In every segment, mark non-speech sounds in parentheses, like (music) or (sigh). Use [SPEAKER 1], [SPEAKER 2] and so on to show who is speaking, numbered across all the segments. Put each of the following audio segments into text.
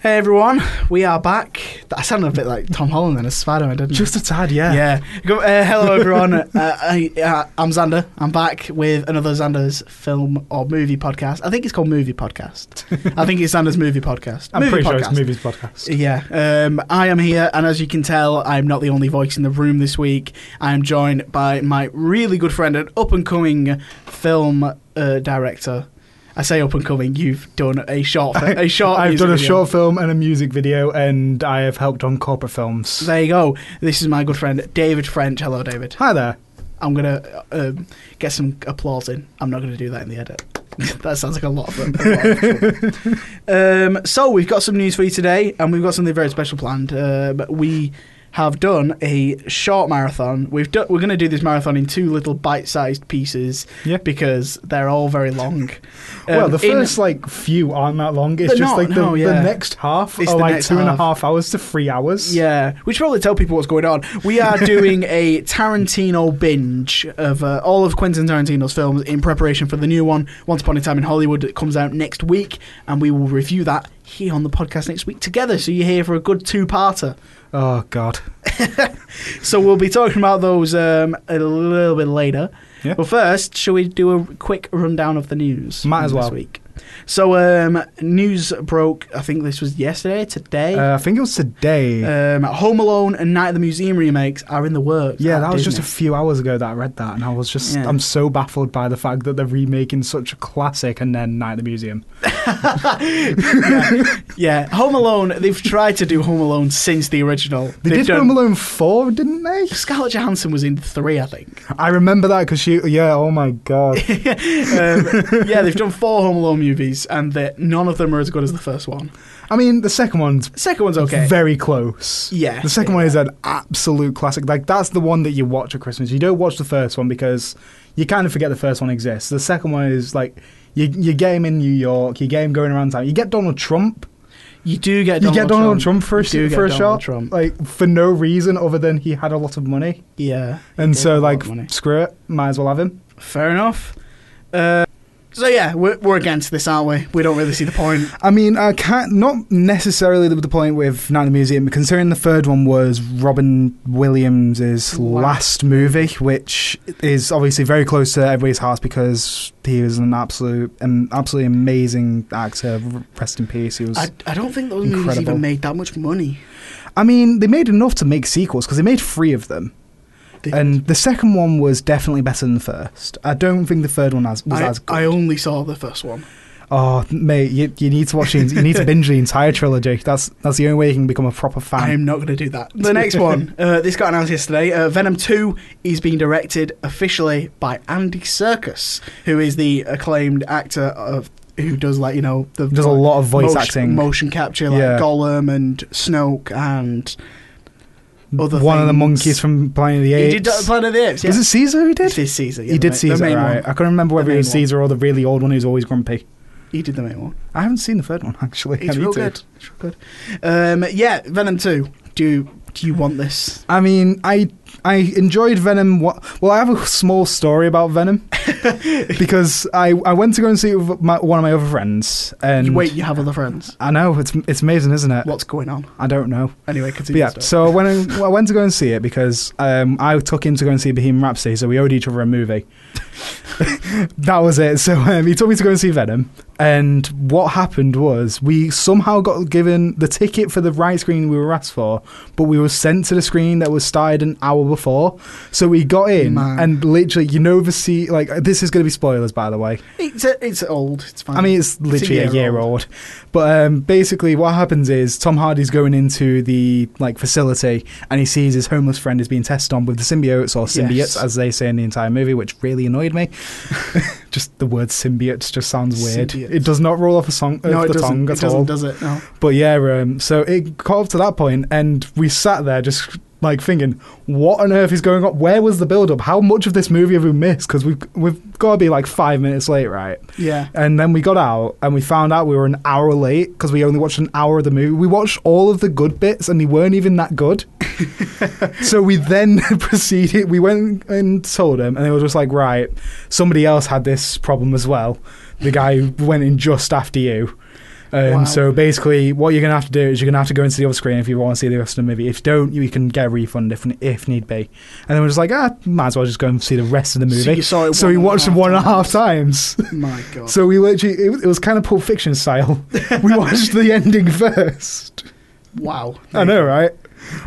[SPEAKER 1] Hey everyone, we are back. I sounded a bit like Tom Holland in a Spider-Man, didn't I?
[SPEAKER 2] Just a tad, yeah.
[SPEAKER 1] yeah. Go- Uh, hello everyone. uh, I, uh, I'm Xander. I'm back with another Xander's film or movie podcast. I think it's called Movie Podcast. I think it's Xander's Movie Podcast.
[SPEAKER 2] I'm
[SPEAKER 1] movie
[SPEAKER 2] pretty
[SPEAKER 1] podcast.
[SPEAKER 2] sure it's movies podcast.
[SPEAKER 1] Yeah. Um, I am here, and as you can tell, I'm not the only voice in the room this week. I am joined by my really good friend and up and coming film uh, director. I say up and coming. You've done a short, fi-
[SPEAKER 2] (laughs)
[SPEAKER 1] a short.
[SPEAKER 2] I've
[SPEAKER 1] music
[SPEAKER 2] done a
[SPEAKER 1] video.
[SPEAKER 2] short film and a music video, and I have helped on corporate films.
[SPEAKER 1] There you go. This is my good friend David French. Hello, David.
[SPEAKER 2] Hi there.
[SPEAKER 1] I'm gonna uh, um, get some applause in. I'm not gonna do that in the edit. (laughs) that sounds like a lot of. A lot of trouble.
[SPEAKER 2] (laughs)
[SPEAKER 1] um, so we've got some news for you today, and we've got something very special planned. Uh, but we have done a short marathon. We've do- we're gonna do this marathon in two little bite-sized pieces
[SPEAKER 2] Yeah.
[SPEAKER 1] because they're all very long.
[SPEAKER 2] well,
[SPEAKER 1] Um,
[SPEAKER 2] the
[SPEAKER 1] in-
[SPEAKER 2] first like few aren't that long. It's
[SPEAKER 1] They're
[SPEAKER 2] just
[SPEAKER 1] not,
[SPEAKER 2] like the,
[SPEAKER 1] no, yeah.
[SPEAKER 2] the next half
[SPEAKER 1] It's
[SPEAKER 2] are
[SPEAKER 1] the
[SPEAKER 2] like
[SPEAKER 1] next
[SPEAKER 2] two and a half
[SPEAKER 1] half.
[SPEAKER 2] hours to three hours.
[SPEAKER 1] Yeah, we should probably tell people what's going on. We
[SPEAKER 2] (laughs)
[SPEAKER 1] are doing a Tarantino binge of uh, all of Quentin Tarantino's films in preparation for the new one, Once Upon a Time in Hollywood, that comes out next week, and we will review that here on the podcast next week together. So you're here for a good two-parter.
[SPEAKER 2] Oh God.
[SPEAKER 1] So we'll be talking about those um, a little bit later.
[SPEAKER 2] Yeah.
[SPEAKER 1] But first, shall we do a quick rundown of the news?
[SPEAKER 2] Might
[SPEAKER 1] from
[SPEAKER 2] as
[SPEAKER 1] this
[SPEAKER 2] well.
[SPEAKER 1] Week? So um, news broke. I think this was yesterday, today.
[SPEAKER 2] Uh, I think it was today.
[SPEAKER 1] Um, Home Alone and Night at the Museum remakes are in the works.
[SPEAKER 2] yeah,
[SPEAKER 1] at
[SPEAKER 2] that was just a
[SPEAKER 1] Disney.
[SPEAKER 2] few hours ago that I read that, and I was just
[SPEAKER 1] Yeah.
[SPEAKER 2] I'm so baffled by the fact that they're remaking such a classic and then Night at the Museum.
[SPEAKER 1] yeah, Home Alone. They've tried to do Home Alone since the original.
[SPEAKER 2] They
[SPEAKER 1] They've
[SPEAKER 2] did
[SPEAKER 1] done-
[SPEAKER 2] Home Alone four, didn't they?
[SPEAKER 1] Scarlett Johansson was in three, I think.
[SPEAKER 2] (laughs) I remember that because she. Yeah. Oh my God. (laughs)
[SPEAKER 1] Um, yeah, they've done four Home Alone movies, and they- none of them are as good as the first one.
[SPEAKER 2] I mean, the second one's
[SPEAKER 1] The second one's okay.
[SPEAKER 2] Very close.
[SPEAKER 1] Yeah,
[SPEAKER 2] The second one is an absolute classic. Like that's the one that you watch at Christmas. You don't watch the first one because you kind of forget the first one exists. The second one is like you you get him in New York, you get him going around town. You get Donald Trump.
[SPEAKER 1] you do get
[SPEAKER 2] you
[SPEAKER 1] Donald
[SPEAKER 2] get Donald Trump, for a,
[SPEAKER 1] You
[SPEAKER 2] sh-
[SPEAKER 1] do get
[SPEAKER 2] for a
[SPEAKER 1] Donald
[SPEAKER 2] shot,
[SPEAKER 1] Trump.
[SPEAKER 2] like for no reason other than he had a lot of money,
[SPEAKER 1] Yeah, he
[SPEAKER 2] and
[SPEAKER 1] did have
[SPEAKER 2] so
[SPEAKER 1] a lot
[SPEAKER 2] like
[SPEAKER 1] of money.
[SPEAKER 2] screw it, might as well have him.
[SPEAKER 1] fair enough. Uh, so yeah, we're, we're against this, aren't we? We don't really see the point.
[SPEAKER 2] I mean, I can't not necessarily the, the point with Night at the Museum, considering the third one was Robin Williams'
[SPEAKER 1] Wow.
[SPEAKER 2] last movie, which is obviously very close to everybody's hearts because he was an absolute, an absolutely amazing actor. R- Rest in peace. He was.
[SPEAKER 1] I,
[SPEAKER 2] I,
[SPEAKER 1] I don't think those movies
[SPEAKER 2] Incredible.
[SPEAKER 1] even made that much money.
[SPEAKER 2] mean, they made enough to make sequels because they made three of them,
[SPEAKER 1] They-
[SPEAKER 2] and the second one was definitely better than the first. I don't think the third one has, was
[SPEAKER 1] I,
[SPEAKER 2] as good.
[SPEAKER 1] I only saw the first one.
[SPEAKER 2] oh, mate, you, you need to watch. the- You need to binge the entire trilogy. That's that's the only way you can become a proper fan.
[SPEAKER 1] I am not going to do that. The
[SPEAKER 2] (laughs)
[SPEAKER 1] next one, uh, this got announced yesterday. Uh, Venom 2 is being directed officially by Andy Serkis, who is the acclaimed actor of who does like you know the
[SPEAKER 2] There's a lot of voice
[SPEAKER 1] motion,
[SPEAKER 2] acting.
[SPEAKER 1] motion capture like
[SPEAKER 2] Yeah.
[SPEAKER 1] Gollum and Snoke and other
[SPEAKER 2] One of the
[SPEAKER 1] things.
[SPEAKER 2] monkeys from Planet of the
[SPEAKER 1] he
[SPEAKER 2] Apes.
[SPEAKER 1] did do- Planet of the Apes. Yeah.
[SPEAKER 2] Was it Caesar who did?
[SPEAKER 1] It is Caesar. Yeah, the
[SPEAKER 2] he did
[SPEAKER 1] ma- the
[SPEAKER 2] Caesar,
[SPEAKER 1] main
[SPEAKER 2] right.
[SPEAKER 1] one.
[SPEAKER 2] I couldn't remember whether
[SPEAKER 1] main
[SPEAKER 2] it was
[SPEAKER 1] one.
[SPEAKER 2] Caesar or the really old one who's always grumpy.
[SPEAKER 1] He did the main one.
[SPEAKER 2] I haven't seen the third one, actually. I
[SPEAKER 1] It's
[SPEAKER 2] need
[SPEAKER 1] real
[SPEAKER 2] to.
[SPEAKER 1] good. It's real good. Um, yeah, Venom 2. Do you, do you want this?
[SPEAKER 2] I mean, I I enjoyed Venom. wa- Well, I have a small story
[SPEAKER 1] (laughs)
[SPEAKER 2] about Venom because I, I went to go and see it with my, one of my other friends. And
[SPEAKER 1] Wait, you have other friends.
[SPEAKER 2] I know it's it's amazing, isn't it?
[SPEAKER 1] What's going on?
[SPEAKER 2] I don't know.
[SPEAKER 1] Anyway,
[SPEAKER 2] But
[SPEAKER 1] continue.
[SPEAKER 2] yeah,
[SPEAKER 1] the story.
[SPEAKER 2] so when I, well, I went to go and see it because um, I took him to go and see Bohemian Rhapsody, so we owed each other a movie. (laughs) that was it. So um, he took me to go and see Venom, and what happened was we somehow got given the ticket for the right screen we were asked for, but we were sent to the screen that was started an hour before. So we got in,
[SPEAKER 1] Man.
[SPEAKER 2] and literally, you know, the seat like this is going to be spoilers, by the way.
[SPEAKER 1] It's a, it's old. It's fine.
[SPEAKER 2] I mean, it's literally a year, old. But um, basically, what happens is Tom Hardy's going into the like facility, and he sees his homeless friend is being tested on with the symbiotes or symbiotes,
[SPEAKER 1] Yes.
[SPEAKER 2] as they say in the entire movie, which really annoyed me. (laughs) just the word symbiotes just sounds weird.
[SPEAKER 1] Symbiotes.
[SPEAKER 2] It does not roll off a song,
[SPEAKER 1] no,
[SPEAKER 2] off
[SPEAKER 1] it
[SPEAKER 2] the
[SPEAKER 1] doesn't.
[SPEAKER 2] tongue
[SPEAKER 1] It
[SPEAKER 2] at
[SPEAKER 1] doesn't,
[SPEAKER 2] all.
[SPEAKER 1] does it? No.
[SPEAKER 2] But yeah, um, so it caught up to that point, and we sat there just like thinking, what on earth is going on? Where was the build up? How much of this movie have we missed? Because we've we've got to be like five minutes late, right?
[SPEAKER 1] Yeah.
[SPEAKER 2] And then we got out and we found out we were an hour late because we only watched an hour of the movie. We watched all of the good bits and they weren't even
[SPEAKER 1] (laughs)
[SPEAKER 2] that good. so we then (laughs) proceeded, we went and told them, and they were just like, right, somebody else had this problem as well. The guy who went in just after you. Um,
[SPEAKER 1] Wow.
[SPEAKER 2] So basically, what you're going to have to do is you're going to have to go into the other screen if you want to see the rest of the movie. If you don't, you can get a refund if, if need be. And then we're just like, ah, might as well just go and see the rest of the
[SPEAKER 1] So,
[SPEAKER 2] movie.
[SPEAKER 1] you saw it
[SPEAKER 2] So we watched it one and a half
[SPEAKER 1] times. (laughs)
[SPEAKER 2] times.
[SPEAKER 1] My God.
[SPEAKER 2] So we literally, it, was- it was kind of Pulp Fiction style. (laughs) we watched the ending first.
[SPEAKER 1] wow.
[SPEAKER 2] I know, right?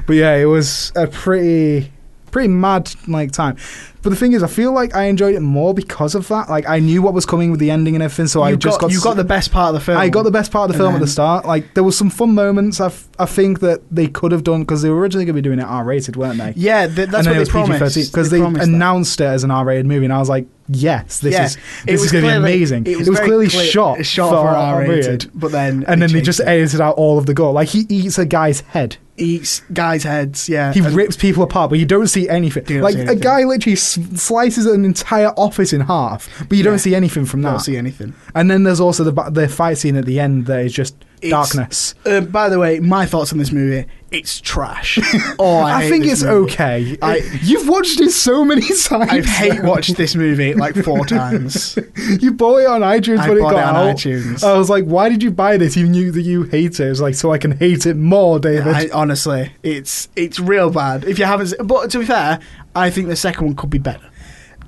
[SPEAKER 2] But yeah, it was a pretty, pretty mad like time. But the thing is, I feel like I enjoyed it more because of that. Like I knew what was coming with the ending and everything, so
[SPEAKER 1] you
[SPEAKER 2] I just
[SPEAKER 1] got,
[SPEAKER 2] got
[SPEAKER 1] you
[SPEAKER 2] s-
[SPEAKER 1] got the best part of the film.
[SPEAKER 2] I got the best part of the
[SPEAKER 1] And
[SPEAKER 2] film at
[SPEAKER 1] then-
[SPEAKER 2] the start. Like there was some fun moments. I, f- I think that they could have done because they were originally going to be doing it R rated, weren't they?
[SPEAKER 1] Yeah, th- that's what they promised.
[SPEAKER 2] because they,
[SPEAKER 1] promised that.
[SPEAKER 2] announced it as an R rated movie, and I was like, yes, this
[SPEAKER 1] Yeah,
[SPEAKER 2] is
[SPEAKER 1] It
[SPEAKER 2] this
[SPEAKER 1] was
[SPEAKER 2] is going to be
[SPEAKER 1] clearly-
[SPEAKER 2] amazing. It was,
[SPEAKER 1] very
[SPEAKER 2] clearly
[SPEAKER 1] clear-
[SPEAKER 2] shot,
[SPEAKER 1] shot for R-rated, but then
[SPEAKER 2] and then they
[SPEAKER 1] changed
[SPEAKER 2] just
[SPEAKER 1] it.
[SPEAKER 2] edited out all of the gore. Like he eats a guy's head.
[SPEAKER 1] eats guys' heads. Yeah,
[SPEAKER 2] He
[SPEAKER 1] And-
[SPEAKER 2] rips people apart, but you don't see anything.
[SPEAKER 1] You don't
[SPEAKER 2] like
[SPEAKER 1] see
[SPEAKER 2] a
[SPEAKER 1] anything.
[SPEAKER 2] guy literally s- slices an entire office in half, but you don't
[SPEAKER 1] Yeah.
[SPEAKER 2] see anything from
[SPEAKER 1] don't
[SPEAKER 2] that.
[SPEAKER 1] see anything.
[SPEAKER 2] And then there's also the ba- the fight scene at the end that is just
[SPEAKER 1] It's-
[SPEAKER 2] darkness.
[SPEAKER 1] Um, by the way, my thoughts on this movie: it's
[SPEAKER 2] (laughs)
[SPEAKER 1] trash. oh, I,
[SPEAKER 2] I,
[SPEAKER 1] hate
[SPEAKER 2] think
[SPEAKER 1] this
[SPEAKER 2] it's
[SPEAKER 1] movie.
[SPEAKER 2] okay.
[SPEAKER 1] I-
[SPEAKER 2] You've watched it so many (laughs) times.
[SPEAKER 1] I've hate
[SPEAKER 2] (laughs)
[SPEAKER 1] watched this movie like four times.
[SPEAKER 2] You bought it on iTunes
[SPEAKER 1] I
[SPEAKER 2] when it
[SPEAKER 1] bought
[SPEAKER 2] got
[SPEAKER 1] it on
[SPEAKER 2] out.
[SPEAKER 1] iTunes.
[SPEAKER 2] I was like, why did you buy this? You knew that you hate it. It was like, so I can hate it more, David.
[SPEAKER 1] I, honestly, it's it's real bad. If you haven't, se- but to be fair, I think the second one could be better.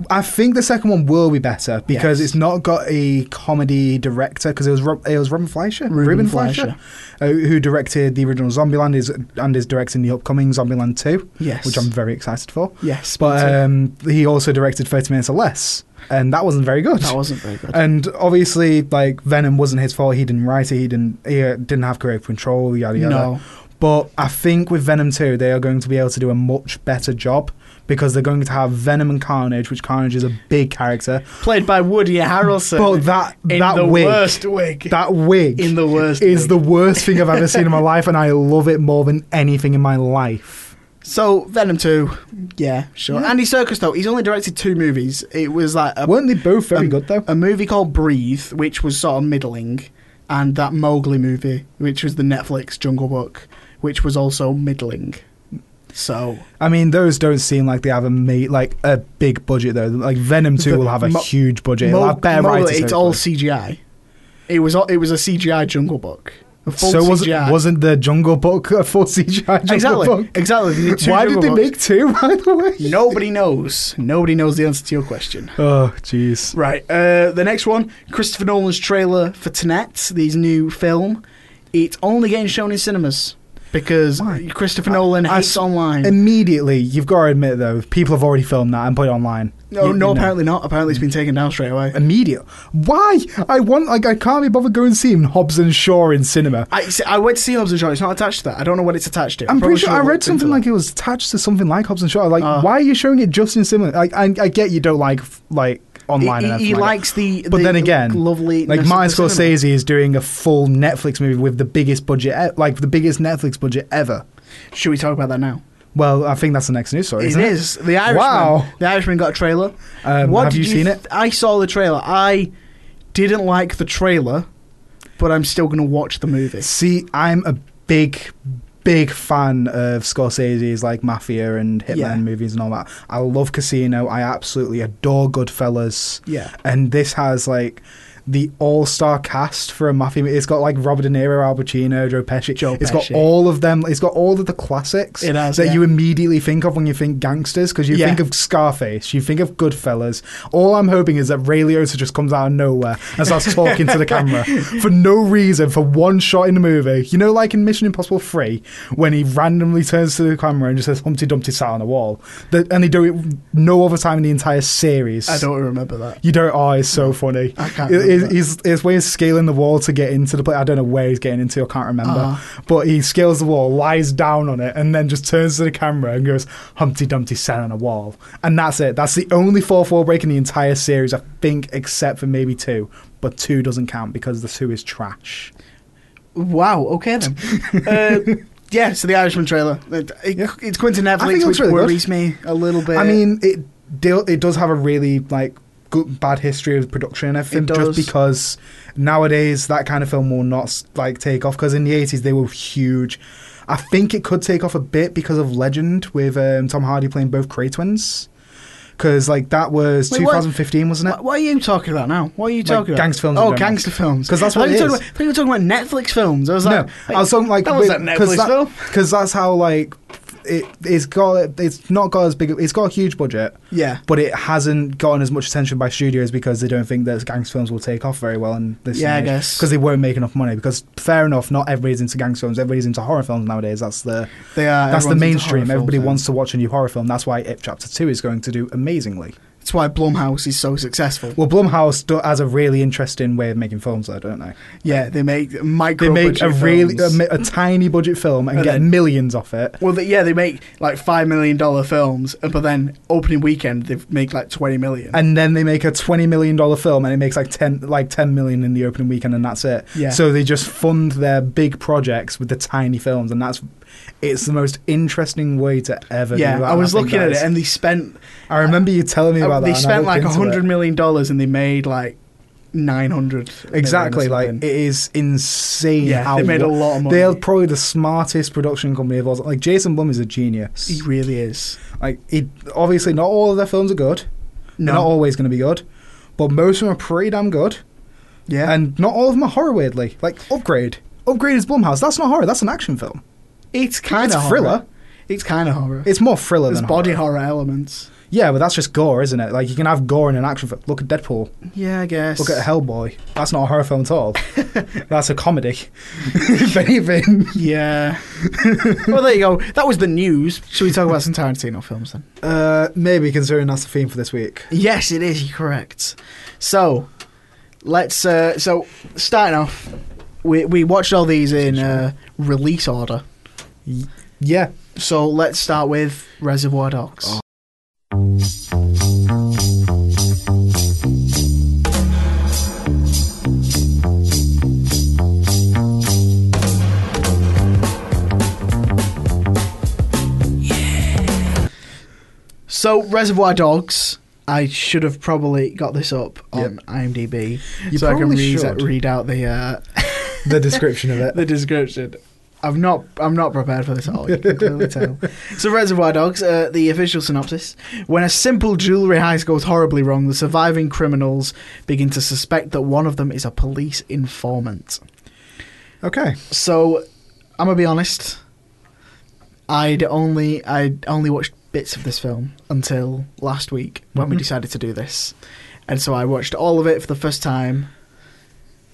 [SPEAKER 2] I think the second one will be better because
[SPEAKER 1] Yes.
[SPEAKER 2] it's not got a comedy director because it was Rob, it was Robin Fleischer,
[SPEAKER 1] Ruben
[SPEAKER 2] uh, who directed the original Zombieland is and is directing the upcoming Zombieland Two,
[SPEAKER 1] Yes,
[SPEAKER 2] which I'm very excited for.
[SPEAKER 1] yes, me
[SPEAKER 2] But
[SPEAKER 1] too.
[SPEAKER 2] um, he also directed Thirty Minutes or Less, and that wasn't very good.
[SPEAKER 1] that wasn't very good.
[SPEAKER 2] and obviously, like Venom wasn't his fault. He didn't write it. He didn't. He uh, didn't have creative control. Yada yada.
[SPEAKER 1] no,
[SPEAKER 2] But I think with Venom 2, they are going to be able to do a much better job because they're going to have Venom and Carnage, which Carnage is a big character.
[SPEAKER 1] played by Woody Harrelson.
[SPEAKER 2] But that
[SPEAKER 1] in
[SPEAKER 2] that
[SPEAKER 1] the
[SPEAKER 2] wig,
[SPEAKER 1] worst wig.
[SPEAKER 2] that wig
[SPEAKER 1] in the worst
[SPEAKER 2] is
[SPEAKER 1] wig.
[SPEAKER 2] the worst thing I've ever seen
[SPEAKER 1] (laughs)
[SPEAKER 2] in my life, and I love it more than anything in my life.
[SPEAKER 1] So Venom Two, yeah, sure.
[SPEAKER 2] Yeah.
[SPEAKER 1] Andy Serkis though, he's only directed two movies. It was like a,
[SPEAKER 2] Weren't they both very
[SPEAKER 1] um,
[SPEAKER 2] good though?
[SPEAKER 1] a movie called Breathe, which was sort of middling, and that Mowgli movie, which was the Netflix Jungle Book, which was also middling. So
[SPEAKER 2] I mean, those don't seem like they have a ma- like a big budget though. Like Venom Two
[SPEAKER 1] The-
[SPEAKER 2] will have a
[SPEAKER 1] Mo-
[SPEAKER 2] huge budget. It'll
[SPEAKER 1] Mo-
[SPEAKER 2] have better
[SPEAKER 1] Mowgli,
[SPEAKER 2] writers,
[SPEAKER 1] it's all
[SPEAKER 2] hopefully.
[SPEAKER 1] CGI. It was all, it was a CGI Jungle Book. A full
[SPEAKER 2] so was,
[SPEAKER 1] CGI.
[SPEAKER 2] wasn't the Jungle Book a full CGI Jungle
[SPEAKER 1] exactly
[SPEAKER 2] Book?
[SPEAKER 1] exactly. They did two
[SPEAKER 2] Why did
[SPEAKER 1] Jungle
[SPEAKER 2] they
[SPEAKER 1] Books.
[SPEAKER 2] make two, (laughs) by the way?
[SPEAKER 1] Nobody knows. Nobody knows the answer to your question.
[SPEAKER 2] Oh, jeez.
[SPEAKER 1] Right. Uh, the next one, Christopher Nolan's trailer for Tenet, his new film. It's only getting shown in cinemas because
[SPEAKER 2] Why?
[SPEAKER 1] Christopher Nolan
[SPEAKER 2] I- I
[SPEAKER 1] hates
[SPEAKER 2] s-
[SPEAKER 1] online.
[SPEAKER 2] Immediately, you've got to admit, though, people have already filmed that and put it online.
[SPEAKER 1] no,
[SPEAKER 2] You-
[SPEAKER 1] no,
[SPEAKER 2] you know.
[SPEAKER 1] apparently not. Apparently, it's been taken down straight away.
[SPEAKER 2] Immediate. Why? I want, like, I can't be bothered going and seeing Hobbs and Shaw in cinema.
[SPEAKER 1] I, see, I went to see Hobbs and Shaw. It's not attached to that. I don't know what it's attached to.
[SPEAKER 2] I'm
[SPEAKER 1] Probably
[SPEAKER 2] pretty sure
[SPEAKER 1] should've
[SPEAKER 2] I read
[SPEAKER 1] looked
[SPEAKER 2] something
[SPEAKER 1] into
[SPEAKER 2] like it was attached to something like Hobbs and Shaw. Like,
[SPEAKER 1] Ah.
[SPEAKER 2] why are you showing it just in cinema? Like, I, I get you don't like, f- like,
[SPEAKER 1] that.
[SPEAKER 2] online
[SPEAKER 1] He,
[SPEAKER 2] and
[SPEAKER 1] he- he
[SPEAKER 2] everything like that.
[SPEAKER 1] likes the,
[SPEAKER 2] But
[SPEAKER 1] the
[SPEAKER 2] then again,
[SPEAKER 1] lovely
[SPEAKER 2] Like Martin Scorsese is doing a full Netflix movie with the biggest budget, e- like the biggest Netflix budget ever.
[SPEAKER 1] Should we talk about that now?
[SPEAKER 2] Well, I think that's the next news story.
[SPEAKER 1] It
[SPEAKER 2] isn't
[SPEAKER 1] is the Irishman.
[SPEAKER 2] Wow.
[SPEAKER 1] The Irishman got a trailer.
[SPEAKER 2] Um,
[SPEAKER 1] what
[SPEAKER 2] have
[SPEAKER 1] did
[SPEAKER 2] you seen it?
[SPEAKER 1] th- I saw the trailer. I didn't like the trailer, but I'm still going to watch the movie.
[SPEAKER 2] See, I'm a big, big fan of Scorsese's like mafia and hitman
[SPEAKER 1] Yeah.
[SPEAKER 2] movies and all that. I love Casino. I absolutely adore Goodfellas,
[SPEAKER 1] Yeah.
[SPEAKER 2] and this has like the all-star cast for a mafia. movie. It's got like Robert De Niro, Al Pacino, Joe Pesci.
[SPEAKER 1] Joe
[SPEAKER 2] It's got
[SPEAKER 1] Pesci.
[SPEAKER 2] all of them. It's got all of the classics
[SPEAKER 1] It has,
[SPEAKER 2] that
[SPEAKER 1] yeah.
[SPEAKER 2] you immediately think of when you think gangsters, because you
[SPEAKER 1] Yeah.
[SPEAKER 2] think of Scarface, you think of Goodfellas. All I'm hoping is that Ray Liotta just comes out of nowhere and starts talking to
[SPEAKER 1] (laughs)
[SPEAKER 2] the camera for no reason, for one shot in the movie. You know, like in Mission Impossible 3, when he randomly turns to the camera and just says Humpty Dumpty sat on a wall. That, and they do it no other time in the entire series.
[SPEAKER 1] I don't remember that.
[SPEAKER 2] You don't. Oh, it's so funny.
[SPEAKER 1] I can't remember
[SPEAKER 2] It- it-
[SPEAKER 1] that.
[SPEAKER 2] he's, it's when he's scaling the wall to get into the place. I don't know where he's getting into. I can't remember.
[SPEAKER 1] Uh-huh.
[SPEAKER 2] But he scales the wall, lies down on it, and then just turns to the camera and goes, "Humpty Dumpty sat on a wall," and that's it. That's the only fourth wall break in the entire series, I think, except for maybe two. But two doesn't count because the two is trash.
[SPEAKER 1] Wow. Okay then.
[SPEAKER 2] (laughs)
[SPEAKER 1] uh, yeah. So the Irishman trailer. It, it,
[SPEAKER 2] Yeah.
[SPEAKER 1] It's going to
[SPEAKER 2] I think it
[SPEAKER 1] Netflix,
[SPEAKER 2] looks
[SPEAKER 1] which
[SPEAKER 2] really good.
[SPEAKER 1] worries me a little bit.
[SPEAKER 2] I mean, it deal, it does have a really like good bad history of production and everything,
[SPEAKER 1] It does.
[SPEAKER 2] just because nowadays that kind of film will not like take off. Because in the eighties they were huge. I think it could take off a bit because of Legend with um, Tom Hardy playing both Cray twins. because like that was
[SPEAKER 1] Wait, what-
[SPEAKER 2] 2015, wasn't it?
[SPEAKER 1] What, what are you talking about now? What are you
[SPEAKER 2] Like
[SPEAKER 1] talking about?
[SPEAKER 2] gangster films
[SPEAKER 1] Oh,
[SPEAKER 2] and romance.
[SPEAKER 1] gangster films.
[SPEAKER 2] 'Cause that's
[SPEAKER 1] I
[SPEAKER 2] what
[SPEAKER 1] thought
[SPEAKER 2] it
[SPEAKER 1] you were
[SPEAKER 2] is.
[SPEAKER 1] talking about- I thought you were talking about Netflix films. I was like,
[SPEAKER 2] no, I was talking like
[SPEAKER 1] that was a Netflix
[SPEAKER 2] that-
[SPEAKER 1] film.
[SPEAKER 2] 'cause that's how like it, it's got it's not got as big. It's got a huge budget,
[SPEAKER 1] Yeah.
[SPEAKER 2] but it hasn't gotten as much attention by studios because they don't think that gangster films will take off very well in this.
[SPEAKER 1] Yeah, I guess.
[SPEAKER 2] because they won't make enough money. Because fair enough, not everybody's into gangster films. Everybody's into horror films nowadays. That's the
[SPEAKER 1] They are.
[SPEAKER 2] that's the
[SPEAKER 1] everyone's into
[SPEAKER 2] mainstream.
[SPEAKER 1] horror
[SPEAKER 2] Everybody
[SPEAKER 1] films,
[SPEAKER 2] wants to watch a new horror film. That's why It Chapter Two is going to do amazingly.
[SPEAKER 1] though. That's why Blumhouse is so successful.
[SPEAKER 2] Well, Blumhouse do- has a really interesting way of making films, though, don't they?
[SPEAKER 1] Yeah, they make
[SPEAKER 2] They
[SPEAKER 1] micro.
[SPEAKER 2] make a really a,
[SPEAKER 1] films.
[SPEAKER 2] mi- a tiny budget film and,
[SPEAKER 1] And
[SPEAKER 2] get
[SPEAKER 1] then-
[SPEAKER 2] millions off it.
[SPEAKER 1] well, they, yeah, they make like five million dollar films, uh, but then opening weekend they make like twenty million.
[SPEAKER 2] and then they make a twenty million dollar film, and it makes like ten like ten million in the opening weekend, and that's it.
[SPEAKER 1] Yeah.
[SPEAKER 2] So they just fund their big projects with the tiny films, and that's it's the most interesting way to ever.
[SPEAKER 1] yeah,
[SPEAKER 2] do that,
[SPEAKER 1] I was
[SPEAKER 2] think
[SPEAKER 1] looking
[SPEAKER 2] that
[SPEAKER 1] at
[SPEAKER 2] is-
[SPEAKER 1] it, and they spent
[SPEAKER 2] I remember you telling me
[SPEAKER 1] uh,
[SPEAKER 2] about that.
[SPEAKER 1] they
[SPEAKER 2] and I
[SPEAKER 1] spent
[SPEAKER 2] looked
[SPEAKER 1] like a
[SPEAKER 2] into
[SPEAKER 1] hundred
[SPEAKER 2] it.
[SPEAKER 1] million dollars, and they made like nine hundred.
[SPEAKER 2] Exactly, like it is insane.
[SPEAKER 1] yeah,
[SPEAKER 2] how
[SPEAKER 1] they made a lot of money.
[SPEAKER 2] They're probably the smartest production company of all. Like Jason Blum is a genius.
[SPEAKER 1] he really is.
[SPEAKER 2] like he obviously not all of their films are good. They're
[SPEAKER 1] No,
[SPEAKER 2] not always going to be good, but most of them are pretty damn good.
[SPEAKER 1] yeah,
[SPEAKER 2] And not all of them are horror, weirdly. Like Upgrade. Upgrade is Blumhouse. That's not horror. That's an action film.
[SPEAKER 1] it's kind
[SPEAKER 2] it's
[SPEAKER 1] of
[SPEAKER 2] thriller.
[SPEAKER 1] It's kind of horror.
[SPEAKER 2] It's more thriller
[SPEAKER 1] There's
[SPEAKER 2] than
[SPEAKER 1] body
[SPEAKER 2] horror.
[SPEAKER 1] horror. elements.
[SPEAKER 2] Yeah, but that's just gore, isn't it? Like you can have gore in an action film. Look at Deadpool.
[SPEAKER 1] Yeah, I guess.
[SPEAKER 2] Look at Hellboy. That's not a horror film at (laughs) all. that's a comedy. (laughs) if anything.
[SPEAKER 1] Yeah. (laughs) well, there you go. That was the news. Should we talk about some Tarantino films then?
[SPEAKER 2] Uh, maybe considering that's the theme for this week.
[SPEAKER 1] Yes, it is. You're correct. So, let's. Uh, so, starting off, we we watched all these in uh, release order.
[SPEAKER 2] Yeah.
[SPEAKER 1] So let's start with Reservoir Dogs.
[SPEAKER 2] Oh.
[SPEAKER 1] So Reservoir Dogs. I should have probably got this up on IMDb
[SPEAKER 2] You
[SPEAKER 1] so I can
[SPEAKER 2] probably
[SPEAKER 1] read,
[SPEAKER 2] should.
[SPEAKER 1] read out the uh,
[SPEAKER 2] The description of it.
[SPEAKER 1] the description. I'm not. I'm not prepared for this at all. You can clearly tell. So, Reservoir Dogs. Uh, the official synopsis: When a simple jewelry heist goes horribly wrong, the surviving criminals begin to suspect that one of them is a police informant.
[SPEAKER 2] (laughs) Okay.
[SPEAKER 1] So, I'm gonna be honest. I'd only I'd only watched bits of this film until last week when we
[SPEAKER 2] Mhm.
[SPEAKER 1] decided to do this, and so I watched all of it for the first time.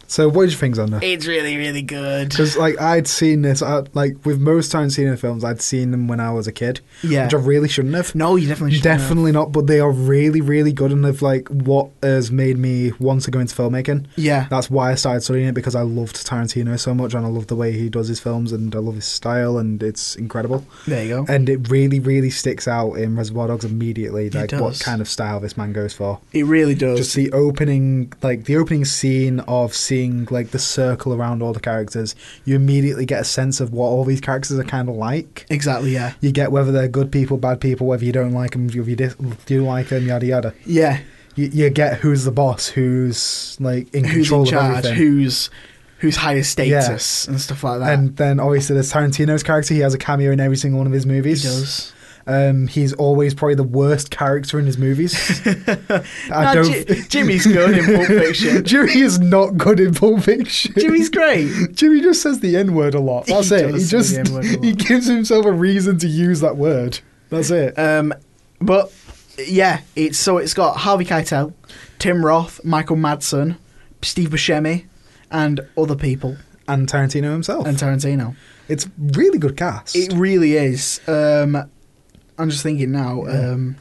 [SPEAKER 2] So what did you think, Xander?
[SPEAKER 1] It's really really good.
[SPEAKER 2] Because like I'd seen this, I, like with most Tarantino films, I'd seen them when I was a kid,
[SPEAKER 1] Yeah.
[SPEAKER 2] which I really shouldn't have.
[SPEAKER 1] No, you definitely should know.
[SPEAKER 2] Definitely not, but they are really, really good, and they've like what has made me want to go into filmmaking.
[SPEAKER 1] Yeah.
[SPEAKER 2] That's why I started studying it because I loved Tarantino so much, and I love the way he does his films, and I love his style, and it's incredible.
[SPEAKER 1] There you go.
[SPEAKER 2] And it really, really sticks out in Reservoir Dogs immediately,
[SPEAKER 1] It
[SPEAKER 2] like
[SPEAKER 1] does.
[SPEAKER 2] what kind of style this man goes for.
[SPEAKER 1] It really does.
[SPEAKER 2] Just the opening, like the opening scene of seeing like the circle around all the characters, you immediately get a sense of what all these characters are kind of like.
[SPEAKER 1] exactly, yeah.
[SPEAKER 2] you get whether they're good people, bad people, whether you don't like them, whether you dis- do like them, yada yada.
[SPEAKER 1] Yeah.
[SPEAKER 2] You, you get who's the boss, who's like in
[SPEAKER 1] Who's
[SPEAKER 2] control
[SPEAKER 1] in
[SPEAKER 2] of
[SPEAKER 1] charge?
[SPEAKER 2] everything.
[SPEAKER 1] Who's who's higher status and stuff like that.
[SPEAKER 2] and then obviously there's Tarantino's character. He has a cameo in every single one of his
[SPEAKER 1] he
[SPEAKER 2] movies.
[SPEAKER 1] does.
[SPEAKER 2] Um, he's always probably the worst character in
[SPEAKER 1] (laughs)
[SPEAKER 2] his movies.
[SPEAKER 1] Nah, Ji- Jimmy's good in Pulp Fiction.
[SPEAKER 2] (laughs) Jimmy is not good in Pulp Fiction.
[SPEAKER 1] Jimmy's
[SPEAKER 2] (laughs)
[SPEAKER 1] great.
[SPEAKER 2] Jimmy just says the N word a lot.
[SPEAKER 1] He
[SPEAKER 2] That's it.
[SPEAKER 1] does
[SPEAKER 2] He
[SPEAKER 1] say
[SPEAKER 2] just
[SPEAKER 1] the N-word a lot.
[SPEAKER 2] (laughs) he gives himself a reason to use that word. That's it.
[SPEAKER 1] Um, but yeah, it's so it's got Harvey Keitel, Tim Roth, Michael Madsen, Steve Buscemi, and other people,
[SPEAKER 2] And Tarantino himself.
[SPEAKER 1] and Tarantino.
[SPEAKER 2] It's really good cast.
[SPEAKER 1] It really is. Um, I'm just thinking now.
[SPEAKER 2] Yeah.
[SPEAKER 1] Um,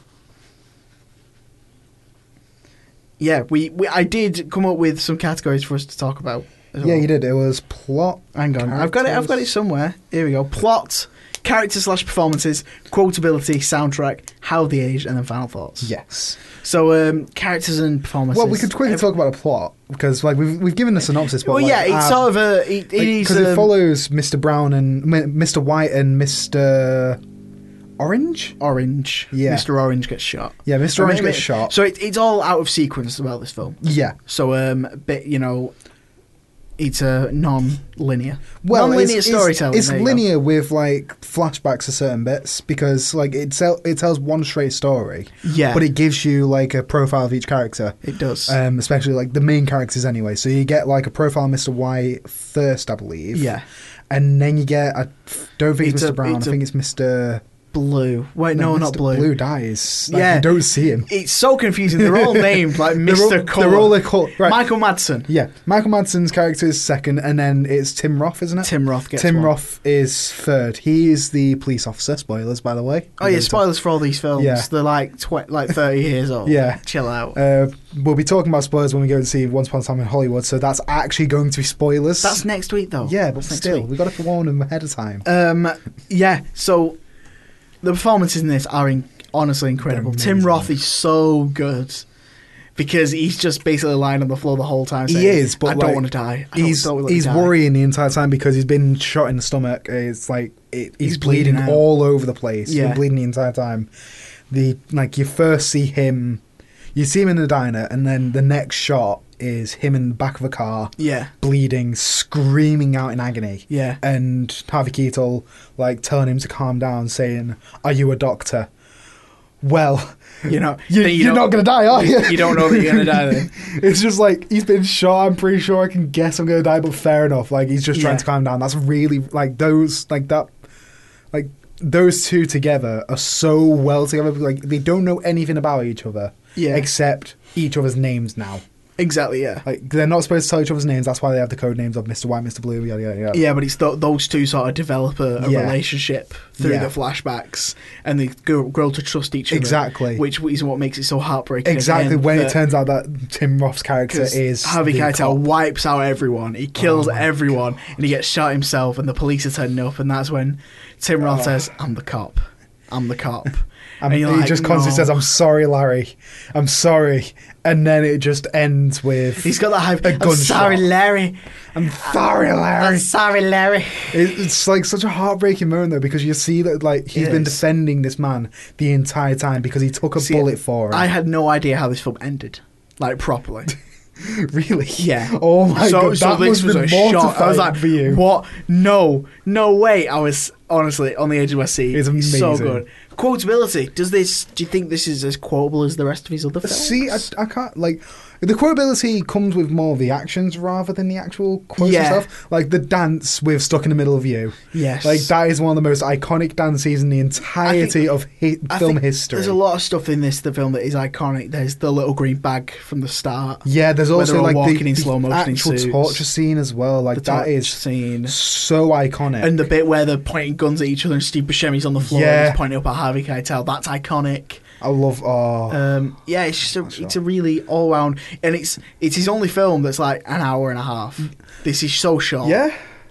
[SPEAKER 1] yeah, we, we I did come up with some categories for us to talk about. as
[SPEAKER 2] yeah,
[SPEAKER 1] well.
[SPEAKER 2] you did. It was plot.
[SPEAKER 1] Hang on, I've got it. I've got it
[SPEAKER 2] Characters.
[SPEAKER 1] somewhere. Here we go. Plot, character slash performances, quotability, soundtrack, how they aged, and then final thoughts.
[SPEAKER 2] Yes.
[SPEAKER 1] So um, characters and performances.
[SPEAKER 2] Well, we could quickly
[SPEAKER 1] Every-
[SPEAKER 2] talk about a plot because like we've we've given a synopsis. But
[SPEAKER 1] Well,
[SPEAKER 2] like,
[SPEAKER 1] yeah, it's
[SPEAKER 2] our-
[SPEAKER 1] sort of a. It, it
[SPEAKER 2] like,
[SPEAKER 1] is.
[SPEAKER 2] 'cause it
[SPEAKER 1] um,
[SPEAKER 2] follows Mr. Brown and M- Mr. White and Mr. Orange.
[SPEAKER 1] Orange.
[SPEAKER 2] Yeah.
[SPEAKER 1] Mr. Orange gets shot.
[SPEAKER 2] Yeah, Mr. Orange
[SPEAKER 1] I mean,
[SPEAKER 2] gets shot.
[SPEAKER 1] So it, it's all out of sequence about this film.
[SPEAKER 2] yeah,
[SPEAKER 1] So um, bit you know, it's a non-linear,
[SPEAKER 2] Well,
[SPEAKER 1] non-linear
[SPEAKER 2] it's, it's-
[SPEAKER 1] storytelling.
[SPEAKER 2] It's,
[SPEAKER 1] there you go.
[SPEAKER 2] linear with like flashbacks to certain bits because like it tell, it tells one straight story,
[SPEAKER 1] Yeah,
[SPEAKER 2] but it gives you like a profile of each character.
[SPEAKER 1] it does.
[SPEAKER 2] Um, especially like the main characters anyway. So you get like a profile of Mr. White first, I believe.
[SPEAKER 1] yeah,
[SPEAKER 2] And then you get I don't think it's,
[SPEAKER 1] It's
[SPEAKER 2] Mr.
[SPEAKER 1] a-
[SPEAKER 2] Brown,
[SPEAKER 1] it's
[SPEAKER 2] I
[SPEAKER 1] a-
[SPEAKER 2] think it's Mr.
[SPEAKER 1] blue. Wait, no,
[SPEAKER 2] Mr.
[SPEAKER 1] not blue.
[SPEAKER 2] Blue dies. Like,
[SPEAKER 1] Yeah.
[SPEAKER 2] You don't see him.
[SPEAKER 1] It's so confusing. They're
[SPEAKER 2] (laughs)
[SPEAKER 1] all named like
[SPEAKER 2] They're all-
[SPEAKER 1] Mr. Cole,
[SPEAKER 2] They're all a cult. Right.
[SPEAKER 1] Michael Madsen,
[SPEAKER 2] yeah. Michael Madsen's character is second, and then it's Tim Roth, isn't it?
[SPEAKER 1] Tim Roth gets
[SPEAKER 2] Tim
[SPEAKER 1] one.
[SPEAKER 2] Roth is third. He is the police officer. Spoilers, by the way.
[SPEAKER 1] Oh yeah, spoilers for all these films.
[SPEAKER 2] Yeah.
[SPEAKER 1] They're like tw- like thirty years old.
[SPEAKER 2] Yeah.
[SPEAKER 1] chill out.
[SPEAKER 2] Uh, we'll be talking about spoilers when we go and see Once Upon a Time in Hollywood, so that's actually going to be spoilers.
[SPEAKER 1] That's next week though.
[SPEAKER 2] yeah, but
[SPEAKER 1] That's next
[SPEAKER 2] still,
[SPEAKER 1] week.
[SPEAKER 2] we got to warn them ahead of time.
[SPEAKER 1] Um, yeah. So the performances in this are in- honestly incredible.
[SPEAKER 2] They're
[SPEAKER 1] Tim
[SPEAKER 2] amazing.
[SPEAKER 1] Roth is so good because he's just basically lying on the floor the whole time.
[SPEAKER 2] He
[SPEAKER 1] Saying,
[SPEAKER 2] is, but,
[SPEAKER 1] I
[SPEAKER 2] like,
[SPEAKER 1] don't want to die. I don't-
[SPEAKER 2] He's
[SPEAKER 1] don't let me
[SPEAKER 2] he's
[SPEAKER 1] die."
[SPEAKER 2] worrying the entire time because he's been shot in the stomach. It's like it, he's,
[SPEAKER 1] He's bleeding out.
[SPEAKER 2] bleeding, all over the place. He's
[SPEAKER 1] Yeah.
[SPEAKER 2] been bleeding the entire time. The like you first see him, you see him in the diner, and then the next shot is him in the back of a car,
[SPEAKER 1] Yeah,
[SPEAKER 2] bleeding, screaming out in agony.
[SPEAKER 1] yeah,
[SPEAKER 2] and Harvey Keitel like telling him to calm down, saying, "Are you a doctor?" Well, (laughs)
[SPEAKER 1] you know,
[SPEAKER 2] you,
[SPEAKER 1] then you
[SPEAKER 2] you are
[SPEAKER 1] don't-
[SPEAKER 2] not gonna die,
[SPEAKER 1] (laughs)
[SPEAKER 2] are you?
[SPEAKER 1] you don't know that you're gonna die
[SPEAKER 2] (laughs)
[SPEAKER 1] then.
[SPEAKER 2] it's just like he's been shot. I'm pretty sure I can guess I'm gonna die, but fair enough. Like he's just trying
[SPEAKER 1] Yeah.
[SPEAKER 2] to calm down. That's really like those like that like those two together are so well together. Like they don't know anything about each other
[SPEAKER 1] Yeah,
[SPEAKER 2] except each other's names now.
[SPEAKER 1] exactly. Yeah.
[SPEAKER 2] Like they're not supposed to tell each other's names. That's why they have the code names of Mr. White, Mr. Blue, yada yada yada.
[SPEAKER 1] Yeah, but it's th- those two sort of develop a, a
[SPEAKER 2] Yeah.
[SPEAKER 1] relationship through
[SPEAKER 2] Yeah.
[SPEAKER 1] the flashbacks, and they grow, grow to trust each other.
[SPEAKER 2] Exactly.
[SPEAKER 1] which is what makes it so heartbreaking. at the
[SPEAKER 2] Exactly.
[SPEAKER 1] end
[SPEAKER 2] When it
[SPEAKER 1] that-
[SPEAKER 2] turns out that Tim Roth's character
[SPEAKER 1] 'cause
[SPEAKER 2] is
[SPEAKER 1] Harvey
[SPEAKER 2] the
[SPEAKER 1] Keitel
[SPEAKER 2] cop.
[SPEAKER 1] wipes out everyone. He kills
[SPEAKER 2] Oh my
[SPEAKER 1] everyone, and he gets shot himself. And the police are turning up, and that's when Tim Roth
[SPEAKER 2] Oh.
[SPEAKER 1] says, "I'm the cop. I'm the cop."
[SPEAKER 2] (laughs) I mean,
[SPEAKER 1] you're
[SPEAKER 2] he
[SPEAKER 1] like,
[SPEAKER 2] just
[SPEAKER 1] "No."
[SPEAKER 2] constantly says, "I'm sorry, Larry. I'm sorry," and then it just ends with,
[SPEAKER 1] He's got that hype.
[SPEAKER 2] A
[SPEAKER 1] I'm
[SPEAKER 2] gunshot.
[SPEAKER 1] sorry, Larry.
[SPEAKER 2] "I'm sorry,
[SPEAKER 1] I'm
[SPEAKER 2] Larry."
[SPEAKER 1] sorry, Larry.
[SPEAKER 2] It, it's like such a heartbreaking moment though, because you see that like he's
[SPEAKER 1] It
[SPEAKER 2] been
[SPEAKER 1] is.
[SPEAKER 2] defending this man the entire time because he took a
[SPEAKER 1] See,
[SPEAKER 2] bullet for him.
[SPEAKER 1] I had no idea how this film ended, like properly.
[SPEAKER 2] (laughs) really,
[SPEAKER 1] Yeah.
[SPEAKER 2] Oh my god, that must have been mortifying
[SPEAKER 1] I was like,
[SPEAKER 2] for you.
[SPEAKER 1] "What? No, no way!" I was honestly on the edge of my seat.
[SPEAKER 2] It's
[SPEAKER 1] So
[SPEAKER 2] amazing.
[SPEAKER 1] good. Quotability. Does this? Do you think this is as quotable as the rest of his other films?
[SPEAKER 2] See, I, I can't like the quotability comes with more of the actions rather than the actual quotes
[SPEAKER 1] Yeah.
[SPEAKER 2] and stuff. Like the dance with "Stuck in the Middle of You."
[SPEAKER 1] yes.
[SPEAKER 2] Like that is one of the most iconic dances in the entirety of hi-
[SPEAKER 1] I
[SPEAKER 2] film
[SPEAKER 1] think
[SPEAKER 2] history.
[SPEAKER 1] There's a lot of stuff in this the film that is iconic. There's the little green bag from the start.
[SPEAKER 2] Yeah, there's
[SPEAKER 1] Where they're
[SPEAKER 2] also
[SPEAKER 1] all
[SPEAKER 2] like
[SPEAKER 1] walking
[SPEAKER 2] the,
[SPEAKER 1] in
[SPEAKER 2] the
[SPEAKER 1] slow motion in
[SPEAKER 2] actual
[SPEAKER 1] suits.
[SPEAKER 2] torture scene as well.
[SPEAKER 1] the
[SPEAKER 2] Like that
[SPEAKER 1] torch
[SPEAKER 2] is
[SPEAKER 1] scene.
[SPEAKER 2] so iconic.
[SPEAKER 1] And the bit where they're pointing guns at each other and Steve Buscemi's on the floor
[SPEAKER 2] Yeah.
[SPEAKER 1] and he's pointing up at Harvey Keitel. That's iconic.
[SPEAKER 2] I love. Oh,
[SPEAKER 1] Um, yeah, it's just
[SPEAKER 2] That's
[SPEAKER 1] a, it's a really all round, and it's it's his only film that's like an hour and a half. This is so short.
[SPEAKER 2] Mm. yeah,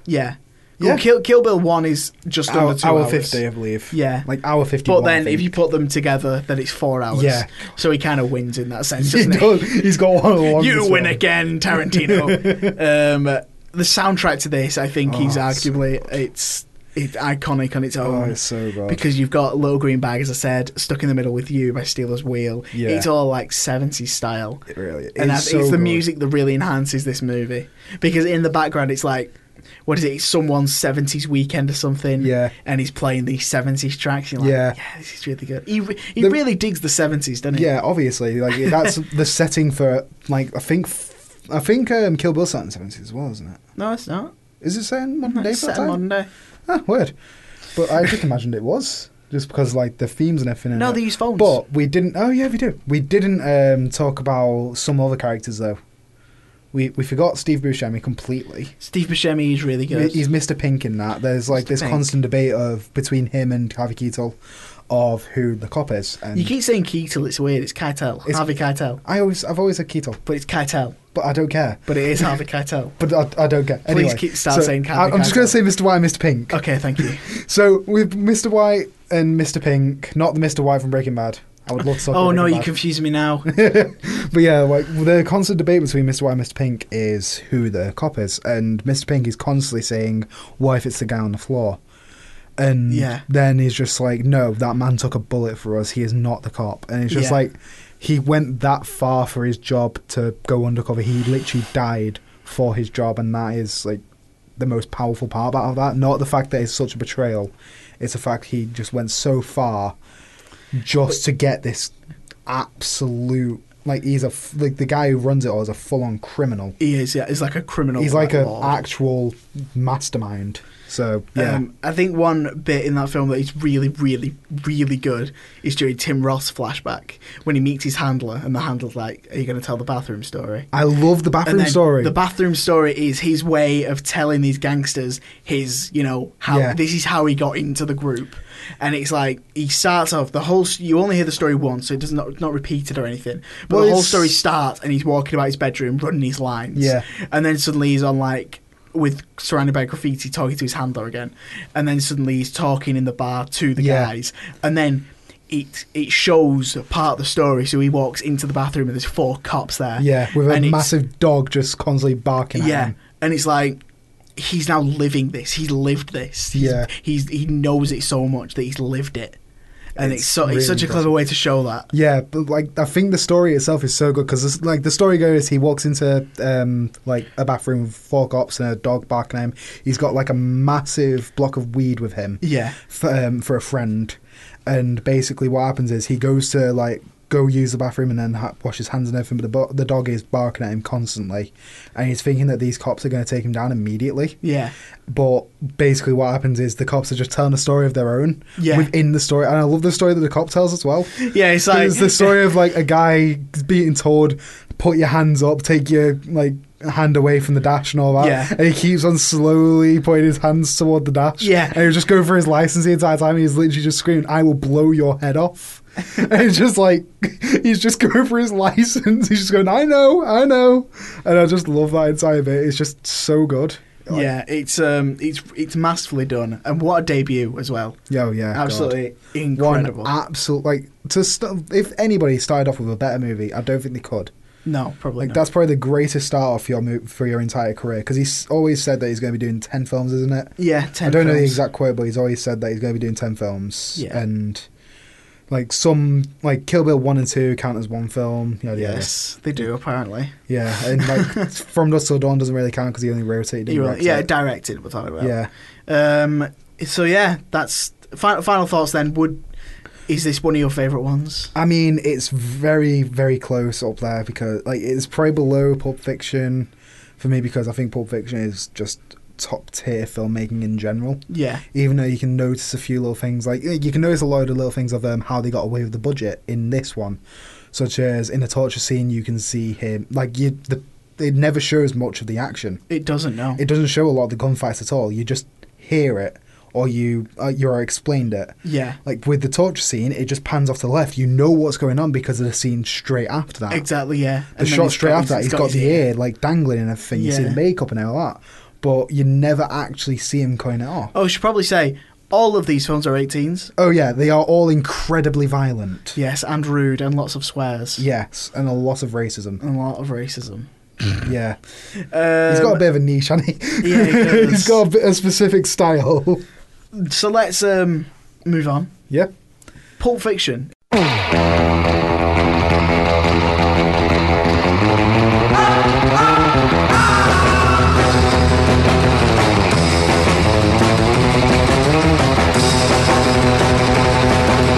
[SPEAKER 1] yeah.
[SPEAKER 2] Yeah.
[SPEAKER 1] Well, Kill Kill Bill one is just
[SPEAKER 2] hour,
[SPEAKER 1] under two
[SPEAKER 2] hour
[SPEAKER 1] hours.
[SPEAKER 2] fifty, I believe.
[SPEAKER 1] Yeah.
[SPEAKER 2] like hour fifty.
[SPEAKER 1] But then, if you put them together, then it's four hours.
[SPEAKER 2] Yeah.
[SPEAKER 1] So he kind of wins in that
[SPEAKER 2] (laughs)
[SPEAKER 1] sense,
[SPEAKER 2] (laughs) he
[SPEAKER 1] doesn't he?
[SPEAKER 2] does, he's got one of the
[SPEAKER 1] You
[SPEAKER 2] longest
[SPEAKER 1] win
[SPEAKER 2] ones.
[SPEAKER 1] again, Tarantino. (laughs) um, the soundtrack to this, I think,
[SPEAKER 2] Oh,
[SPEAKER 1] is
[SPEAKER 2] it's so
[SPEAKER 1] arguably it's it's iconic on its
[SPEAKER 2] Oh,
[SPEAKER 1] own
[SPEAKER 2] it's so good.
[SPEAKER 1] because you've got Little Green Bag, as I said, stuck in the middle with you by Steelers Wheel.
[SPEAKER 2] Yeah.
[SPEAKER 1] It's all like 70s style.
[SPEAKER 2] it really, is
[SPEAKER 1] and that's,
[SPEAKER 2] so
[SPEAKER 1] it's the
[SPEAKER 2] good.
[SPEAKER 1] music that really enhances this movie because in the background it's like what is it it's someone's 70s weekend or something
[SPEAKER 2] Yeah.
[SPEAKER 1] and he's playing these 70s tracks you're like yeah,
[SPEAKER 2] Yeah.
[SPEAKER 1] this is really good he, re- he
[SPEAKER 2] The-
[SPEAKER 1] really digs the 70s doesn't he
[SPEAKER 2] Yeah, obviously, like
[SPEAKER 1] (laughs)
[SPEAKER 2] that's the setting for like I think, I think um, Kill Bill set in the seventies as well, isn't it?
[SPEAKER 1] no it's not
[SPEAKER 2] Is it set in modern day?
[SPEAKER 1] it's
[SPEAKER 2] for that
[SPEAKER 1] set
[SPEAKER 2] time?
[SPEAKER 1] modern day
[SPEAKER 2] Ah, weird. But I just imagined it was just because like the themes and everything. in
[SPEAKER 1] no
[SPEAKER 2] it.
[SPEAKER 1] they use phones
[SPEAKER 2] Uh, But we didn't. Oh yeah, we do. We didn't um, talk about some other characters though. We we forgot Steve Buscemi completely.
[SPEAKER 1] Steve Buscemi is really good
[SPEAKER 2] He's Mr. Pink in that. There's like
[SPEAKER 1] Mr.
[SPEAKER 2] this
[SPEAKER 1] Pink.
[SPEAKER 2] constant debate of between him and Harvey Keitel of who the cop is. And
[SPEAKER 1] you keep saying Keitel it's weird it's Keitel
[SPEAKER 2] It's-
[SPEAKER 1] Harvey Keitel
[SPEAKER 2] I always I've always said Keitel,
[SPEAKER 1] but it's Keitel
[SPEAKER 2] but I don't care.
[SPEAKER 1] but it is
[SPEAKER 2] (laughs)
[SPEAKER 1] Harvey Keitel
[SPEAKER 2] But I, I don't care.
[SPEAKER 1] Please
[SPEAKER 2] anyway,
[SPEAKER 1] keep- start saying
[SPEAKER 2] I,
[SPEAKER 1] Harvey
[SPEAKER 2] I'm just going
[SPEAKER 1] Keitel.
[SPEAKER 2] to say Mr. White, and Mr. Pink.
[SPEAKER 1] okay thank
[SPEAKER 2] (laughs)
[SPEAKER 1] you
[SPEAKER 2] So with Mr. White and Mr. Pink, not the Mr. White from Breaking Bad. I would love to talk.
[SPEAKER 1] oh
[SPEAKER 2] about
[SPEAKER 1] no
[SPEAKER 2] Breaking
[SPEAKER 1] you
[SPEAKER 2] Bad.
[SPEAKER 1] confuse me
[SPEAKER 2] (laughs)
[SPEAKER 1] now
[SPEAKER 2] But yeah, like the constant debate between Mr. White and Mr. Pink is who the cop is, and Mr. Pink is constantly saying, "What if it's the guy on the floor?" And
[SPEAKER 1] Yeah.
[SPEAKER 2] then he's just like, "No, that man took a bullet for us. He is not the cop." And it's just
[SPEAKER 1] Yeah.
[SPEAKER 2] like he went that far for his job to go undercover. He literally died for his job, and that is like the most powerful part about that. Not the fact that it's such a betrayal; it's the fact he just went so far just to get this absolute like he's a f- like the guy who runs it all is a full on criminal.
[SPEAKER 1] He is, yeah. He's like a criminal.
[SPEAKER 2] He's like
[SPEAKER 1] a
[SPEAKER 2] an actual mastermind. So yeah,
[SPEAKER 1] Um, I think one bit in that film that is really, really, really good is during Tim Ross flashback when he meets his handler, and the handler's like, "Are you going to tell the bathroom story?"
[SPEAKER 2] I love the
[SPEAKER 1] And
[SPEAKER 2] bathroom
[SPEAKER 1] then
[SPEAKER 2] story.
[SPEAKER 1] The bathroom story is his way of telling these gangsters his, you know, how
[SPEAKER 2] Yeah.
[SPEAKER 1] this is how he got into the group. And it's like he starts off the whole. s- You only hear the story once, so it does not not repeated or anything. But
[SPEAKER 2] Well,
[SPEAKER 1] the whole
[SPEAKER 2] it's-
[SPEAKER 1] story starts, and he's walking about his bedroom, running his lines.
[SPEAKER 2] Yeah.
[SPEAKER 1] And then suddenly he's on like with surrounded by graffiti, talking to his handler again. And then suddenly he's talking in the bar to the
[SPEAKER 2] Yeah.
[SPEAKER 1] guys. And then. It, it shows part of the story. So he walks into the bathroom and there's four cops there.
[SPEAKER 2] yeah, with a
[SPEAKER 1] and it's-
[SPEAKER 2] massive dog just constantly barking.
[SPEAKER 1] yeah,
[SPEAKER 2] at him.
[SPEAKER 1] and it's like he's now living this. He's lived this. He's,
[SPEAKER 2] Yeah.
[SPEAKER 1] he's he knows it so much that he's lived it, and it's,
[SPEAKER 2] It's
[SPEAKER 1] so it's such a
[SPEAKER 2] really
[SPEAKER 1] clever way to show that.
[SPEAKER 2] Yeah, but like I think the story itself is so good because like the story goes, he walks into um, like a bathroom with four cops and a dog barking at him. He's got like a massive block of weed with him
[SPEAKER 1] Yeah,
[SPEAKER 2] for, um, for a friend, and basically what happens is he goes to like go use the bathroom and then ha- wash his hands and everything, but the, bo- the dog is barking at him constantly, and he's thinking that these cops are going to take him down immediately.
[SPEAKER 1] yeah,
[SPEAKER 2] But basically, what happens is the cops are just telling a story of their own
[SPEAKER 1] Yeah.
[SPEAKER 2] within the story, and I love the story that the cop tells as well.
[SPEAKER 1] (laughs) yeah. It's like (laughs)
[SPEAKER 2] There's the story of like a guy being told, put your hands up, take your like hand away from the dash and all that.
[SPEAKER 1] Yeah.
[SPEAKER 2] And he keeps on slowly pointing his hands toward the dash.
[SPEAKER 1] Yeah.
[SPEAKER 2] And he was just going for his license the entire time. And he's literally just screaming, I will blow your
[SPEAKER 1] (laughs)
[SPEAKER 2] head off. and it's just like, (laughs) he's just going for his license. He's just going, I know, I know. And I just love that entire bit. It's just so good. Like,
[SPEAKER 1] yeah. It's um, it's it's masterfully done, and what a debut as well.
[SPEAKER 2] Oh, yeah. God.
[SPEAKER 1] Absolutely incredible.
[SPEAKER 2] One absolute, like, to st- if anybody started off with a better movie, I don't think they could.
[SPEAKER 1] no, probably
[SPEAKER 2] Like
[SPEAKER 1] not.
[SPEAKER 2] that's probably the greatest start off for your mo- for your entire career because he's always said that he's going to be doing ten films, isn't it?
[SPEAKER 1] yeah. 10
[SPEAKER 2] I don't know the
[SPEAKER 1] films.
[SPEAKER 2] exact quote, but he's always said that he's going to be doing ten films.
[SPEAKER 1] Yeah.
[SPEAKER 2] And like some like Kill Bill one and two count as one film. Yada, yada.
[SPEAKER 1] Yes, they do apparently.
[SPEAKER 2] Yeah. And
[SPEAKER 1] (laughs)
[SPEAKER 2] like From Dusk Till Dawn doesn't really count because he only wrote it. He
[SPEAKER 1] You
[SPEAKER 2] didn't
[SPEAKER 1] were-
[SPEAKER 2] direct
[SPEAKER 1] yeah,
[SPEAKER 2] it.
[SPEAKER 1] directed. We're talking about.
[SPEAKER 2] yeah.
[SPEAKER 1] Um. So yeah, that's final, final thoughts. Then would is this one of your favorite ones?
[SPEAKER 2] I mean, it's very very close up there because like it's probably below Pulp Fiction for me because I think Pulp Fiction is just top tier filmmaking in general.
[SPEAKER 1] Yeah.
[SPEAKER 2] even though you can notice a few little things like you can notice a load of little things of um, how they got away with the budget in this one such as in the torture scene you can see him like you the it never shows much of the action
[SPEAKER 1] It doesn't know.
[SPEAKER 2] it doesn't show a lot of the gunfights at all you just hear it or you uh, you're explained it
[SPEAKER 1] yeah.
[SPEAKER 2] like with the torture scene it just pans off to the left you know what's going on because of the scene straight after that
[SPEAKER 1] Exactly. Yeah.
[SPEAKER 2] the shot straight after that, he's got, the ear like dangling and everything. You see
[SPEAKER 1] Yeah.
[SPEAKER 2] the makeup and all that, but you never actually see him going it off.
[SPEAKER 1] Oh, I should probably say all of these films are 18s.
[SPEAKER 2] Oh yeah, they are all incredibly violent.
[SPEAKER 1] Yes, and rude, and lots of swears.
[SPEAKER 2] Yes, and a lot of racism.
[SPEAKER 1] And a lot of racism.
[SPEAKER 2] Yeah,
[SPEAKER 1] Um,
[SPEAKER 2] he's got a bit of a niche, hasn't he?
[SPEAKER 1] Yeah, he
[SPEAKER 2] (laughs)
[SPEAKER 1] does.
[SPEAKER 2] has got a, bit, a specific style. (laughs)
[SPEAKER 1] So let's um, move on.
[SPEAKER 2] yeah,
[SPEAKER 1] Pulp Fiction.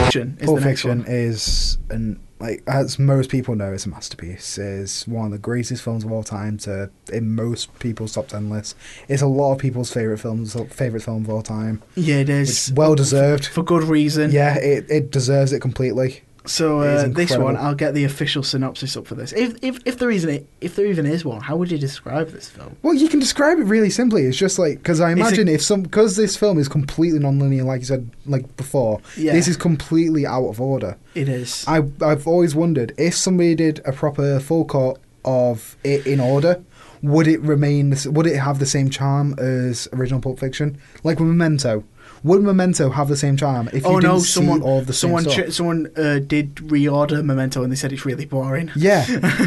[SPEAKER 1] Fiction is
[SPEAKER 2] Pulp
[SPEAKER 1] the next
[SPEAKER 2] Fiction
[SPEAKER 1] one.
[SPEAKER 2] is an like as most people know, it's a masterpiece. It's one of the greatest films of all time. To in most people's top ten lists, it's a lot of people's favorite films, favorite film of all time.
[SPEAKER 1] Yeah, it
[SPEAKER 2] It's
[SPEAKER 1] is.
[SPEAKER 2] well
[SPEAKER 1] (laughs)
[SPEAKER 2] deserved.
[SPEAKER 1] for good reason.
[SPEAKER 2] Yeah, it, it deserves it completely.
[SPEAKER 1] So
[SPEAKER 2] It is
[SPEAKER 1] uh, this
[SPEAKER 2] incredible.
[SPEAKER 1] one, I'll get the official synopsis up for this. If if if there isn't, if there even is one, how would you describe this film?
[SPEAKER 2] Well, you can describe it really simply. It's just like because I
[SPEAKER 1] It's a-
[SPEAKER 2] imagine if some because this film is completely non-linear, like you said, like before.
[SPEAKER 1] Yeah.
[SPEAKER 2] This is completely out of order.
[SPEAKER 1] It is.
[SPEAKER 2] I I've always wondered if somebody did a proper full cut of it in order, would it remain? the s- Would it have the same charm as original Pulp Fiction? Like with Memento, would Memento have the same charm if you
[SPEAKER 1] oh
[SPEAKER 2] didn't
[SPEAKER 1] no!
[SPEAKER 2] see
[SPEAKER 1] Someone
[SPEAKER 2] all of the
[SPEAKER 1] someone
[SPEAKER 2] same stuff?
[SPEAKER 1] ch- someone uh, did reorder Memento and they said it's really boring. (laughs)
[SPEAKER 2] Yeah,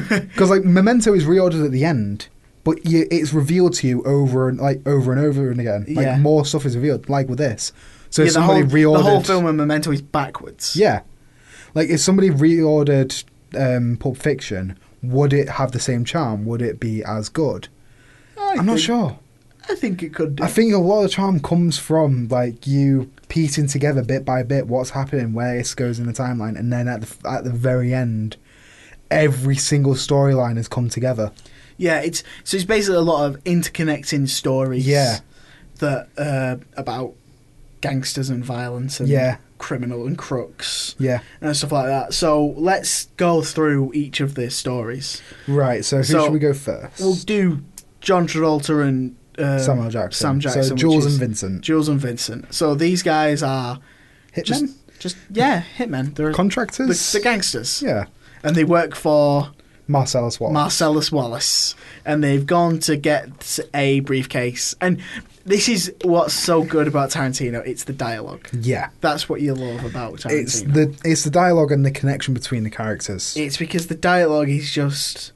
[SPEAKER 2] because like Memento is reordered at the end, but you, it's revealed to you over and like over and over and again. Like
[SPEAKER 1] Yeah.
[SPEAKER 2] more stuff is revealed, like with this. So
[SPEAKER 1] yeah,
[SPEAKER 2] if
[SPEAKER 1] the
[SPEAKER 2] somebody
[SPEAKER 1] whole
[SPEAKER 2] reordered
[SPEAKER 1] the whole film of Memento is backwards.
[SPEAKER 2] Yeah, like if somebody reordered um, Pulp Fiction, would it have the same charm? Would it be as good?
[SPEAKER 1] I
[SPEAKER 2] I'm not
[SPEAKER 1] think-
[SPEAKER 2] sure.
[SPEAKER 1] I think it could do.
[SPEAKER 2] I think a lot of charm comes from like you piecing together bit by bit what's happening, where this goes in the timeline, and then at the at the very end, every single storyline has come together.
[SPEAKER 1] yeah, it's so it's basically a lot of interconnecting stories.
[SPEAKER 2] Yeah.
[SPEAKER 1] that uh, about gangsters and violence and
[SPEAKER 2] Yeah.
[SPEAKER 1] criminal and crooks
[SPEAKER 2] Yeah,
[SPEAKER 1] and stuff like that. So let's go through each of the stories.
[SPEAKER 2] right. So who
[SPEAKER 1] So-
[SPEAKER 2] should we go 1st
[SPEAKER 1] We'll do John Travolta and um,
[SPEAKER 2] Samuel Jackson.
[SPEAKER 1] Sam Jackson.
[SPEAKER 2] So
[SPEAKER 1] which
[SPEAKER 2] Jules
[SPEAKER 1] is
[SPEAKER 2] and Vincent.
[SPEAKER 1] Jules and Vincent. So these guys are
[SPEAKER 2] Hitmen.
[SPEAKER 1] just just yeah hitmen. They're the,
[SPEAKER 2] Contractors.
[SPEAKER 1] the gangsters,
[SPEAKER 2] yeah.
[SPEAKER 1] and they work for
[SPEAKER 2] Marcellus Wallace.
[SPEAKER 1] Marcellus Wallace, and they've gone to get a briefcase. And this is what's so good about Tarantino. It's the dialogue.
[SPEAKER 2] yeah.
[SPEAKER 1] That's what you love about Tarantino.
[SPEAKER 2] It's the it's the dialogue and the connection between the characters.
[SPEAKER 1] It's because the dialogue is just.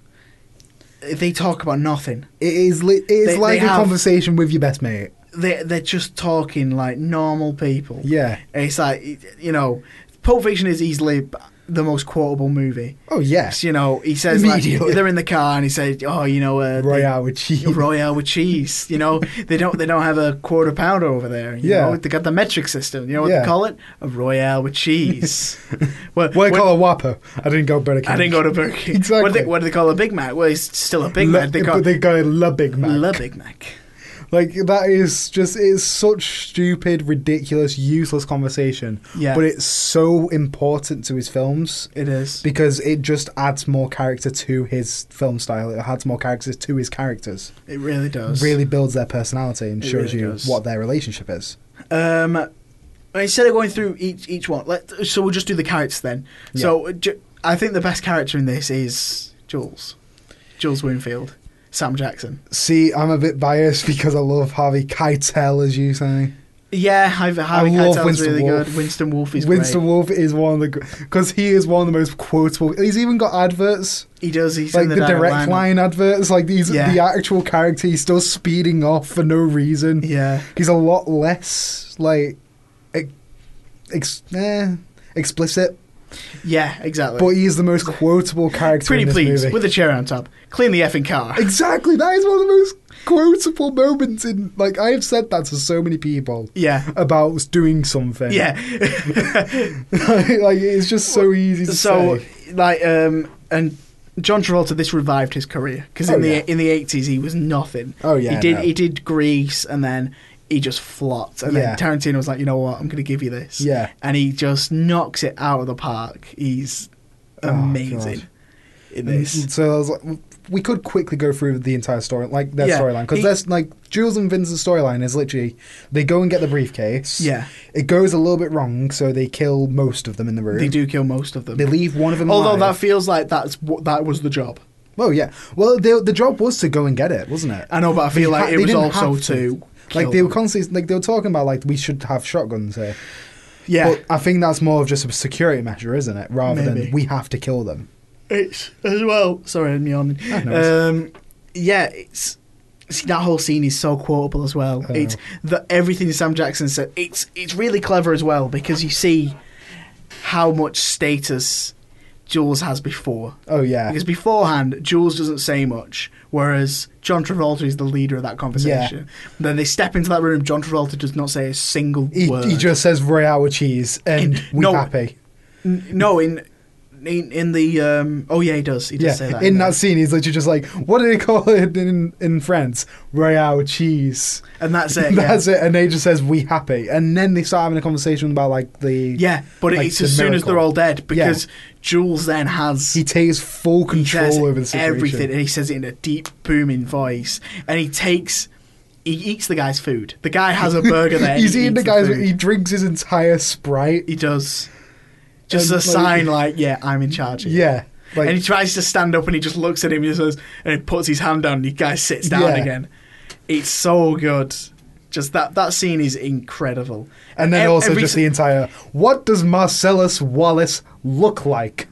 [SPEAKER 1] They talk about nothing.
[SPEAKER 2] it is li- it is
[SPEAKER 1] They-
[SPEAKER 2] like
[SPEAKER 1] they
[SPEAKER 2] a
[SPEAKER 1] have-
[SPEAKER 2] conversation with your best mate.
[SPEAKER 1] They they're just talking like normal people.
[SPEAKER 2] Yeah.
[SPEAKER 1] And it's like you know, Pulp Fiction is easily the most quotable movie.
[SPEAKER 2] Oh yeah.
[SPEAKER 1] You know, he says like,
[SPEAKER 2] Immediately.
[SPEAKER 1] they're in the car and he said, "Oh, you know, uh, they-
[SPEAKER 2] Royale with
[SPEAKER 1] (laughs)
[SPEAKER 2] cheese.
[SPEAKER 1] Royale with cheese. You know, they don't they don't have a quarter pounder over there. You
[SPEAKER 2] Yeah.
[SPEAKER 1] know? they got the metric system. You know what
[SPEAKER 2] Yeah.
[SPEAKER 1] they call it? A Royale with
[SPEAKER 2] (laughs)
[SPEAKER 1] cheese. well,
[SPEAKER 2] What do
[SPEAKER 1] when-
[SPEAKER 2] you call a Whopper? I didn't go Burger King.
[SPEAKER 1] I didn't go to Burger King.
[SPEAKER 2] Exactly.
[SPEAKER 1] What do, they, what do they call a Big Mac? Well, it's still a Big
[SPEAKER 2] Le-
[SPEAKER 1] Mac. They
[SPEAKER 2] but
[SPEAKER 1] call
[SPEAKER 2] they got a La Big Mac.
[SPEAKER 1] La Big Mac.
[SPEAKER 2] Like that is just it's such stupid, ridiculous, useless conversation.
[SPEAKER 1] Yeah,
[SPEAKER 2] But it's so important to his films
[SPEAKER 1] it is.
[SPEAKER 2] because it just adds more character to his film style. It adds more characters to his characters.
[SPEAKER 1] It really does.
[SPEAKER 2] Really builds their personality and
[SPEAKER 1] It
[SPEAKER 2] shows
[SPEAKER 1] really
[SPEAKER 2] you
[SPEAKER 1] does.
[SPEAKER 2] what their relationship is.
[SPEAKER 1] Um, instead of going through each each one, let so we'll just do the characters then. So ju- I think the best character in this is Jules, Jules Winfield, Sam Jackson.
[SPEAKER 2] See, I'm a bit biased because I love Harvey Keitel, as you say.
[SPEAKER 1] Yeah, Harvey Harvey
[SPEAKER 2] love
[SPEAKER 1] Keitel's
[SPEAKER 2] Winston
[SPEAKER 1] really
[SPEAKER 2] Wolfe.
[SPEAKER 1] good. Winston Wolfe is
[SPEAKER 2] Winston
[SPEAKER 1] great.
[SPEAKER 2] Wolfe is one of the because he is one of the most quotable. He's even got adverts.
[SPEAKER 1] He does. He's
[SPEAKER 2] like
[SPEAKER 1] in
[SPEAKER 2] the,
[SPEAKER 1] the, lineup.
[SPEAKER 2] direct line adverts, like he's
[SPEAKER 1] Yeah.
[SPEAKER 2] the actual character. He's still speeding off for no reason.
[SPEAKER 1] Yeah,
[SPEAKER 2] He's a lot less like ex- ex- eh, explicit,
[SPEAKER 1] yeah, exactly.
[SPEAKER 2] but he is the most quotable character
[SPEAKER 1] Pretty
[SPEAKER 2] in this
[SPEAKER 1] please
[SPEAKER 2] movie.
[SPEAKER 1] with the chair on top. Clean the effing car. (laughs)
[SPEAKER 2] exactly, that is one of the most quotable moments in. Like I have said that to so many people
[SPEAKER 1] Yeah,
[SPEAKER 2] about doing
[SPEAKER 1] (laughs)
[SPEAKER 2] something.
[SPEAKER 1] yeah.
[SPEAKER 2] (laughs) like it's just so easy to
[SPEAKER 1] so
[SPEAKER 2] say.
[SPEAKER 1] like um and John Travolta this revived his career because
[SPEAKER 2] Oh,
[SPEAKER 1] in the
[SPEAKER 2] yeah.
[SPEAKER 1] in the eighties he was nothing.
[SPEAKER 2] Oh, yeah,
[SPEAKER 1] he did
[SPEAKER 2] no.
[SPEAKER 1] he did Grease and then he just flopped and
[SPEAKER 2] Yeah.
[SPEAKER 1] then Tarantino was like, you know what, I'm gonna give you this.
[SPEAKER 2] Yeah.
[SPEAKER 1] and he just knocks it out of the park. He's
[SPEAKER 2] Oh,
[SPEAKER 1] amazing
[SPEAKER 2] God.
[SPEAKER 1] in
[SPEAKER 2] And
[SPEAKER 1] this.
[SPEAKER 2] Mm-hmm. So I was like, we could quickly go through the entire story, like their
[SPEAKER 1] Yeah,
[SPEAKER 2] storyline, because
[SPEAKER 1] he-
[SPEAKER 2] that's like Jules and Vince's storyline is literally they go and get the briefcase.
[SPEAKER 1] Yeah,
[SPEAKER 2] it goes a little bit wrong, so they kill most of them in the room.
[SPEAKER 1] they do kill most of them.
[SPEAKER 2] They leave one of them.
[SPEAKER 1] Although that
[SPEAKER 2] alive.
[SPEAKER 1] feels like that's what that was the job.
[SPEAKER 2] well, yeah. Well, they, the job was to go and get it, wasn't it?
[SPEAKER 1] I know, but I feel
[SPEAKER 2] They
[SPEAKER 1] Uh, like
[SPEAKER 2] ha-
[SPEAKER 1] it
[SPEAKER 2] they
[SPEAKER 1] was
[SPEAKER 2] didn't
[SPEAKER 1] also
[SPEAKER 2] have
[SPEAKER 1] to
[SPEAKER 2] like
[SPEAKER 1] kill
[SPEAKER 2] they were
[SPEAKER 1] them.
[SPEAKER 2] constantly like they were talking about like we should have shotguns here.
[SPEAKER 1] yeah.
[SPEAKER 2] But I think that's more of just a security measure, isn't it? Rather
[SPEAKER 1] Maybe.
[SPEAKER 2] than we have to kill them.
[SPEAKER 1] It's as well. Sorry, I'm yawning.
[SPEAKER 2] Ah, no
[SPEAKER 1] Um, yeah, it's see that whole scene is so quotable as well.
[SPEAKER 2] I
[SPEAKER 1] It's the everything Sam Jackson said. It's it's really clever as well because you see how much status Jules has before.
[SPEAKER 2] Oh yeah.
[SPEAKER 1] Because beforehand, Jules doesn't say much, whereas John Travolta is the leader of that conversation. Then they step into that room. John Travolta does not say a single
[SPEAKER 2] He,
[SPEAKER 1] word.
[SPEAKER 2] he just says Royale with cheese and we
[SPEAKER 1] no,
[SPEAKER 2] happy.
[SPEAKER 1] N- no in. In, in the um, oh yeah he does he does
[SPEAKER 2] Yeah,
[SPEAKER 1] say that
[SPEAKER 2] in
[SPEAKER 1] there.
[SPEAKER 2] that scene, he's literally just like, "What do they call (laughs) it in in France? Royale cheese."
[SPEAKER 1] and
[SPEAKER 2] (laughs)
[SPEAKER 1] that's it yeah.
[SPEAKER 2] That's it, and they just says, "We happy," and then they start having a conversation about like the
[SPEAKER 1] Yeah, but
[SPEAKER 2] like,
[SPEAKER 1] it's
[SPEAKER 2] the
[SPEAKER 1] as soon as they're
[SPEAKER 2] miracle.
[SPEAKER 1] all dead because Jules then has
[SPEAKER 2] He takes full
[SPEAKER 1] he says
[SPEAKER 2] control over the situation.
[SPEAKER 1] everything, and he says it in a deep, booming voice, and he takes. He eats the guy's food. The guy has a burger there. and
[SPEAKER 2] (laughs) He's
[SPEAKER 1] he
[SPEAKER 2] eating the
[SPEAKER 1] eats
[SPEAKER 2] guy's.
[SPEAKER 1] food.
[SPEAKER 2] he drinks his entire Sprite.
[SPEAKER 1] He does. Just
[SPEAKER 2] And,
[SPEAKER 1] a
[SPEAKER 2] like-
[SPEAKER 1] sign, like, yeah, I'm in charge. here."
[SPEAKER 2] yeah, like
[SPEAKER 1] and he tries to stand up, and he just looks at him, and, says, and he puts his hand down, and the guy sits down
[SPEAKER 2] Yeah.
[SPEAKER 1] again. It's so good. Just that that scene is incredible.
[SPEAKER 2] and then
[SPEAKER 1] ev-
[SPEAKER 2] also
[SPEAKER 1] every
[SPEAKER 2] just
[SPEAKER 1] si-
[SPEAKER 2] the entire. What does Marcellus Wallace look like?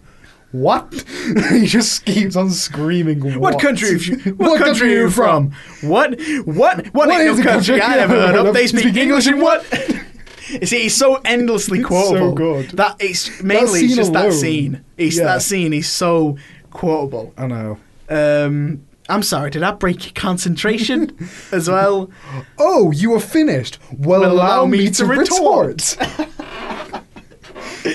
[SPEAKER 2] What? (laughs) he just keeps on screaming.
[SPEAKER 1] What,
[SPEAKER 2] What,
[SPEAKER 1] country? Are
[SPEAKER 2] (laughs)
[SPEAKER 1] you, (laughs) what, country, are you from? What? What? What,
[SPEAKER 2] What
[SPEAKER 1] ain't
[SPEAKER 2] is
[SPEAKER 1] no
[SPEAKER 2] a
[SPEAKER 1] country
[SPEAKER 2] country?
[SPEAKER 1] I ever heard
[SPEAKER 2] (laughs)
[SPEAKER 1] of? They
[SPEAKER 2] You
[SPEAKER 1] speak English and (laughs) what? You See, it's so endlessly
[SPEAKER 2] It's
[SPEAKER 1] quotable.
[SPEAKER 2] so good.
[SPEAKER 1] That it's mainly it's
[SPEAKER 2] scene
[SPEAKER 1] just that
[SPEAKER 2] alone.
[SPEAKER 1] scene. It's
[SPEAKER 2] Yeah.
[SPEAKER 1] that scene is so quotable.
[SPEAKER 2] I know.
[SPEAKER 1] Um, I'm sorry, did I break your (laughs) concentration as well?
[SPEAKER 2] Oh, you are finished. Well,
[SPEAKER 1] Well,
[SPEAKER 2] allow, me to retort.
[SPEAKER 1] (laughs)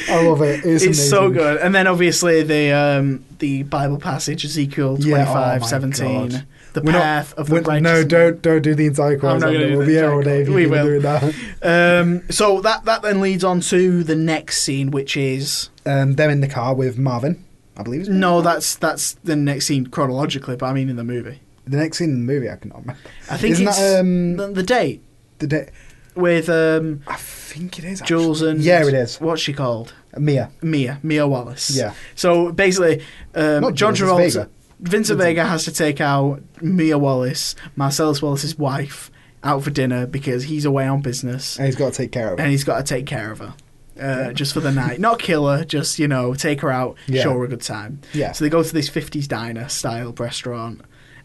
[SPEAKER 2] I love it. It's,
[SPEAKER 1] It's so
[SPEAKER 2] amazing.
[SPEAKER 1] good. And then obviously the um, the Bible passage, Ezekiel
[SPEAKER 2] Yeah, oh
[SPEAKER 1] 25,
[SPEAKER 2] my
[SPEAKER 1] 17.
[SPEAKER 2] God.
[SPEAKER 1] The
[SPEAKER 2] We're not-
[SPEAKER 1] path of the
[SPEAKER 2] Wait,
[SPEAKER 1] righteous.
[SPEAKER 2] no, don't don't do the entire chorus.
[SPEAKER 1] not gonna
[SPEAKER 2] Ender.
[SPEAKER 1] do
[SPEAKER 2] We'll
[SPEAKER 1] the
[SPEAKER 2] be here
[SPEAKER 1] entire
[SPEAKER 2] all day if
[SPEAKER 1] chorus. We
[SPEAKER 2] you keep
[SPEAKER 1] will.
[SPEAKER 2] doing
[SPEAKER 1] (laughs)
[SPEAKER 2] that.
[SPEAKER 1] Um, so that, that then leads on to the next scene, which is
[SPEAKER 2] Um, them in the car with Marvin, I believe. it's Marvin.
[SPEAKER 1] no, that's that's the next scene chronologically, but I mean in the movie.
[SPEAKER 2] the next scene in the movie. I cannot remember.
[SPEAKER 1] I think
[SPEAKER 2] Isn't
[SPEAKER 1] it's
[SPEAKER 2] that, um,
[SPEAKER 1] the, the date
[SPEAKER 2] The day,
[SPEAKER 1] with um,
[SPEAKER 2] I think it is. actually.
[SPEAKER 1] Jules and
[SPEAKER 2] Yeah, it is.
[SPEAKER 1] What's she called?
[SPEAKER 2] Mia.
[SPEAKER 1] Mia, Mia Wallace.
[SPEAKER 2] Yeah.
[SPEAKER 1] So basically, um,
[SPEAKER 2] Not
[SPEAKER 1] John
[SPEAKER 2] Jules, it's
[SPEAKER 1] Travolta,
[SPEAKER 2] Vega.
[SPEAKER 1] Vincent Vega has to take out Mia Wallace, Marcellus Wallace's wife, out for dinner because he's away on business
[SPEAKER 2] And he's got to take care of her.
[SPEAKER 1] and he's got to take care of her. Uh, just for the night, not kill her, just you know, take her out,
[SPEAKER 2] Yeah.
[SPEAKER 1] show her a good time.
[SPEAKER 2] Yeah.
[SPEAKER 1] So they go to this '50s diner style restaurant,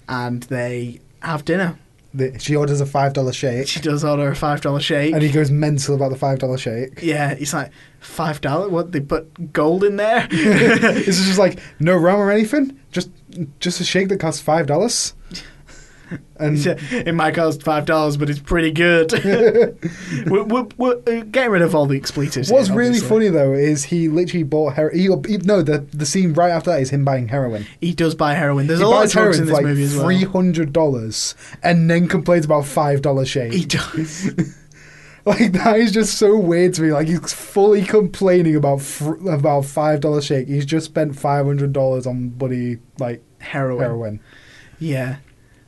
[SPEAKER 1] and they have dinner.
[SPEAKER 2] The- she orders a five dollar shake,
[SPEAKER 1] She does order a five dollar shake,
[SPEAKER 2] and he goes mental about the five dollar shake.
[SPEAKER 1] Yeah, it's like five dollar. What they put gold in
[SPEAKER 2] (laughs)
[SPEAKER 1] there?
[SPEAKER 2] This is just like no rum or anything. Just just a shake that costs five
[SPEAKER 1] (laughs)
[SPEAKER 2] dollars. And
[SPEAKER 1] Yeah, it might cost five dollars, but it's pretty
[SPEAKER 2] (laughs)
[SPEAKER 1] good. we're, we're, we're uh, getting rid of all the expletives.
[SPEAKER 2] what's
[SPEAKER 1] here,
[SPEAKER 2] really
[SPEAKER 1] obviously.
[SPEAKER 2] funny though is he literally bought heroin. He, he, no, the the scene right after that is him buying heroin.
[SPEAKER 1] He does buy heroin. There's
[SPEAKER 2] he
[SPEAKER 1] a lot
[SPEAKER 2] buys
[SPEAKER 1] of drugs
[SPEAKER 2] heroin
[SPEAKER 1] in
[SPEAKER 2] for
[SPEAKER 1] this
[SPEAKER 2] like
[SPEAKER 1] movie as well.
[SPEAKER 2] three hundred dollars, and then complains about five dollar shake.
[SPEAKER 1] He does.
[SPEAKER 2] (laughs) Like that is just so weird to me. Like he's fully complaining about fr- about five dollar shake. He's just spent five hundred dollars on bloody like
[SPEAKER 1] heroin.
[SPEAKER 2] (laughs) heroin.
[SPEAKER 1] Yeah,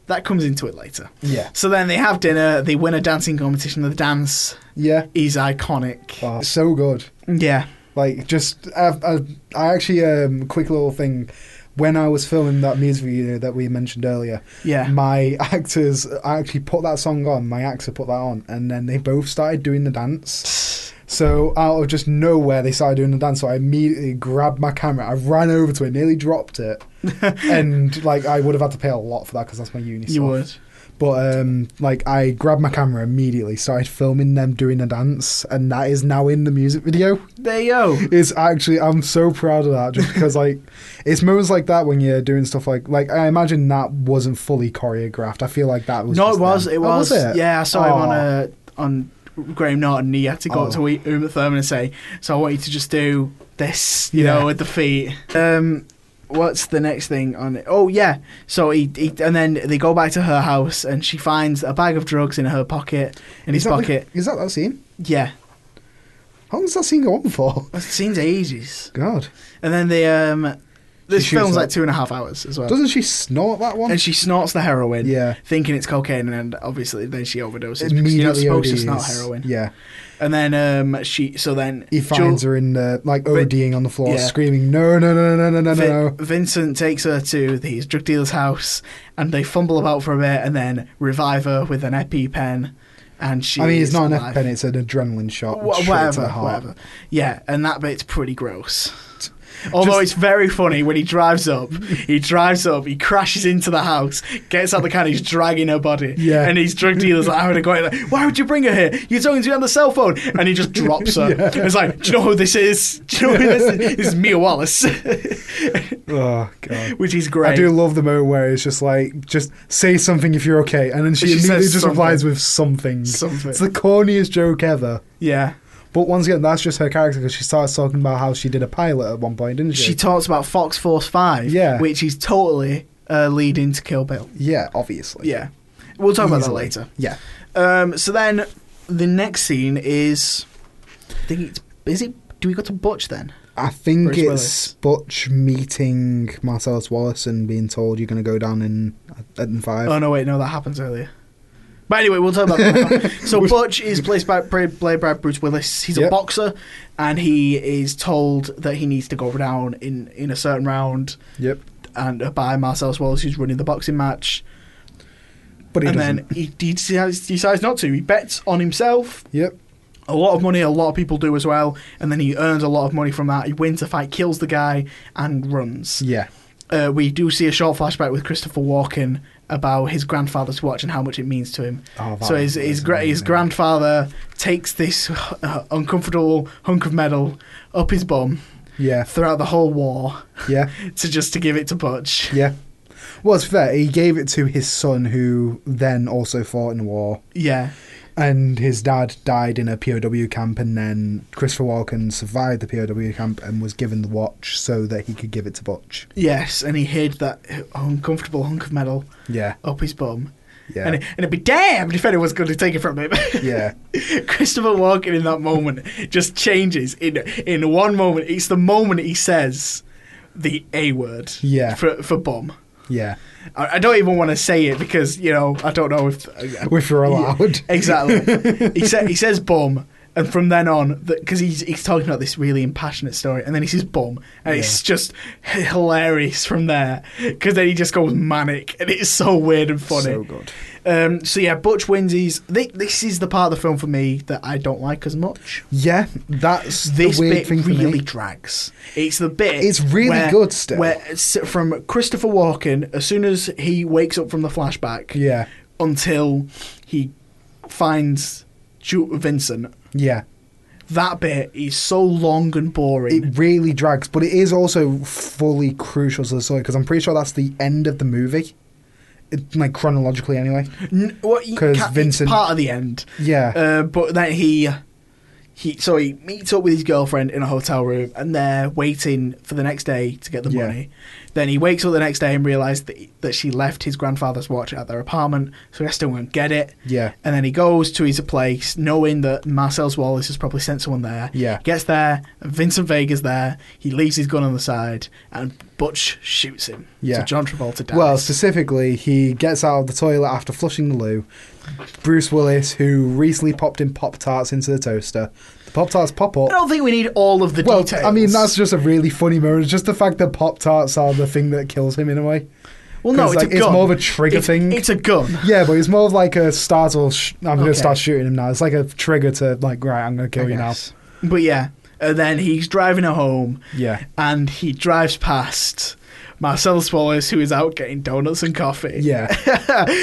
[SPEAKER 1] that comes into it later.
[SPEAKER 2] Yeah,
[SPEAKER 1] So then they have dinner. They win a dancing competition. The dance
[SPEAKER 2] yeah.
[SPEAKER 1] is iconic.
[SPEAKER 2] Oh, so good.
[SPEAKER 1] Yeah.
[SPEAKER 2] Like just I, I, I actually um quick little thing. When I was filming that music video that we mentioned earlier,
[SPEAKER 1] Yeah.
[SPEAKER 2] my actors I actually put that song on. My actor put that on, and then they both started doing the dance.
[SPEAKER 1] (sighs)
[SPEAKER 2] So out of just nowhere, they started doing the dance. So I immediately grabbed my camera. I ran over to it, nearly
[SPEAKER 1] (laughs)
[SPEAKER 2] dropped it, and like I would have had to pay a lot for that because that's my uni.
[SPEAKER 1] You
[SPEAKER 2] stuff.
[SPEAKER 1] would.
[SPEAKER 2] But um, like I grabbed my camera immediately, started filming them doing the dance, and that is now in the music video.
[SPEAKER 1] There you go.
[SPEAKER 2] It's actually I'm so proud of that just
[SPEAKER 1] (laughs)
[SPEAKER 2] because like it's moments like that when you're doing stuff like like I imagine that wasn't fully choreographed. I feel like that was
[SPEAKER 1] no, it
[SPEAKER 2] just
[SPEAKER 1] was.
[SPEAKER 2] them.
[SPEAKER 1] It
[SPEAKER 2] Oh,
[SPEAKER 1] was. Yeah, I saw him on
[SPEAKER 2] Aw.
[SPEAKER 1] uh, on Graham Norton. He had to go up to
[SPEAKER 2] Oh.
[SPEAKER 1] E- Uma Thurman and say, "So I want you to just do this, you
[SPEAKER 2] Yeah.
[SPEAKER 1] know, with the feet." Um, what's the next thing on it? Oh yeah. So he, he and then they go back to her house and she finds a bag of drugs in her pocket in
[SPEAKER 2] Is
[SPEAKER 1] his
[SPEAKER 2] that the-
[SPEAKER 1] pocket.
[SPEAKER 2] is that that scene?
[SPEAKER 1] yeah,
[SPEAKER 2] How long does that scene go on for?
[SPEAKER 1] that seems ages.
[SPEAKER 2] God.
[SPEAKER 1] And then they um, this
[SPEAKER 2] She shoots
[SPEAKER 1] film's like
[SPEAKER 2] up.
[SPEAKER 1] two and a half hours as well.
[SPEAKER 2] Doesn't she snort that one?
[SPEAKER 1] and she snorts the heroin,
[SPEAKER 2] Yeah.
[SPEAKER 1] thinking it's cocaine, and obviously then she overdoses. Because you're not supposed to snort
[SPEAKER 2] ODs.
[SPEAKER 1] heroin.
[SPEAKER 2] Yeah.
[SPEAKER 1] And then um, she, so then
[SPEAKER 2] He finds her in the like ODing on the floor,
[SPEAKER 1] yeah.
[SPEAKER 2] screaming, "No, no, no, no, no, no,
[SPEAKER 1] Vin-
[SPEAKER 2] no!"
[SPEAKER 1] Vincent takes her to the drug dealer's house, and they fumble about for a bit, and then revive her with an EpiPen, and she.
[SPEAKER 2] I mean, it's
[SPEAKER 1] is
[SPEAKER 2] not an
[SPEAKER 1] alive.
[SPEAKER 2] EpiPen; it's an adrenaline shot.
[SPEAKER 1] Wha-
[SPEAKER 2] straight to
[SPEAKER 1] whatever,
[SPEAKER 2] the heart.
[SPEAKER 1] whatever. Yeah, and that bit's pretty gross. Although it's very funny when he drives up, he drives up, he crashes into the house, gets out the car, and he's dragging her body.
[SPEAKER 2] Yeah.
[SPEAKER 1] And his drug dealer's like, I would have got it. Like, Why would you bring her here? You're talking to me on the cell phone. And he just drops
[SPEAKER 2] (laughs)
[SPEAKER 1] her. It's like, do you know who this is? Do you know who this is? This is Mia Wallace, (laughs)
[SPEAKER 2] Oh god.
[SPEAKER 1] which is great.
[SPEAKER 2] I do love the moment where it's just like, just say something if you're okay, and then she,
[SPEAKER 1] She
[SPEAKER 2] immediately
[SPEAKER 1] says
[SPEAKER 2] just
[SPEAKER 1] something.
[SPEAKER 2] replies with something.
[SPEAKER 1] Something.
[SPEAKER 2] It's the corniest joke ever.
[SPEAKER 1] Yeah.
[SPEAKER 2] But once again, that's just her character because she starts talking about how she did a pilot at one point, didn't she?
[SPEAKER 1] She talks about Fox Force 5,
[SPEAKER 2] Yeah.
[SPEAKER 1] which is totally uh, leading to Kill Bill.
[SPEAKER 2] yeah, obviously.
[SPEAKER 1] Yeah. We'll talk about that
[SPEAKER 2] Easily.
[SPEAKER 1] later.
[SPEAKER 2] Yeah.
[SPEAKER 1] Um, so then the next scene is. I think it's. Is it. Do we go to Butch then?
[SPEAKER 2] I think
[SPEAKER 1] Bruce
[SPEAKER 2] it's
[SPEAKER 1] Willis.
[SPEAKER 2] Butch meeting Marcellus Wallace and being told you're going to go down in in five.
[SPEAKER 1] Oh, no, wait, no, that happens earlier. But anyway, we'll talk about that (laughs) now. So Butch is placed by, played played by Bruce Willis. He's a
[SPEAKER 2] Yep.
[SPEAKER 1] boxer, and he is told that he needs to go down in, in a certain round
[SPEAKER 2] Yep.
[SPEAKER 1] and uh, by Marcellus Wallace, who's running the boxing match.
[SPEAKER 2] But he
[SPEAKER 1] and
[SPEAKER 2] doesn't.
[SPEAKER 1] then he, he decides, decides not to. He bets on himself.
[SPEAKER 2] yep.
[SPEAKER 1] A lot of money, a lot of people do as well. And then he earns a lot of money from that. He wins a fight, kills the guy, and runs.
[SPEAKER 2] Yeah.
[SPEAKER 1] Uh, we do see a short flashback with Christopher Walken about his grandfather's watch and how much it means to him.
[SPEAKER 2] Oh, that
[SPEAKER 1] so his
[SPEAKER 2] was
[SPEAKER 1] his, gra- his
[SPEAKER 2] amazing.
[SPEAKER 1] grandfather takes this (laughs) uh, uncomfortable hunk of metal up his bum
[SPEAKER 2] Yeah.
[SPEAKER 1] throughout the whole war
[SPEAKER 2] Yeah.
[SPEAKER 1] to just to give it to Butch.
[SPEAKER 2] Yeah. Well, it's fair. He gave it to his son, who then also fought in war,
[SPEAKER 1] Yeah.
[SPEAKER 2] and his dad died in a POW camp, and then Christopher Walken survived the POW camp and was given the watch so that he could give it to Butch.
[SPEAKER 1] Yes, and he hid that uncomfortable hunk of metal
[SPEAKER 2] Yeah,
[SPEAKER 1] up his bum.
[SPEAKER 2] yeah,
[SPEAKER 1] And, it, and it'd be damned if anyone's going to take it from him. (laughs)
[SPEAKER 2] yeah.
[SPEAKER 1] Christopher Walken in that moment just changes in in one moment. It's the moment he says the A word.
[SPEAKER 2] Yeah.
[SPEAKER 1] For for bomb. (laughs)
[SPEAKER 2] Yeah,
[SPEAKER 1] I, I don't even want to say it because you know I don't know if uh,
[SPEAKER 2] if you're allowed. (laughs)
[SPEAKER 1] exactly. he sa- he says bum. And from then on, because he's, he's talking about this really impassionate story, and then he says bum, and it's just h- hilarious from there. Because then he just goes manic, and it's so weird and funny.
[SPEAKER 2] So good.
[SPEAKER 1] Um, so yeah, Butch wins. He's thi- this is the part of the film for me that I don't like as much.
[SPEAKER 2] Yeah, that's
[SPEAKER 1] This
[SPEAKER 2] the weird
[SPEAKER 1] bit
[SPEAKER 2] thing for
[SPEAKER 1] really
[SPEAKER 2] me.
[SPEAKER 1] drags. It's the bit.
[SPEAKER 2] It's really
[SPEAKER 1] where-
[SPEAKER 2] good still.
[SPEAKER 1] Where s- from Christopher Walken, as soon as he wakes up from the flashback,
[SPEAKER 2] Yeah,
[SPEAKER 1] until he finds Ju- Vincent,
[SPEAKER 2] yeah.
[SPEAKER 1] that bit is so long and boring.
[SPEAKER 2] It really drags, but it is also fully crucial to the story because I'm pretty sure that's the end of the movie, it, like chronologically anyway.
[SPEAKER 1] N- what you
[SPEAKER 2] 'Cause
[SPEAKER 1] ca-
[SPEAKER 2] Vincent-
[SPEAKER 1] it's part of the end.
[SPEAKER 2] Yeah,
[SPEAKER 1] Uh, but then he he so he meets up with his girlfriend in a hotel room and they're waiting for the next day to get the
[SPEAKER 2] Yeah.
[SPEAKER 1] money. Then he wakes up the next day and realizes that, that she left his grandfather's watch at their apartment, so he has to go and get it.
[SPEAKER 2] yeah,
[SPEAKER 1] And then he goes to his place knowing that Marcel's Wallace has probably sent someone there.
[SPEAKER 2] Yeah.
[SPEAKER 1] Gets there, and Vincent Vega's there. He leaves his gun on the side, and Butch shoots him.
[SPEAKER 2] Yeah.
[SPEAKER 1] So John Travolta dies.
[SPEAKER 2] Well, specifically, he gets out of the toilet after flushing the loo. Bruce Willis, who recently popped in Pop Tarts into the toaster, the Pop Tarts pop
[SPEAKER 1] I
[SPEAKER 2] up.
[SPEAKER 1] don't think we need all of the
[SPEAKER 2] Well,
[SPEAKER 1] details.
[SPEAKER 2] I mean, that's just a really funny moment. It's just the fact that Pop Tarts are the thing that kills him in a way.
[SPEAKER 1] well, no,
[SPEAKER 2] 'cause,
[SPEAKER 1] it's
[SPEAKER 2] like,
[SPEAKER 1] a gun.
[SPEAKER 2] it's more of a trigger
[SPEAKER 1] It's-
[SPEAKER 2] thing.
[SPEAKER 1] It's a gun.
[SPEAKER 2] Yeah, but it's more of like a start or sh- I'm going
[SPEAKER 1] Okay.
[SPEAKER 2] to start shooting him now. It's like a trigger to like, right, I'm going to kill
[SPEAKER 1] I
[SPEAKER 2] you now.
[SPEAKER 1] guess. But yeah, and then he's driving her home,
[SPEAKER 2] Yeah,
[SPEAKER 1] and he drives past Marcel Wallace, who is out getting donuts and coffee.
[SPEAKER 2] yeah.
[SPEAKER 1] (laughs)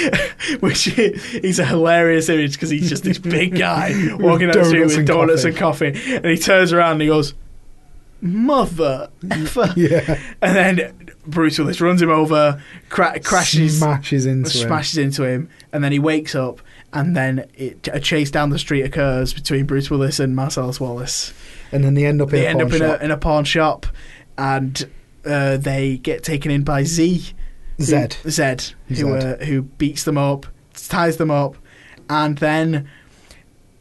[SPEAKER 1] which is a hilarious image because he's just this big
[SPEAKER 2] (laughs)
[SPEAKER 1] guy walking down the street
[SPEAKER 2] donuts
[SPEAKER 1] with
[SPEAKER 2] and
[SPEAKER 1] donuts
[SPEAKER 2] coffee.
[SPEAKER 1] and coffee, and he turns around and he goes,
[SPEAKER 2] (laughs)
[SPEAKER 1] "Mother effer,"
[SPEAKER 2] Yeah,
[SPEAKER 1] and then Bruce Willis runs him over, cra- crashes,
[SPEAKER 2] smashes into
[SPEAKER 1] smashes into him, and then he wakes up, and then it, a chase down the street occurs between Bruce Willis and Marcellus Wallace.
[SPEAKER 2] him, and then they end up in
[SPEAKER 1] They
[SPEAKER 2] a
[SPEAKER 1] end
[SPEAKER 2] pawn
[SPEAKER 1] up in
[SPEAKER 2] shop.
[SPEAKER 1] a, in a pawn shop, and uh, they get taken in by Z.
[SPEAKER 2] Zed.
[SPEAKER 1] Who, Zed, who, uh, who beats them up, ties them up, and then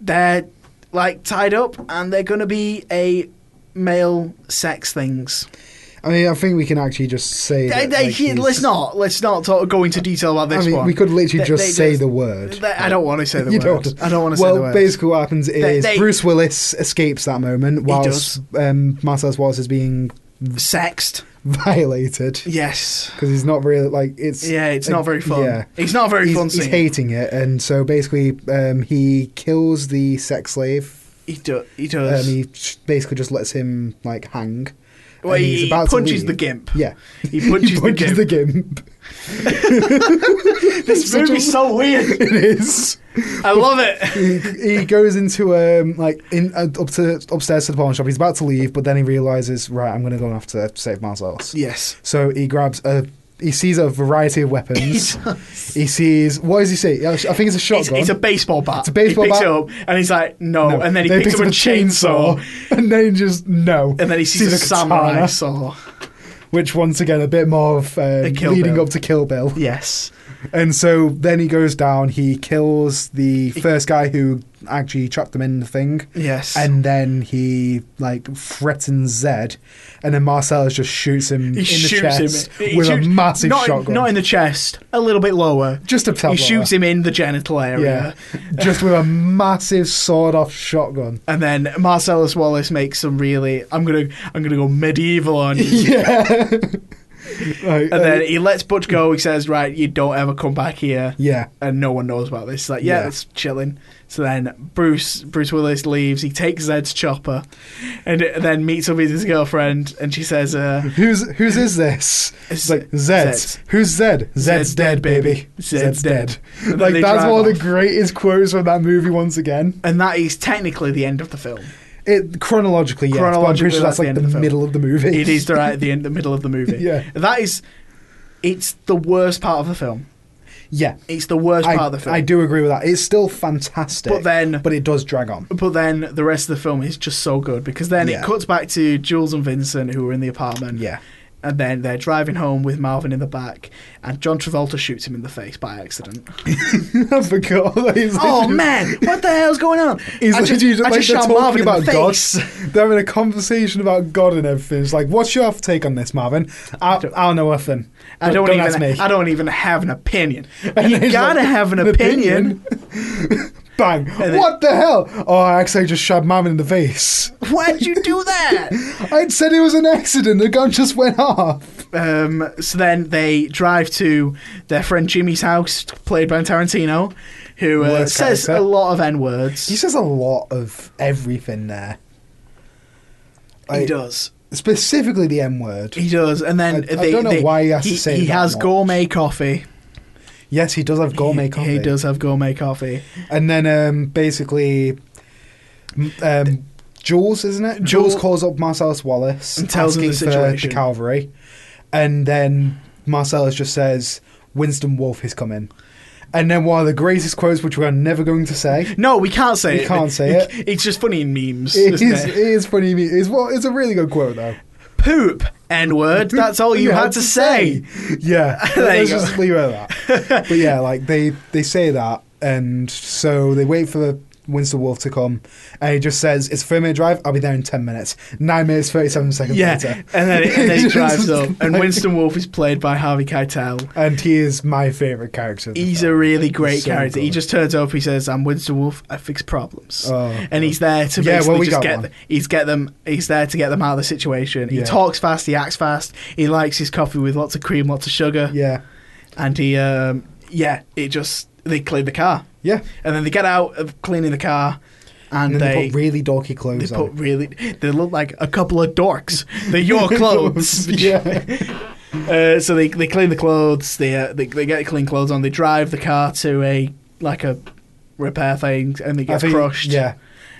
[SPEAKER 1] they're like tied up, and they're gonna be a male sex things.
[SPEAKER 2] I mean, I think we can actually just say.
[SPEAKER 1] They-
[SPEAKER 2] that,
[SPEAKER 1] they-
[SPEAKER 2] like, he's-
[SPEAKER 1] let's not let's not talk, go into detail about
[SPEAKER 2] I
[SPEAKER 1] this
[SPEAKER 2] mean,
[SPEAKER 1] one.
[SPEAKER 2] we could literally
[SPEAKER 1] They-
[SPEAKER 2] just
[SPEAKER 1] they
[SPEAKER 2] say
[SPEAKER 1] just-
[SPEAKER 2] the word.
[SPEAKER 1] They- I don't want
[SPEAKER 2] (laughs)
[SPEAKER 1] to say the
[SPEAKER 2] You
[SPEAKER 1] word.
[SPEAKER 2] don't.
[SPEAKER 1] I don't want to say the
[SPEAKER 2] Well,
[SPEAKER 1] word.
[SPEAKER 2] basically, what happens is
[SPEAKER 1] they-
[SPEAKER 2] Bruce Willis escapes that moment whilst um, Marcellus Wallace is being (laughs)
[SPEAKER 1] Sexed.
[SPEAKER 2] violated
[SPEAKER 1] Yes.
[SPEAKER 2] because he's not really like it's.
[SPEAKER 1] Yeah, it's not very fun.
[SPEAKER 2] Yeah.
[SPEAKER 1] It's not very
[SPEAKER 2] he's,
[SPEAKER 1] fun
[SPEAKER 2] he's
[SPEAKER 1] scene.
[SPEAKER 2] hating it, and so basically, um, he kills the sex slave.
[SPEAKER 1] He, do- he
[SPEAKER 2] Um,
[SPEAKER 1] does.
[SPEAKER 2] he sh- basically just lets him like hang.
[SPEAKER 1] well,
[SPEAKER 2] and
[SPEAKER 1] he,
[SPEAKER 2] he's
[SPEAKER 1] he
[SPEAKER 2] about to
[SPEAKER 1] punches
[SPEAKER 2] leave.
[SPEAKER 1] the
[SPEAKER 2] (laughs)
[SPEAKER 1] gimp.
[SPEAKER 2] Yeah,
[SPEAKER 1] He punches,
[SPEAKER 2] he punches
[SPEAKER 1] the
[SPEAKER 2] the
[SPEAKER 1] gimp.
[SPEAKER 2] gimp. (laughs)
[SPEAKER 1] This
[SPEAKER 2] such a-
[SPEAKER 1] movie's so weird.
[SPEAKER 2] it is.
[SPEAKER 1] I love it.
[SPEAKER 2] (laughs) he, he goes into um like in uh, up to upstairs to the pawn shop. He's about to leave, but then he realizes right, I'm going to go and have to save Marcellus.
[SPEAKER 1] Yes.
[SPEAKER 2] So he grabs a. He sees a variety of weapons. he sees what does he see? Yeah, I think it's a
[SPEAKER 1] It's,
[SPEAKER 2] shotgun.
[SPEAKER 1] it's a baseball bat.
[SPEAKER 2] It's a baseball
[SPEAKER 1] he picks
[SPEAKER 2] bat.
[SPEAKER 1] it up and he's like, no.
[SPEAKER 2] No,
[SPEAKER 1] And then he picks, up a chainsaw.
[SPEAKER 2] and then he just no.
[SPEAKER 1] And then he sees, a, samurai
[SPEAKER 2] katana,
[SPEAKER 1] saw.
[SPEAKER 2] which once again a bit more of uh,
[SPEAKER 1] Kill
[SPEAKER 2] leading
[SPEAKER 1] Bill.
[SPEAKER 2] up to Kill Bill.
[SPEAKER 1] Yes.
[SPEAKER 2] And so then he goes down. He kills the first guy who actually trapped him in the thing.
[SPEAKER 1] Yes.
[SPEAKER 2] And then he like threatens Zed, and then Marcellus just shoots him
[SPEAKER 1] he
[SPEAKER 2] in the
[SPEAKER 1] shoots
[SPEAKER 2] chest
[SPEAKER 1] him He
[SPEAKER 2] with
[SPEAKER 1] shoots-
[SPEAKER 2] a massive
[SPEAKER 1] not, in-
[SPEAKER 2] shotgun.
[SPEAKER 1] Not in the chest. A little bit lower.
[SPEAKER 2] just a
[SPEAKER 1] He shoots him in the genital area.
[SPEAKER 2] yeah, (laughs) just with a massive
[SPEAKER 1] (laughs)
[SPEAKER 2] sawed-off shotgun.
[SPEAKER 1] And then Marcellus Wallace makes some really I'm gonna I'm gonna go medieval on
[SPEAKER 2] (laughs)
[SPEAKER 1] you.
[SPEAKER 2] Yeah. Like,
[SPEAKER 1] And then
[SPEAKER 2] uh,
[SPEAKER 1] he lets Butch go. He says, "Right, you don't ever come back here."
[SPEAKER 2] yeah,
[SPEAKER 1] and no one knows about this. It's like, yeah,
[SPEAKER 2] Yeah.
[SPEAKER 1] it's chilling. So then Bruce Bruce Willis leaves. He takes Zed's chopper, and then meets up with his girlfriend, and she says, uh,
[SPEAKER 2] who's whose is this? It's like Zed.
[SPEAKER 1] Zed's.
[SPEAKER 2] Who's Zed? Zed's, dead, baby.
[SPEAKER 1] Zed's dead. And then
[SPEAKER 2] Like
[SPEAKER 1] they
[SPEAKER 2] that's
[SPEAKER 1] drive
[SPEAKER 2] one of
[SPEAKER 1] off.
[SPEAKER 2] the greatest quotes from that movie. Once again,
[SPEAKER 1] and that is technically the end of the film.
[SPEAKER 2] it chronologically, yes, but I'm
[SPEAKER 1] Chronologically,
[SPEAKER 2] pretty sure
[SPEAKER 1] that's
[SPEAKER 2] that's,
[SPEAKER 1] the
[SPEAKER 2] like
[SPEAKER 1] end
[SPEAKER 2] the,
[SPEAKER 1] of the film.
[SPEAKER 2] middle of the movie. (laughs)
[SPEAKER 1] It is the right at the, end, the middle of the movie.
[SPEAKER 2] Yeah.
[SPEAKER 1] that is It's the worst part of the film.
[SPEAKER 2] (laughs) Yeah.
[SPEAKER 1] It's the worst
[SPEAKER 2] I,
[SPEAKER 1] part of the film.
[SPEAKER 2] I do agree with that. It's still fantastic.
[SPEAKER 1] But then-
[SPEAKER 2] But it does drag on.
[SPEAKER 1] But then the rest of the film is just so good because then
[SPEAKER 2] Yeah.
[SPEAKER 1] it cuts back to Jules and Vincent who are in the apartment.
[SPEAKER 2] Yeah. (laughs)
[SPEAKER 1] And then they're driving home with Marvin in the back, and John Travolta shoots him in the face by
[SPEAKER 2] (laughs)
[SPEAKER 1] accident.
[SPEAKER 2] I forgot. that he's
[SPEAKER 1] oh
[SPEAKER 2] literally-
[SPEAKER 1] man, what the hell's going on?
[SPEAKER 2] (laughs) He's
[SPEAKER 1] I just-
[SPEAKER 2] literally
[SPEAKER 1] I
[SPEAKER 2] like,
[SPEAKER 1] just shot
[SPEAKER 2] they're talking
[SPEAKER 1] Marvin in the
[SPEAKER 2] about God.
[SPEAKER 1] face.
[SPEAKER 2] (laughs) They're having a conversation about God and everything. It's like, what's your take on this, Marvin? I, I, don't, know nothing.
[SPEAKER 1] I don't,
[SPEAKER 2] ask
[SPEAKER 1] even.
[SPEAKER 2] me. (laughs)
[SPEAKER 1] I don't even have an opinion.
[SPEAKER 2] And
[SPEAKER 1] you
[SPEAKER 2] he's
[SPEAKER 1] gotta
[SPEAKER 2] like,
[SPEAKER 1] have an
[SPEAKER 2] "An
[SPEAKER 1] opinion.
[SPEAKER 2] (laughs) Bang!
[SPEAKER 1] then-
[SPEAKER 2] what the hell? Oh, I actually just shot Marvin in the face.
[SPEAKER 1] (laughs)
[SPEAKER 2] (laughs)
[SPEAKER 1] Why'd you do that?
[SPEAKER 2] I'd said it was an accident. The gun just went off.
[SPEAKER 1] um, so then they drive to their friend Jimmy's house, played by Tarantino, who uh,
[SPEAKER 2] Worst
[SPEAKER 1] says a
[SPEAKER 2] character.
[SPEAKER 1] lot of n words.
[SPEAKER 2] He says a lot of everything there.
[SPEAKER 1] he
[SPEAKER 2] Like,
[SPEAKER 1] does.
[SPEAKER 2] Specifically the M word.
[SPEAKER 1] He does, and then
[SPEAKER 2] I- I
[SPEAKER 1] they-
[SPEAKER 2] don't know
[SPEAKER 1] they-
[SPEAKER 2] why he has to say
[SPEAKER 1] He
[SPEAKER 2] that
[SPEAKER 1] has
[SPEAKER 2] much.
[SPEAKER 1] gourmet coffee.
[SPEAKER 2] Yes, he does have gourmet
[SPEAKER 1] He-
[SPEAKER 2] coffee.
[SPEAKER 1] He does have gourmet coffee.
[SPEAKER 2] And then um, basically, m- um, Jules, isn't it? Jules
[SPEAKER 1] Jules-
[SPEAKER 2] calls up Marcellus Wallace
[SPEAKER 1] And tells him the
[SPEAKER 2] asking for
[SPEAKER 1] situation.
[SPEAKER 2] the Calvary, and then Marcellus just says, "Winston Wolfe has come in." And then one of the greatest quotes, which we're never going to say.
[SPEAKER 1] No, we can't say
[SPEAKER 2] We
[SPEAKER 1] it.
[SPEAKER 2] can't say
[SPEAKER 1] (laughs)
[SPEAKER 2] it.
[SPEAKER 1] It's (laughs) just funny in memes.
[SPEAKER 2] It
[SPEAKER 1] isn't
[SPEAKER 2] is, it
[SPEAKER 1] it?
[SPEAKER 2] is funny. It's what it's a really good quote though.
[SPEAKER 1] Poop, N word. That's all you had to say. (laughs)
[SPEAKER 2] Yeah,
[SPEAKER 1] There you
[SPEAKER 2] (laughs) let's
[SPEAKER 1] go.
[SPEAKER 2] just leave it at
[SPEAKER 1] (laughs)
[SPEAKER 2] that. but yeah, like they they say that, and so they wait for Winston Wolf to come, and he just says, "It's a three-minute drive. I'll be there in ten minutes." Nine minutes thirty-seven seconds
[SPEAKER 1] Yeah,
[SPEAKER 2] later,
[SPEAKER 1] and then, it, and
[SPEAKER 2] (laughs)
[SPEAKER 1] then he
[SPEAKER 2] Just
[SPEAKER 1] drives up, and
[SPEAKER 2] like-
[SPEAKER 1] Winston Wolfe is played by Harvey Keitel.
[SPEAKER 2] and he is my favorite character. in the
[SPEAKER 1] He's a
[SPEAKER 2] film.
[SPEAKER 1] really great
[SPEAKER 2] So
[SPEAKER 1] character. He
[SPEAKER 2] good.
[SPEAKER 1] just turns up. He says, "I'm Winston Wolfe. I fix problems,"
[SPEAKER 2] Oh,
[SPEAKER 1] and he's there to
[SPEAKER 2] Yeah, well,
[SPEAKER 1] basically
[SPEAKER 2] we
[SPEAKER 1] just
[SPEAKER 2] got
[SPEAKER 1] get
[SPEAKER 2] one.
[SPEAKER 1] he's get them. He's there to get them out of the situation. He
[SPEAKER 2] Yeah.
[SPEAKER 1] talks fast. He acts fast. He likes his coffee with lots of cream, lots of sugar,
[SPEAKER 2] yeah,
[SPEAKER 1] and he um, yeah, it just they clean the car,
[SPEAKER 2] yeah.
[SPEAKER 1] and then they get out of cleaning the car, and,
[SPEAKER 2] And then
[SPEAKER 1] they.
[SPEAKER 2] they, put really dorky
[SPEAKER 1] they
[SPEAKER 2] clothes
[SPEAKER 1] put
[SPEAKER 2] on.
[SPEAKER 1] really. They look like a couple of dorks. They're
[SPEAKER 2] (laughs)
[SPEAKER 1] your clothes. (laughs)
[SPEAKER 2] yeah,
[SPEAKER 1] Uh, so they, they clean the clothes. They, uh, they they get clean clothes on. They drive the car to a like a repair thing, and they
[SPEAKER 2] I
[SPEAKER 1] get
[SPEAKER 2] think-
[SPEAKER 1] crushed.
[SPEAKER 2] Yeah,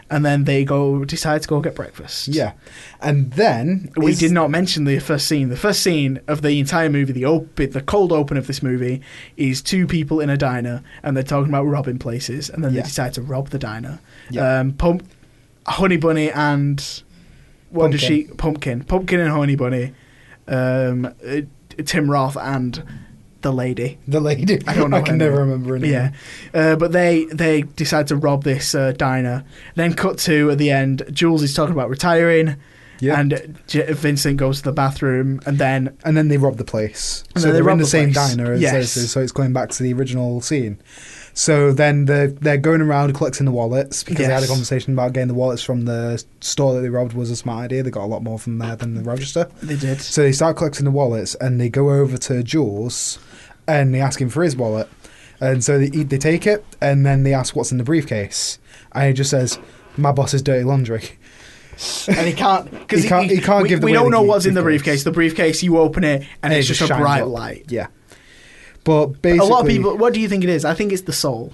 [SPEAKER 1] and then they go decide to go get breakfast.
[SPEAKER 2] yeah. And then
[SPEAKER 1] We
[SPEAKER 2] is-
[SPEAKER 1] did not mention the first scene. The first scene of the entire movie, the open, the cold open of this movie, is two people in a diner and they're talking about robbing places, and then
[SPEAKER 2] Yeah.
[SPEAKER 1] they decide to rob the diner.
[SPEAKER 2] Yeah.
[SPEAKER 1] Um, pump, Honey Bunny and what does she?
[SPEAKER 2] Pumpkin.
[SPEAKER 1] Pumpkin, Pumpkin and Honey Bunny, um, uh, Tim Roth and the lady.
[SPEAKER 2] the lady.
[SPEAKER 1] I don't know
[SPEAKER 2] (laughs) I
[SPEAKER 1] her
[SPEAKER 2] can never
[SPEAKER 1] name.
[SPEAKER 2] remember. Anything.
[SPEAKER 1] Yeah, uh, but they they decide to rob this uh, diner. Then cut to at the end, Jules is talking about retiring,
[SPEAKER 2] Yeah.
[SPEAKER 1] and J- Vincent goes to the bathroom, and then
[SPEAKER 2] and then they rob the place.
[SPEAKER 1] And
[SPEAKER 2] so
[SPEAKER 1] then they
[SPEAKER 2] they're
[SPEAKER 1] rob
[SPEAKER 2] in the,
[SPEAKER 1] the
[SPEAKER 2] same
[SPEAKER 1] place.
[SPEAKER 2] diner as
[SPEAKER 1] Yes.
[SPEAKER 2] Cersei, so it's going back to the original scene. So then they're, they're going around collecting the wallets because they had a
[SPEAKER 1] Yes.
[SPEAKER 2] conversation about getting the wallets from the store that they robbed was a smart idea. They got a lot more from there than the register.
[SPEAKER 1] they did.
[SPEAKER 2] So they start collecting the wallets and they go over to Jules and they ask him for his wallet. And so they, they take it and then they ask what's in the briefcase. And he just says, My boss's dirty laundry. (laughs)
[SPEAKER 1] and he can't because
[SPEAKER 2] He can't- he can't
[SPEAKER 1] we,
[SPEAKER 2] give
[SPEAKER 1] We
[SPEAKER 2] away
[SPEAKER 1] don't
[SPEAKER 2] the
[SPEAKER 1] know what's in the
[SPEAKER 2] briefcase.
[SPEAKER 1] briefcase. The briefcase, you open it, and,
[SPEAKER 2] it
[SPEAKER 1] it's,
[SPEAKER 2] just
[SPEAKER 1] just a
[SPEAKER 2] shines
[SPEAKER 1] bright
[SPEAKER 2] up.
[SPEAKER 1] light.
[SPEAKER 2] Yeah. But basically.
[SPEAKER 1] a lot of people. What do you think it is? I think it's the soul.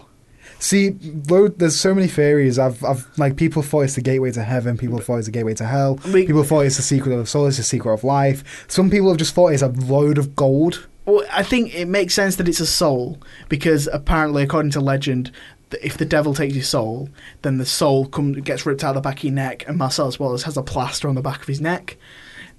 [SPEAKER 2] See, load, there's so many theories. I've, I've like people thought it's the gateway to heaven. People thought it's the gateway to hell.
[SPEAKER 1] We-
[SPEAKER 2] people thought it's the secret of the soul. It's the secret of life. Some people have just thought it's a load of gold.
[SPEAKER 1] Well, I think it makes sense that it's a soul because apparently, according to legend, th- if the devil takes your soul, then the soul come, gets ripped out of the back of your neck, and Marcellus Wallace has a plaster on the back of his neck,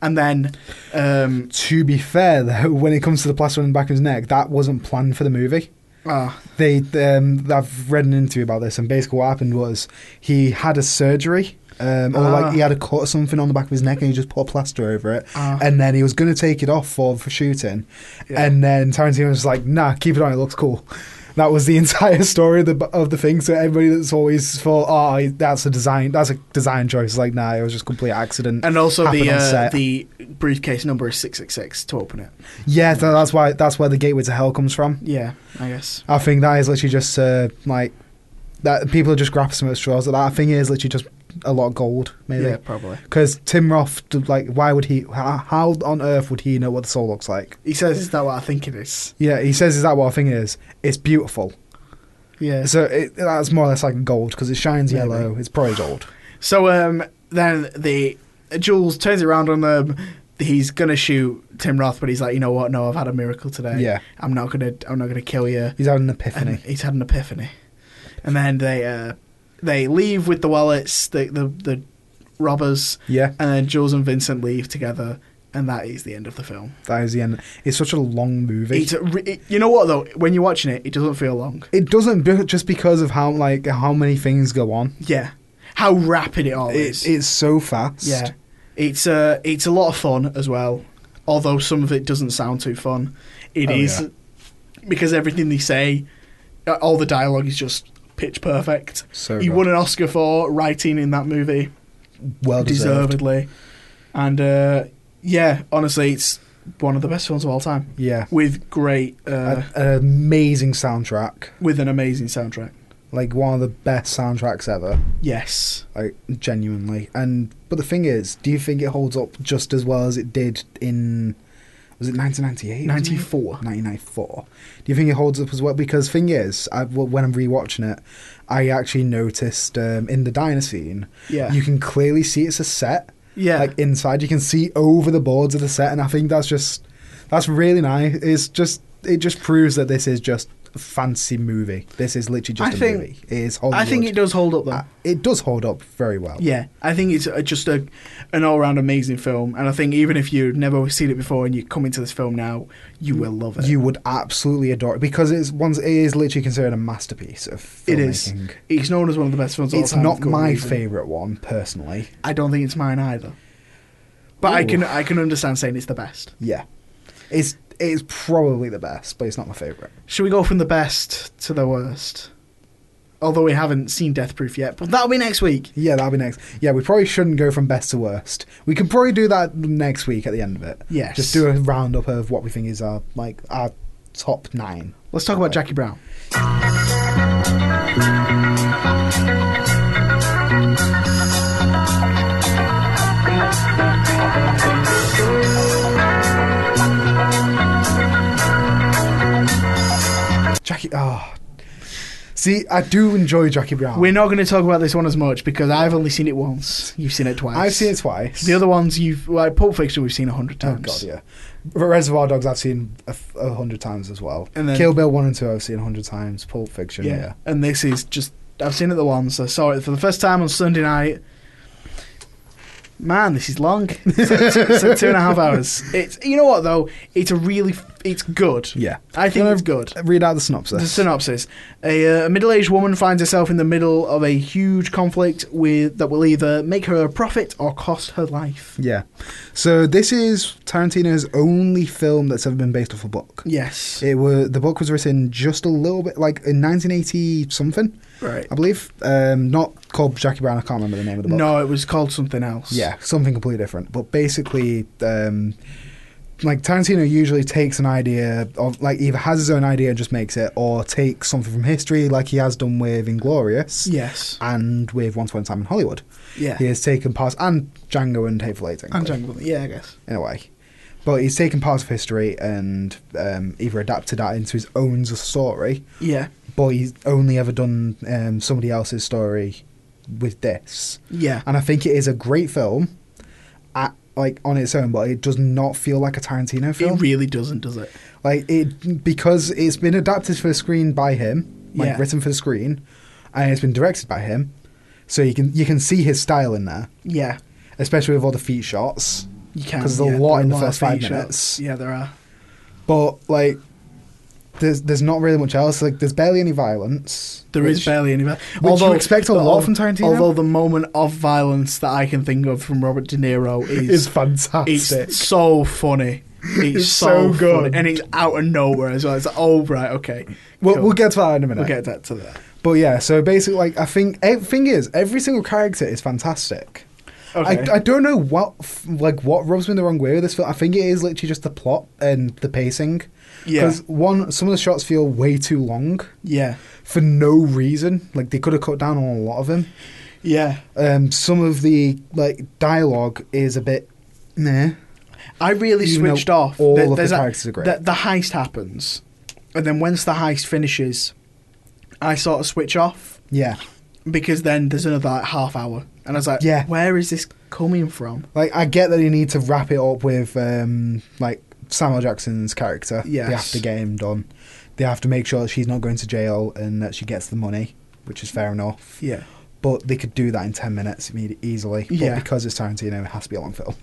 [SPEAKER 1] and then um,
[SPEAKER 2] To be fair, though, (laughs) when it comes to the plaster on the back of his neck, that wasn't planned for the movie.
[SPEAKER 1] ah,
[SPEAKER 2] They, um, I've read an interview about this, and basically what happened was he had a surgery. Um, or
[SPEAKER 1] Ah.
[SPEAKER 2] like he had a cut or something on the back of his neck, and he just put a plaster over it.
[SPEAKER 1] Ah.
[SPEAKER 2] And then he was going to take it off for, for shooting,
[SPEAKER 1] Yeah.
[SPEAKER 2] and then Tarantino was like, "Nah, keep it on. It looks cool." That was the (laughs) entire story of the of the thing. So everybody that's always thought, "Oh, that's a design. That's a design choice." is Like, nah, it was just complete accident.
[SPEAKER 1] and also
[SPEAKER 2] happened
[SPEAKER 1] the
[SPEAKER 2] on
[SPEAKER 1] uh,
[SPEAKER 2] set.
[SPEAKER 1] the briefcase number is six six six to open it.
[SPEAKER 2] yeah, so that's why that's where the gateway to hell comes from.
[SPEAKER 1] Yeah, I guess.
[SPEAKER 2] I think that is literally just uh, like that. People are just grasping at straws. That that thing is literally just a lot of gold,
[SPEAKER 1] Yeah,
[SPEAKER 2] maybe.
[SPEAKER 1] probably.
[SPEAKER 2] Because Tim Roth, d- like, why would he? How, how on earth would he know what the soul looks like?
[SPEAKER 1] He says, "Is that what I think it is?"
[SPEAKER 2] Yeah, he says, "Is that what a thing is? It's beautiful."
[SPEAKER 1] Yeah.
[SPEAKER 2] So it, that's more or less like gold because it shines
[SPEAKER 1] Maybe.
[SPEAKER 2] yellow. It's probably gold.
[SPEAKER 1] So um, then the Jules turns it around on them. he's gonna shoot Tim Roth, but he's like, you know what? No, I've had a miracle today.
[SPEAKER 2] Yeah.
[SPEAKER 1] I'm not gonna. I'm not gonna kill you.
[SPEAKER 2] He's had an
[SPEAKER 1] And
[SPEAKER 2] epiphany.
[SPEAKER 1] he's had an epiphany, and then they uh, they leave with the wallets, the the, the robbers,
[SPEAKER 2] Yeah,
[SPEAKER 1] and then Jules and Vincent leave together, and that is the end of the film.
[SPEAKER 2] that is the end. It's such a long movie.
[SPEAKER 1] It's a re- it- you know what though? When you're watching it, it doesn't feel long.
[SPEAKER 2] it doesn't be- just because of how like how many things go on.
[SPEAKER 1] Yeah, how rapid it all is.
[SPEAKER 2] It, it's so fast.
[SPEAKER 1] Oh, yeah, it's uh, it's a lot of fun as well. Although some of it doesn't sound too fun, It
[SPEAKER 2] Oh,
[SPEAKER 1] is
[SPEAKER 2] yeah.
[SPEAKER 1] because everything they say, uh, all the dialogue is just pitch perfect.
[SPEAKER 2] So
[SPEAKER 1] he
[SPEAKER 2] good.
[SPEAKER 1] won an Oscar for writing in that movie,
[SPEAKER 2] well deserved.
[SPEAKER 1] deservedly. And uh, yeah, honestly, it's one of the best films of all time
[SPEAKER 2] Yeah,
[SPEAKER 1] with great uh,
[SPEAKER 2] A- an amazing soundtrack.
[SPEAKER 1] with an amazing soundtrack.
[SPEAKER 2] Like one of the best soundtracks ever.
[SPEAKER 1] Yes.
[SPEAKER 2] Like genuinely. And but the thing is, do you think it holds up just as well as it did in? Was it 1998?
[SPEAKER 1] 94.
[SPEAKER 2] 1994. Do you think it holds up as well? Because thing is, I, when I'm rewatching it, I actually noticed um, in the diner scene,
[SPEAKER 1] Yeah.
[SPEAKER 2] you can clearly see it's a set.
[SPEAKER 1] yeah.
[SPEAKER 2] like inside you can see over the boards of the set and i think that's just that's really nice it's just it just proves that this is just a fancy movie this is literally just
[SPEAKER 1] I
[SPEAKER 2] a
[SPEAKER 1] think-
[SPEAKER 2] movie it is
[SPEAKER 1] I
[SPEAKER 2] Hollywood.
[SPEAKER 1] think it does hold up though.
[SPEAKER 2] Uh, it does hold up very well
[SPEAKER 1] Yeah, I think it's uh, just a an all round amazing film, and I think even if you've never seen it before and you come into this film now, you will love it.
[SPEAKER 2] you would absolutely adore it because it's once it is literally considered a masterpiece of filmmaking.
[SPEAKER 1] It is. It's known as one of the best films. Of
[SPEAKER 2] It's
[SPEAKER 1] all time
[SPEAKER 2] not
[SPEAKER 1] for good
[SPEAKER 2] my
[SPEAKER 1] reason.
[SPEAKER 2] favorite one personally.
[SPEAKER 1] I don't think it's mine either. But I
[SPEAKER 2] Ooh.
[SPEAKER 1] can I can understand saying it's the best.
[SPEAKER 2] Yeah, it's it's probably the best, but it's not my favorite.
[SPEAKER 1] Should we go from the best to the worst? Although we haven't seen Death Proof yet, but that'll be next week.
[SPEAKER 2] Yeah, that'll be next. Yeah, we probably shouldn't go from best to worst. We can probably do that next week at the end of it.
[SPEAKER 1] Yes.
[SPEAKER 2] Just do a roundup of what we think is our like our top nine.
[SPEAKER 1] Let's talk about Jackie Brown.
[SPEAKER 2] Jackie. Oh. See, I do enjoy Jackie Brown.
[SPEAKER 1] We're not going to talk about this one as much because I've only seen it once. You've seen it twice.
[SPEAKER 2] I've seen it twice.
[SPEAKER 1] The other ones you've like Pulp Fiction we've seen a hundred
[SPEAKER 2] Oh
[SPEAKER 1] times.
[SPEAKER 2] god, yeah. But Reservoir Dogs I've seen a, f- a hundred times as well.
[SPEAKER 1] And then-
[SPEAKER 2] Kill Bill one and two I've seen a hundred times. Pulp Fiction, yeah.
[SPEAKER 1] yeah. And this is just I've seen it the once. I saw it for the first time on Sunday night. Man, this is long. (laughs) It's like, two- it's like two and a half hours. It's you know what though. It's a really it's good.
[SPEAKER 2] Yeah.
[SPEAKER 1] I think
[SPEAKER 2] Gonna
[SPEAKER 1] it's good.
[SPEAKER 2] Read out the synopsis.
[SPEAKER 1] The synopsis: A uh, middle-aged woman finds herself in the middle of a huge conflict with that will either make her a profit or cost her life.
[SPEAKER 2] yeah. So this is Tarantino's only film that's ever been based off a book.
[SPEAKER 1] Yes.
[SPEAKER 2] It were the book was written just a little bit like in 1980 something,
[SPEAKER 1] right.
[SPEAKER 2] I believe. Um, not called Jackie Brown. I can't remember the name of the book.
[SPEAKER 1] No, it was called something else.
[SPEAKER 2] Yeah, something completely different. But basically, um, like Tarantino usually takes an idea of like either has his own idea and just makes it, or takes something from history, like he has done with Inglorious
[SPEAKER 1] Yes.
[SPEAKER 2] and with Once Upon a Time in Hollywood.
[SPEAKER 1] Yeah.
[SPEAKER 2] He has taken parts and Django and Hateful Eight.
[SPEAKER 1] And
[SPEAKER 2] technically
[SPEAKER 1] Jungle. Yeah, I guess.
[SPEAKER 2] in a way. But he's taken parts of history and um, either adapted that into his own story,
[SPEAKER 1] Yeah.
[SPEAKER 2] but he's only ever done um, somebody else's story with this.
[SPEAKER 1] Yeah.
[SPEAKER 2] And I think it is a great film, at, like on its own, but it does not feel like a Tarantino film.
[SPEAKER 1] It really doesn't, does it?
[SPEAKER 2] like it because it's been adapted for the screen by him, like
[SPEAKER 1] Yeah.
[SPEAKER 2] written for the screen, and it's been directed by him. So you can you can see his style in there,
[SPEAKER 1] Yeah.
[SPEAKER 2] especially with all the feet shots.
[SPEAKER 1] You can.
[SPEAKER 2] 'Cause there's a
[SPEAKER 1] yeah,
[SPEAKER 2] lot
[SPEAKER 1] there
[SPEAKER 2] in the
[SPEAKER 1] are
[SPEAKER 2] first five
[SPEAKER 1] feature
[SPEAKER 2] minutes.
[SPEAKER 1] shots. Yeah, there are.
[SPEAKER 2] but like there's there's not really much else like there's barely any violence
[SPEAKER 1] There is
[SPEAKER 2] which-
[SPEAKER 1] barely any. vi-
[SPEAKER 2] you expect a
[SPEAKER 1] but
[SPEAKER 2] lot
[SPEAKER 1] al-
[SPEAKER 2] from Tarantino.
[SPEAKER 1] Although the moment of violence that I can think of from Robert De (laughs) Niro
[SPEAKER 2] it's
[SPEAKER 1] is it's,
[SPEAKER 2] fantastic
[SPEAKER 1] so funny. It's,
[SPEAKER 2] It's
[SPEAKER 1] so,
[SPEAKER 2] so good.
[SPEAKER 1] funny. and it's out of nowhere as well. It's like, oh right, okay.
[SPEAKER 2] we'll,
[SPEAKER 1] cool.
[SPEAKER 2] we'll get to that in a minute
[SPEAKER 1] We'll get that to that.
[SPEAKER 2] but yeah so basically like i think eh, thing is every single character is fantastic
[SPEAKER 1] Okay.
[SPEAKER 2] I, I don't know what f- like what rubs me the wrong way with this film. I think it is literally just the plot and the pacing.
[SPEAKER 1] Yeah.
[SPEAKER 2] one some of the shots feel way too long
[SPEAKER 1] yeah.
[SPEAKER 2] for no reason. Like they could have cut down on a lot of them.
[SPEAKER 1] Yeah.
[SPEAKER 2] Um, some of the like dialogue is a bit meh.
[SPEAKER 1] I really
[SPEAKER 2] Even though
[SPEAKER 1] switched off.
[SPEAKER 2] all of the
[SPEAKER 1] there's a-
[SPEAKER 2] characters are great.
[SPEAKER 1] The, the heist happens, and then once the heist finishes, I sort of switch off
[SPEAKER 2] Yeah.
[SPEAKER 1] because then there's another like, half hour, and I was like,
[SPEAKER 2] Yeah.
[SPEAKER 1] where is this coming from?
[SPEAKER 2] Like I get that you need to wrap it up with um, like Samuel Jackson's character. They have
[SPEAKER 1] Yes.
[SPEAKER 2] to get him done. They have to make sure that she's not going to jail and that she gets the money, which is fair enough.
[SPEAKER 1] Yeah,
[SPEAKER 2] But they could do that in ten minutes imme- easily. But
[SPEAKER 1] Yeah.
[SPEAKER 2] because it's Tarantino, it has to be a long (laughs) film.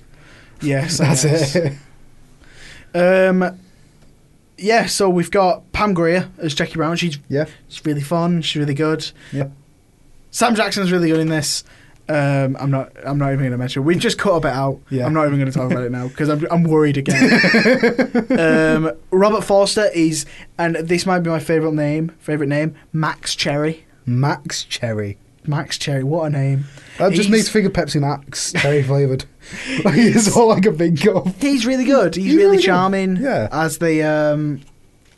[SPEAKER 1] yes,
[SPEAKER 2] (laughs) So that's
[SPEAKER 1] yes.
[SPEAKER 2] it.
[SPEAKER 1] Um, yeah, so we've got Pam Grier as Jackie Brown. She's
[SPEAKER 2] yeah.
[SPEAKER 1] she's really fun. She's really good.
[SPEAKER 2] Yeah.
[SPEAKER 1] Sam Jackson's really good in this. Um, I'm not. I'm not even going to mention. We just cut a bit out.
[SPEAKER 2] Yeah.
[SPEAKER 1] I'm not even going to talk about it now because I'm, I'm worried
[SPEAKER 2] (laughs)
[SPEAKER 1] again. um, Robert Forster is, and this might be my favorite name. Favorite name, Max Cherry.
[SPEAKER 2] Max Cherry.
[SPEAKER 1] Max Cherry. What a name.
[SPEAKER 2] That just
[SPEAKER 1] He's-
[SPEAKER 2] makes me think of Pepsi Max (laughs) cherry flavored. like, it's all I can think of.
[SPEAKER 1] He's really good. He's,
[SPEAKER 2] He's
[SPEAKER 1] really,
[SPEAKER 2] really good.
[SPEAKER 1] charming.
[SPEAKER 2] Yeah.
[SPEAKER 1] As the um,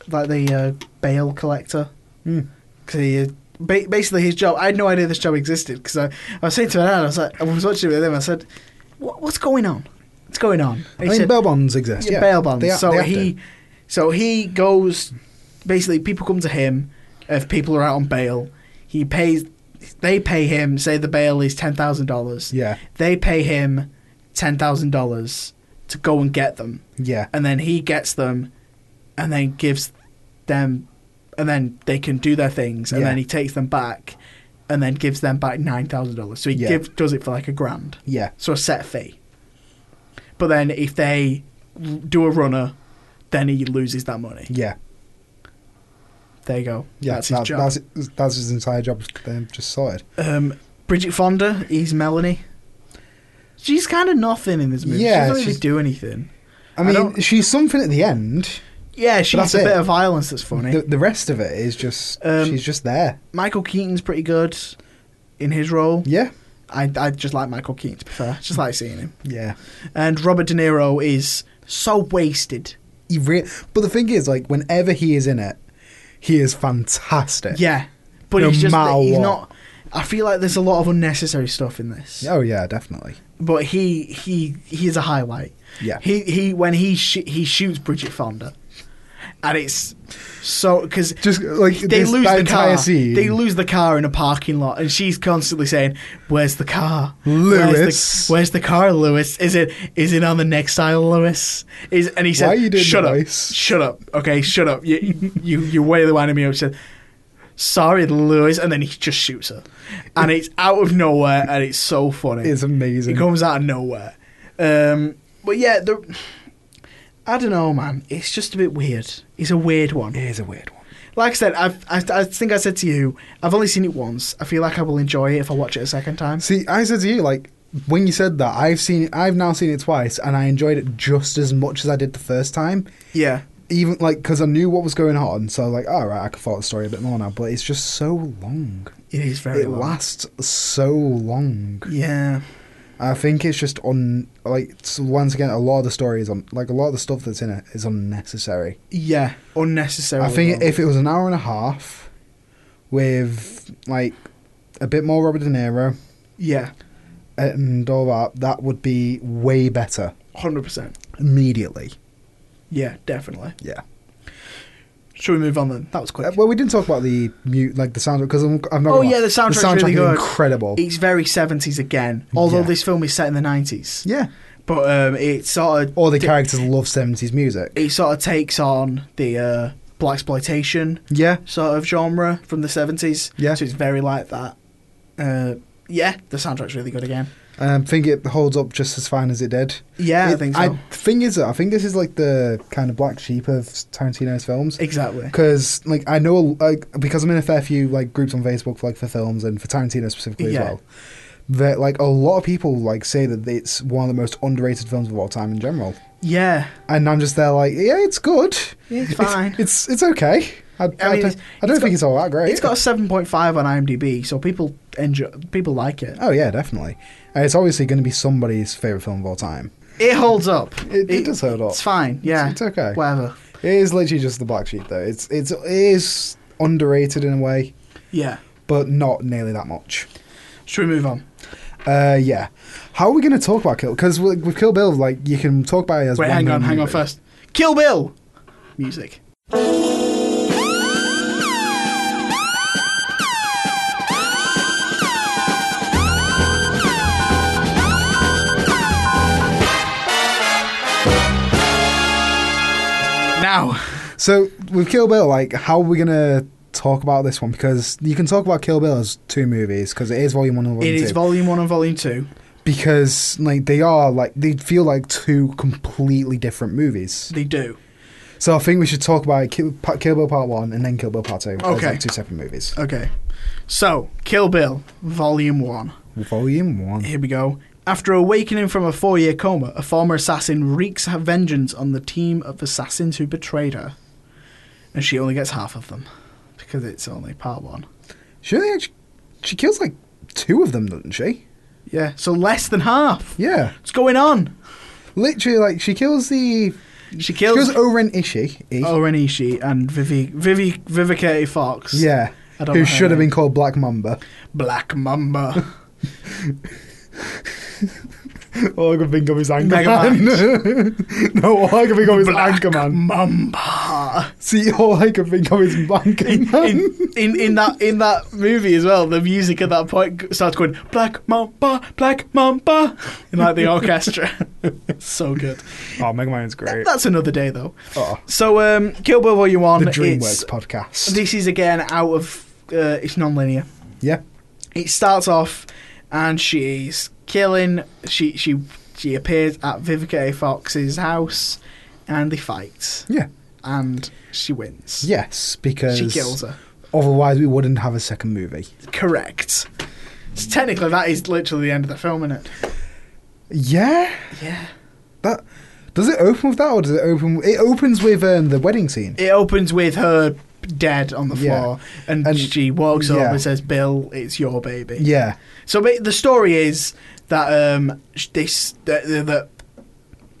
[SPEAKER 1] like the uh, bail collector.
[SPEAKER 2] Hmm.
[SPEAKER 1] 'Cause he, uh, ba- basically his job. I had no idea this job existed because I, I was saying to my dad, I was like, I was watching it with him. I said, what, "What's going on? What's going on?"
[SPEAKER 2] I
[SPEAKER 1] He
[SPEAKER 2] mean,
[SPEAKER 1] said,
[SPEAKER 2] bail bonds exist. Yeah,
[SPEAKER 1] bail bonds.
[SPEAKER 2] They are-
[SPEAKER 1] so
[SPEAKER 2] they have
[SPEAKER 1] he,
[SPEAKER 2] to.
[SPEAKER 1] so he goes. Basically, people come to him if people are out on bail. He pays. They pay him. Say the bail is ten thousand dollars.
[SPEAKER 2] Yeah,
[SPEAKER 1] They pay him ten thousand dollars to go and get them
[SPEAKER 2] yeah,
[SPEAKER 1] and then he gets them and then gives them and then they can do their things and
[SPEAKER 2] Yeah.
[SPEAKER 1] then he takes them back and then gives them back nine thousand dollars. So he
[SPEAKER 2] Yeah.
[SPEAKER 1] give, does it for like a grand.
[SPEAKER 2] yeah,
[SPEAKER 1] So a set fee. But then if they r- do a runner, then he loses that money.
[SPEAKER 2] yeah.
[SPEAKER 1] There you go.
[SPEAKER 2] Yeah,
[SPEAKER 1] that's his
[SPEAKER 2] that-
[SPEAKER 1] job.
[SPEAKER 2] That's, that's his entire job. They're just sorted.
[SPEAKER 1] Um, Bridget Fonda is Melanie. She's kind of nothing in this movie.
[SPEAKER 2] Yeah,
[SPEAKER 1] she doesn't really
[SPEAKER 2] she's-
[SPEAKER 1] do anything.
[SPEAKER 2] I
[SPEAKER 1] I
[SPEAKER 2] mean,
[SPEAKER 1] don't-
[SPEAKER 2] she's something at the end.
[SPEAKER 1] Yeah, she
[SPEAKER 2] But
[SPEAKER 1] has a
[SPEAKER 2] that's
[SPEAKER 1] bit
[SPEAKER 2] it.
[SPEAKER 1] of violence that's funny.
[SPEAKER 2] The, the rest of it is just
[SPEAKER 1] Um,
[SPEAKER 2] she's just there.
[SPEAKER 1] Michael Keaton's pretty good in his role.
[SPEAKER 2] Yeah,
[SPEAKER 1] I, I just like Michael Keaton to be fair. Just like seeing him.
[SPEAKER 2] yeah.
[SPEAKER 1] And Robert De Niro is so wasted.
[SPEAKER 2] He re- but the thing is, like, whenever he is in it, he is fantastic.
[SPEAKER 1] Yeah, but
[SPEAKER 2] No
[SPEAKER 1] he's just
[SPEAKER 2] matter
[SPEAKER 1] he's
[SPEAKER 2] what.
[SPEAKER 1] not. I feel like there's a lot of unnecessary stuff in this.
[SPEAKER 2] Oh yeah, definitely.
[SPEAKER 1] But he he he is a highlight.
[SPEAKER 2] Yeah.
[SPEAKER 1] He he when he sh- he shoots Bridget Fonda, and it's so because.
[SPEAKER 2] Just like
[SPEAKER 1] They
[SPEAKER 2] this,
[SPEAKER 1] lose
[SPEAKER 2] that
[SPEAKER 1] the
[SPEAKER 2] entire
[SPEAKER 1] car.
[SPEAKER 2] scene.
[SPEAKER 1] They lose the car in a parking lot, and she's constantly saying, "Where's the car? Where's
[SPEAKER 2] Lewis.
[SPEAKER 1] the, where's the car, Lewis? Is it is it on the next aisle, Lewis? Is and he said,
[SPEAKER 2] are you doing
[SPEAKER 1] "Shut
[SPEAKER 2] the
[SPEAKER 1] up,
[SPEAKER 2] voice?"
[SPEAKER 1] shut up, okay, shut up. You you you're way the winding me up." She said, "Sorry, Lewis," and then he just shoots her, and it's out of nowhere, and it's so funny.
[SPEAKER 2] It's amazing.
[SPEAKER 1] It comes out of nowhere. Um, but yeah, the I don't know, man. It's just a bit weird. It's a weird one.
[SPEAKER 2] it is a weird one.
[SPEAKER 1] Like I said, I've, I, I think I said to you, I've only seen it once. I feel like I will enjoy it if I watch it a second time.
[SPEAKER 2] See, I said to you, like, when you said that, I've seen, I've now seen it twice, and I enjoyed it just as much as I did the first time.
[SPEAKER 1] Yeah.
[SPEAKER 2] Even like, because I knew what was going on, so like, all right, I can follow the story a bit more now. But it's just so long.
[SPEAKER 1] It is very
[SPEAKER 2] it
[SPEAKER 1] long.
[SPEAKER 2] lasts so long.
[SPEAKER 1] Yeah.
[SPEAKER 2] I think it's just on like it's- once again a lot of the story is on like a lot of the stuff that's in it is unnecessary.
[SPEAKER 1] Yeah. Unnecessarily.
[SPEAKER 2] I think
[SPEAKER 1] long.
[SPEAKER 2] if it was an hour and a half with like a bit more Robert De Niro
[SPEAKER 1] Yeah.
[SPEAKER 2] and all that, that would be way better
[SPEAKER 1] 100%.
[SPEAKER 2] immediately.
[SPEAKER 1] Yeah, definitely.
[SPEAKER 2] Yeah.
[SPEAKER 1] Should we move on then? That was quick.
[SPEAKER 2] Uh, well, we didn't talk about the mute like the sound because I'm, I'm not.
[SPEAKER 1] oh,
[SPEAKER 2] gonna lie,
[SPEAKER 1] yeah, the
[SPEAKER 2] the
[SPEAKER 1] soundtrack's
[SPEAKER 2] soundtrack
[SPEAKER 1] really
[SPEAKER 2] is
[SPEAKER 1] good.
[SPEAKER 2] incredible.
[SPEAKER 1] It's very 70s again, although
[SPEAKER 2] Yeah.
[SPEAKER 1] this film is set in the 90s.
[SPEAKER 2] Yeah,
[SPEAKER 1] But um, it sort of.
[SPEAKER 2] all the
[SPEAKER 1] di-
[SPEAKER 2] characters love seventies music.
[SPEAKER 1] It sort of takes on the uh, black exploitation
[SPEAKER 2] Yeah,
[SPEAKER 1] sort of genre from the 70s.
[SPEAKER 2] Yeah.
[SPEAKER 1] So it's very like that. Uh, yeah, the soundtrack's really good again.
[SPEAKER 2] um, think it holds up just as fine as it did.
[SPEAKER 1] Yeah, I
[SPEAKER 2] It-
[SPEAKER 1] think so.
[SPEAKER 2] thing is, I think this is like the kind of black sheep of Tarantino's films.
[SPEAKER 1] exactly.
[SPEAKER 2] Because like I know like because I'm in a fair few like groups on Facebook for, like for films and for Tarantino specifically
[SPEAKER 1] Yeah.
[SPEAKER 2] as well. That like a lot of people like say that it's one of the most underrated films of all time in general.
[SPEAKER 1] Yeah.
[SPEAKER 2] And I'm just there like yeah, it's good.
[SPEAKER 1] It's fine.
[SPEAKER 2] (laughs) It's it's, okay. I, I,
[SPEAKER 1] mean,
[SPEAKER 2] don't,
[SPEAKER 1] it's-
[SPEAKER 2] I don't
[SPEAKER 1] it's
[SPEAKER 2] think
[SPEAKER 1] got-
[SPEAKER 2] it's all that
[SPEAKER 1] (laughs)
[SPEAKER 2] great.
[SPEAKER 1] It's got a 7.5 on IMDb, so people enjoy, people like it.
[SPEAKER 2] oh yeah, definitely. And it's obviously going to be somebody's favorite film of all time.
[SPEAKER 1] It holds up.
[SPEAKER 2] It, it, does hold up.
[SPEAKER 1] It's fine. Yeah.
[SPEAKER 2] It's, it's okay.
[SPEAKER 1] Whatever.
[SPEAKER 2] It is literally just the black sheep, though. It's it's it is underrated in a way,
[SPEAKER 1] Yeah.
[SPEAKER 2] but not nearly that much.
[SPEAKER 1] Should we move on?
[SPEAKER 2] Uh, yeah. How are we going to talk about Kill? Because with Kill Bill, like you can talk about it as
[SPEAKER 1] Wait,
[SPEAKER 2] one
[SPEAKER 1] hang
[SPEAKER 2] main
[SPEAKER 1] on, hang on
[SPEAKER 2] movie.
[SPEAKER 1] first. Kill Bill! Music. now.
[SPEAKER 2] So with Kill Bill, like, how are we gonna talk about this one? Because you can talk about Kill Bill as two movies because it is Volume One and Volume
[SPEAKER 1] It
[SPEAKER 2] Two.
[SPEAKER 1] is volume one and volume two.
[SPEAKER 2] because like they are like they feel like two completely different movies.
[SPEAKER 1] They do.
[SPEAKER 2] So I think we should talk about Kill, Pa- Kill Bill Part One and then Kill Bill Part Two. as,
[SPEAKER 1] Okay.
[SPEAKER 2] like, two separate movies.
[SPEAKER 1] Okay. So, Kill Bill, volume one.
[SPEAKER 2] Volume One.
[SPEAKER 1] Here we go. After awakening from a four year coma, a former assassin wreaks her vengeance on the team of assassins who betrayed her. And she only gets half of them because it's only part one.
[SPEAKER 2] She only actually, she kills like two of them, doesn't she?
[SPEAKER 1] Yeah, so less than half.
[SPEAKER 2] Yeah,
[SPEAKER 1] What's going on?
[SPEAKER 2] literally, like she kills the
[SPEAKER 1] She
[SPEAKER 2] she
[SPEAKER 1] kills
[SPEAKER 2] kills Oren Ishii. Ish-
[SPEAKER 1] Oren Ishii and Vivi, Vivi, Vivica A. Fox.
[SPEAKER 2] Yeah,
[SPEAKER 1] I don't know
[SPEAKER 2] who
[SPEAKER 1] her
[SPEAKER 2] should have
[SPEAKER 1] name.
[SPEAKER 2] been called Black Mamba.
[SPEAKER 1] Black
[SPEAKER 2] (laughs)
[SPEAKER 1] Mamba.
[SPEAKER 2] All I can think of is
[SPEAKER 1] Mega
[SPEAKER 2] Anchorman. (laughs) no, all I can think of is
[SPEAKER 1] Black
[SPEAKER 2] Anchorman.
[SPEAKER 1] Mamba.
[SPEAKER 2] See, all I can think of is
[SPEAKER 1] In, in,
[SPEAKER 2] Anchorman. (laughs)
[SPEAKER 1] in, in that in that movie as well, the music at that point g- starts going Black Mamba, Black Mamba, in like the orchestra. (laughs) so good.
[SPEAKER 2] oh, Mega Man's great.
[SPEAKER 1] That's another day though.
[SPEAKER 2] (laughs) Oh,
[SPEAKER 1] So um, Kill Bill Volume One.
[SPEAKER 2] the
[SPEAKER 1] it's-
[SPEAKER 2] DreamWorks podcast.
[SPEAKER 1] This is again out of uh, it's non-linear.
[SPEAKER 2] yeah,
[SPEAKER 1] it starts off and she's killing she she she appears at Vivica A. Fox's house and they fight
[SPEAKER 2] yeah,
[SPEAKER 1] and she wins.
[SPEAKER 2] yes, because
[SPEAKER 1] She kills her.
[SPEAKER 2] otherwise we wouldn't have a second movie.
[SPEAKER 1] Correct. So technically that is literally the end of the film, isn't it?
[SPEAKER 2] Yeah,
[SPEAKER 1] Yeah.
[SPEAKER 2] that does it open with that, or does it open? It opens with um, the wedding scene.
[SPEAKER 1] It opens with her dead on the
[SPEAKER 2] Yeah.
[SPEAKER 1] floor and,
[SPEAKER 2] And-
[SPEAKER 1] she walks over
[SPEAKER 2] yeah.
[SPEAKER 1] and says, Bill, it's your baby.
[SPEAKER 2] Yeah,
[SPEAKER 1] So ba- the story is that um sh- this the the,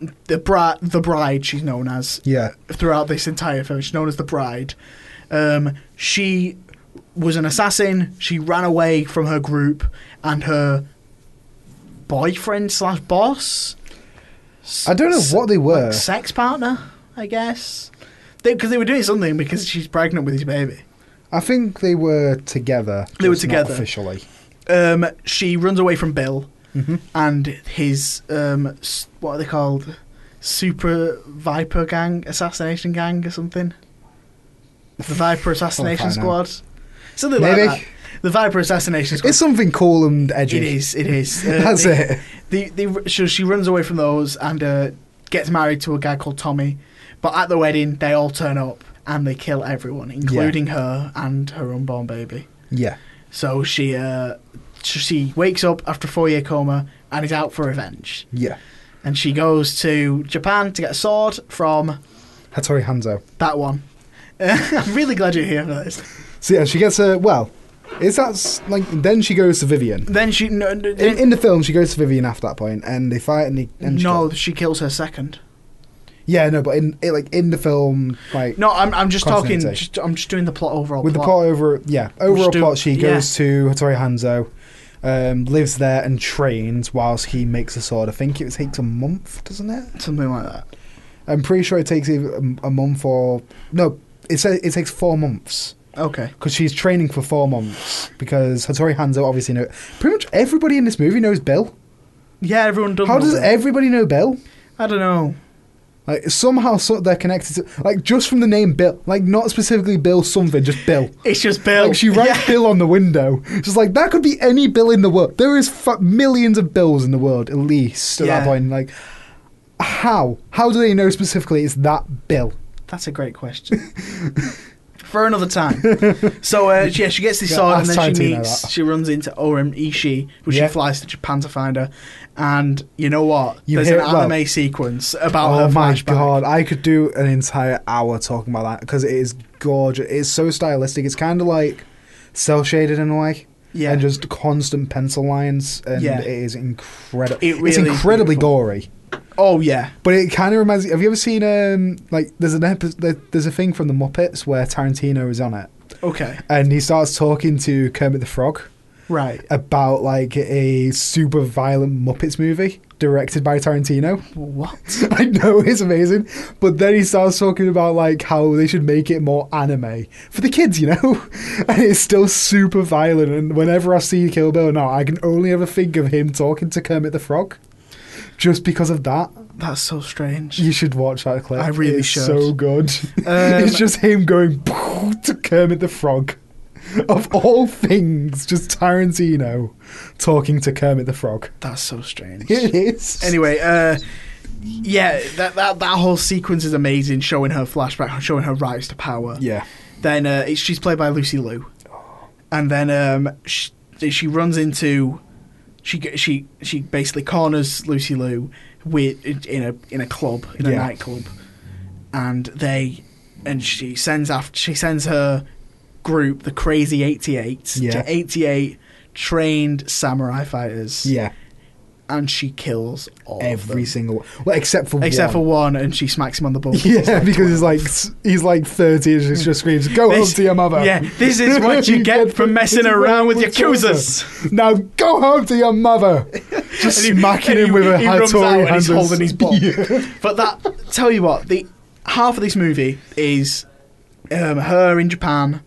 [SPEAKER 1] the the bra- the bride she's known as
[SPEAKER 2] yeah,
[SPEAKER 1] throughout this entire film. She's known as the Bride. Um, she was an assassin. She ran away from her group and her boyfriend slash boss. S-
[SPEAKER 2] I don't know
[SPEAKER 1] s-
[SPEAKER 2] what they were.
[SPEAKER 1] like sex partner, I guess. Because they, were doing something because she's pregnant with his baby.
[SPEAKER 2] I think they were together.
[SPEAKER 1] They were
[SPEAKER 2] just not
[SPEAKER 1] together.
[SPEAKER 2] officially.
[SPEAKER 1] Um, she runs away from Bill
[SPEAKER 2] Mm-hmm.
[SPEAKER 1] and his um, s- what are they called? Super Viper Gang, assassination gang, or something. The Viper assassination
[SPEAKER 2] out.
[SPEAKER 1] squad, something
[SPEAKER 2] Maybe.
[SPEAKER 1] like that. The Viper assassination squad.
[SPEAKER 2] It's something cool and edgy.
[SPEAKER 1] it is. It is. Uh,
[SPEAKER 2] (laughs) That's
[SPEAKER 1] they-
[SPEAKER 2] it.
[SPEAKER 1] They, they, so she runs away from those and uh, gets married to a guy called Tommy. But at the wedding, they all turn up and they kill everyone, including her and her unborn baby.
[SPEAKER 2] Yeah.
[SPEAKER 1] So she uh, so she wakes up after a four year coma and is out for revenge.
[SPEAKER 2] Yeah.
[SPEAKER 1] And she goes to Japan to get a sword from
[SPEAKER 2] Hattori Hanzo.
[SPEAKER 1] that one. (laughs) I'm really glad you're here for this.
[SPEAKER 2] So yeah, she gets a well. Is that s- like then she goes to Vivian
[SPEAKER 1] Then she no, no,
[SPEAKER 2] in, in the film? She goes to Vivian after that point, and they fight and, they, and she
[SPEAKER 1] no
[SPEAKER 2] kills-
[SPEAKER 1] she kills her second.
[SPEAKER 2] yeah, no, but in it, like in the film, like
[SPEAKER 1] No, I'm I'm just talking.
[SPEAKER 2] Continuity.
[SPEAKER 1] Just, I'm just doing the plot overall.
[SPEAKER 2] with the plot over yeah overall
[SPEAKER 1] Just do-
[SPEAKER 2] plot, she
[SPEAKER 1] yeah.
[SPEAKER 2] goes to Hattori Hanzo, um, lives there and trains whilst he makes a sword. I think it takes a month, doesn't it?
[SPEAKER 1] something like that.
[SPEAKER 2] I'm pretty sure it takes either a, a month or no. It says it takes four months.
[SPEAKER 1] Okay.
[SPEAKER 2] because she's training for four months because Hattori Hanzo obviously know pretty much everybody in this movie knows Bill.
[SPEAKER 1] Yeah, everyone does.
[SPEAKER 2] How
[SPEAKER 1] know
[SPEAKER 2] does
[SPEAKER 1] that.
[SPEAKER 2] everybody know Bill?
[SPEAKER 1] I don't know.
[SPEAKER 2] Like somehow so they're connected to like just from the name Bill, like not specifically Bill something, just Bill.
[SPEAKER 1] It's just Bill.
[SPEAKER 2] Like she writes
[SPEAKER 1] Yeah.
[SPEAKER 2] Bill on the window. She's like that could be any Bill in the world. There is f- millions of Bills in the world at least at
[SPEAKER 1] Yeah.
[SPEAKER 2] that point. Like how how do they know specifically it's that Bill?
[SPEAKER 1] That's a great question. (laughs) For another
[SPEAKER 2] (laughs)
[SPEAKER 1] time. so uh, yeah, she gets this
[SPEAKER 2] Yeah,
[SPEAKER 1] sword and
[SPEAKER 2] that's
[SPEAKER 1] then she
[SPEAKER 2] Tarantino,
[SPEAKER 1] meets.
[SPEAKER 2] that.
[SPEAKER 1] She runs into Oren Ishii, which
[SPEAKER 2] Yeah.
[SPEAKER 1] she flies to Japan to find her. And you know what?
[SPEAKER 2] You
[SPEAKER 1] There's
[SPEAKER 2] hear
[SPEAKER 1] an
[SPEAKER 2] it well.
[SPEAKER 1] anime sequence about
[SPEAKER 2] Oh
[SPEAKER 1] her
[SPEAKER 2] my
[SPEAKER 1] flashback.
[SPEAKER 2] god, I could do an entire hour talking about that because it is gorgeous. It's so stylistic. It's kind of like cell shaded in a way,
[SPEAKER 1] Yeah,
[SPEAKER 2] and just constant pencil lines, and
[SPEAKER 1] Yeah.
[SPEAKER 2] it is incredible.
[SPEAKER 1] It
[SPEAKER 2] it's
[SPEAKER 1] really is
[SPEAKER 2] incredibly
[SPEAKER 1] beautiful.
[SPEAKER 2] gory,
[SPEAKER 1] oh yeah,
[SPEAKER 2] but it kind of reminds. Have you ever seen um like there's an epi- there, there's a thing from the Muppets where Tarantino is on it,
[SPEAKER 1] okay,
[SPEAKER 2] and he starts talking to Kermit the Frog (laughs)
[SPEAKER 1] right.
[SPEAKER 2] about like a super violent Muppets movie directed by Tarantino.
[SPEAKER 1] What?
[SPEAKER 2] (laughs) I know it's amazing, but then he starts talking about like how they should make it more anime for the kids, you know. (laughs) And it's still super violent. And whenever I see Kill Bill now, I can only ever think of him talking to Kermit the Frog, just because of that.
[SPEAKER 1] That's so strange.
[SPEAKER 3] You should watch that clip.
[SPEAKER 1] I really
[SPEAKER 3] it's
[SPEAKER 1] should.
[SPEAKER 3] So
[SPEAKER 2] (laughs)
[SPEAKER 3] good.
[SPEAKER 1] Um,
[SPEAKER 3] it's just him going to Kermit the Frog. Of all things, just Tarantino talking to Kermit the
[SPEAKER 2] (laughs)
[SPEAKER 3] Frog.
[SPEAKER 1] That's so strange.
[SPEAKER 3] It is.
[SPEAKER 1] anyway, uh, yeah, that, that that whole sequence is amazing, showing her flashback, showing her rise to power.
[SPEAKER 3] Yeah.
[SPEAKER 1] Then uh, it's, she's played by Lucy Liu, and then um, she, she runs into she g- she she basically corners Lucy Liu with in a in a club in a
[SPEAKER 3] Yeah.
[SPEAKER 1] nightclub, and they and she sends after she sends her group the crazy 88
[SPEAKER 3] Yeah.
[SPEAKER 1] to 88 trained samurai fighters
[SPEAKER 3] Yeah.
[SPEAKER 1] and she kills all of
[SPEAKER 3] Every
[SPEAKER 1] them.
[SPEAKER 3] single Well, except for (laughs)
[SPEAKER 1] except
[SPEAKER 3] one.
[SPEAKER 1] for one, and she smacks him on the bum.
[SPEAKER 3] (laughs) Yeah, because he's like s- he's like thirty and she just screams, "Go home
[SPEAKER 1] This-
[SPEAKER 3] to your mother."
[SPEAKER 1] Yeah, this is
[SPEAKER 3] (laughs)
[SPEAKER 1] what you get for
[SPEAKER 3] the-
[SPEAKER 1] messing
[SPEAKER 3] this is
[SPEAKER 1] around
[SPEAKER 3] what
[SPEAKER 1] with
[SPEAKER 3] you get for-
[SPEAKER 1] Yakuzas.
[SPEAKER 3] Now go home to your
[SPEAKER 1] (laughs)
[SPEAKER 3] mother. (laughs) Just
[SPEAKER 1] And he-
[SPEAKER 3] smacking
[SPEAKER 1] and
[SPEAKER 3] him
[SPEAKER 1] he-
[SPEAKER 3] with a
[SPEAKER 1] he runs out
[SPEAKER 3] Hattori
[SPEAKER 1] and he's
[SPEAKER 3] handles. (laughs)
[SPEAKER 1] holding his ball.
[SPEAKER 3] Yeah.
[SPEAKER 1] But that, tell you what, the half of this movie is um, her in Japan,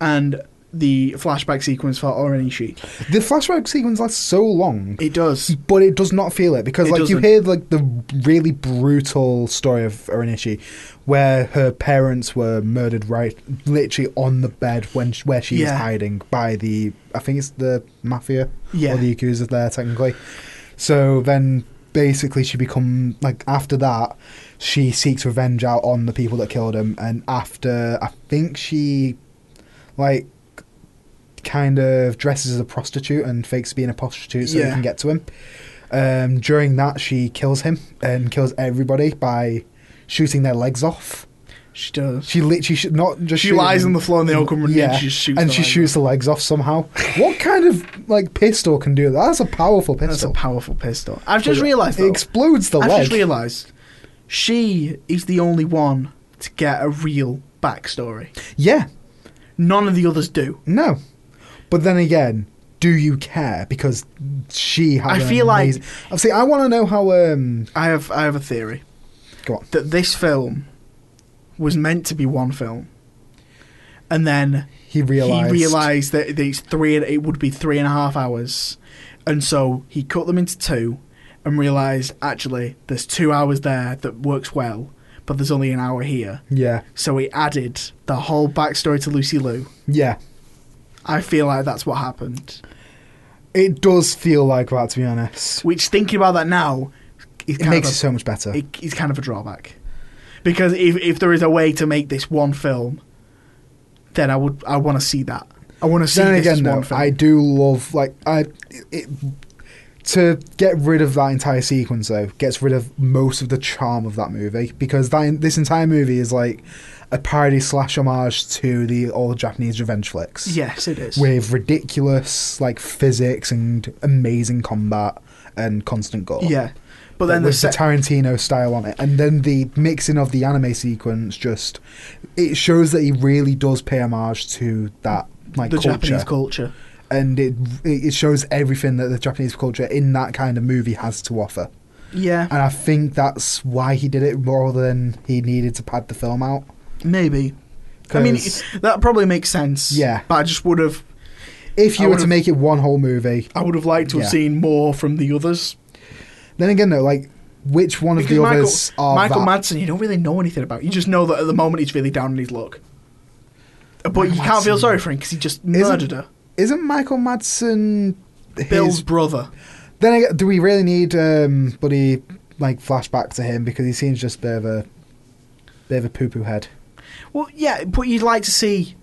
[SPEAKER 1] and the flashback sequence for Orenishi.
[SPEAKER 2] The flashback sequence lasts so long,
[SPEAKER 1] It does.
[SPEAKER 2] but it does not feel it because,
[SPEAKER 1] It
[SPEAKER 2] like, you
[SPEAKER 1] doesn't.
[SPEAKER 2] hear like the really brutal story of Orinishi, where her parents were murdered right, literally on the bed when sh where she
[SPEAKER 1] Yeah.
[SPEAKER 2] was hiding by the, I think it's the mafia
[SPEAKER 1] Yeah.
[SPEAKER 2] or the accusers there technically. So then, basically, she become like after that, she seeks revenge out on the people that killed him, and after I think she, like. Kind of dresses as a prostitute and fakes being a prostitute so
[SPEAKER 1] Yeah.
[SPEAKER 2] he can get to him. Um, during that, she kills him and kills everybody by shooting their legs off.
[SPEAKER 1] She does.
[SPEAKER 2] She literally should not just.
[SPEAKER 1] She
[SPEAKER 2] shoot
[SPEAKER 1] lies
[SPEAKER 2] them.
[SPEAKER 1] on the floor, and they all come running.
[SPEAKER 2] Yeah,
[SPEAKER 1] and she just shoots.
[SPEAKER 2] and
[SPEAKER 1] her
[SPEAKER 2] she
[SPEAKER 1] like that.
[SPEAKER 2] shoots the legs off somehow. What kind of like pistol can do that? That's a powerful pistol.
[SPEAKER 1] That's a powerful pistol. I've just realised.
[SPEAKER 2] it
[SPEAKER 1] though,
[SPEAKER 2] explodes the
[SPEAKER 1] I've
[SPEAKER 2] leg.
[SPEAKER 1] just realised she is the only one to get a real backstory.
[SPEAKER 2] yeah,
[SPEAKER 1] None of the others do.
[SPEAKER 2] no. But then again, do you care? Because she. Had
[SPEAKER 1] I
[SPEAKER 2] an
[SPEAKER 1] feel like-
[SPEAKER 2] amazing... like. See, I want to know how. Um,
[SPEAKER 1] I have I have a theory
[SPEAKER 2] go on.
[SPEAKER 1] that this film was meant to be one film, and then
[SPEAKER 2] He realized.
[SPEAKER 1] he realized that these three and it would be three and a half hours, and so he cut them into two, and realized actually there's two hours there that works well, but there's only an hour here,
[SPEAKER 2] Yeah,
[SPEAKER 1] so he added the whole backstory to Lucy Liu.
[SPEAKER 2] yeah.
[SPEAKER 1] I feel like that's what happened.
[SPEAKER 2] It does feel like that, to be honest.
[SPEAKER 1] Which thinking about that now, is
[SPEAKER 2] It
[SPEAKER 1] kind
[SPEAKER 2] makes
[SPEAKER 1] of
[SPEAKER 2] it
[SPEAKER 1] a-
[SPEAKER 2] so much better.
[SPEAKER 1] it, it's kind of a drawback because if if there is a way to make this one film, then I would I want to see that. I want to see
[SPEAKER 2] then
[SPEAKER 1] this
[SPEAKER 2] again,
[SPEAKER 1] as
[SPEAKER 2] though,
[SPEAKER 1] one film.
[SPEAKER 2] I do love like I it, to get rid of that entire sequence though gets rid of most of the charm of that movie because that this entire movie is like a parody slash homage to the old Japanese revenge flicks
[SPEAKER 1] yes, it is.
[SPEAKER 2] with ridiculous like physics and amazing combat and constant gore.
[SPEAKER 1] yeah, but
[SPEAKER 2] But
[SPEAKER 1] then the
[SPEAKER 2] with the,
[SPEAKER 1] se-
[SPEAKER 2] Tarantino style on it, and then the mixing of the anime sequence just it shows that he really does pay homage to that like
[SPEAKER 1] the
[SPEAKER 2] culture
[SPEAKER 1] Japanese culture.
[SPEAKER 2] and it it shows everything that the Japanese culture in that kind of movie has to offer.
[SPEAKER 1] Yeah,
[SPEAKER 2] And I think that's why he did it more than he needed to pad the film out.
[SPEAKER 1] maybe. I mean,
[SPEAKER 2] 'Cause
[SPEAKER 1] that probably makes sense.
[SPEAKER 2] Yeah.
[SPEAKER 1] but I just would have
[SPEAKER 2] if
[SPEAKER 1] I
[SPEAKER 2] you were to
[SPEAKER 1] would've-
[SPEAKER 2] make it one whole movie,
[SPEAKER 1] I would have liked to have
[SPEAKER 2] Yeah.
[SPEAKER 1] seen more from the others.
[SPEAKER 2] then again though, like which one of
[SPEAKER 1] Because
[SPEAKER 2] the
[SPEAKER 1] Michael,
[SPEAKER 2] others are
[SPEAKER 1] Michael
[SPEAKER 2] that?
[SPEAKER 1] Madsen, you don't really know anything about. You just know that at the moment he's really down on his luck. But you
[SPEAKER 2] Michael
[SPEAKER 1] can't feel
[SPEAKER 2] Madsen-
[SPEAKER 1] sorry for him because he just
[SPEAKER 2] Isn't-
[SPEAKER 1] murdered her.
[SPEAKER 2] Isn't Michael Madsen his-
[SPEAKER 1] Bill's brother.
[SPEAKER 2] Then again, do we really need um, bloody like flashback to him because he seems just a bit of a bit of a poo poo head.
[SPEAKER 1] Well, yeah, but you'd like to see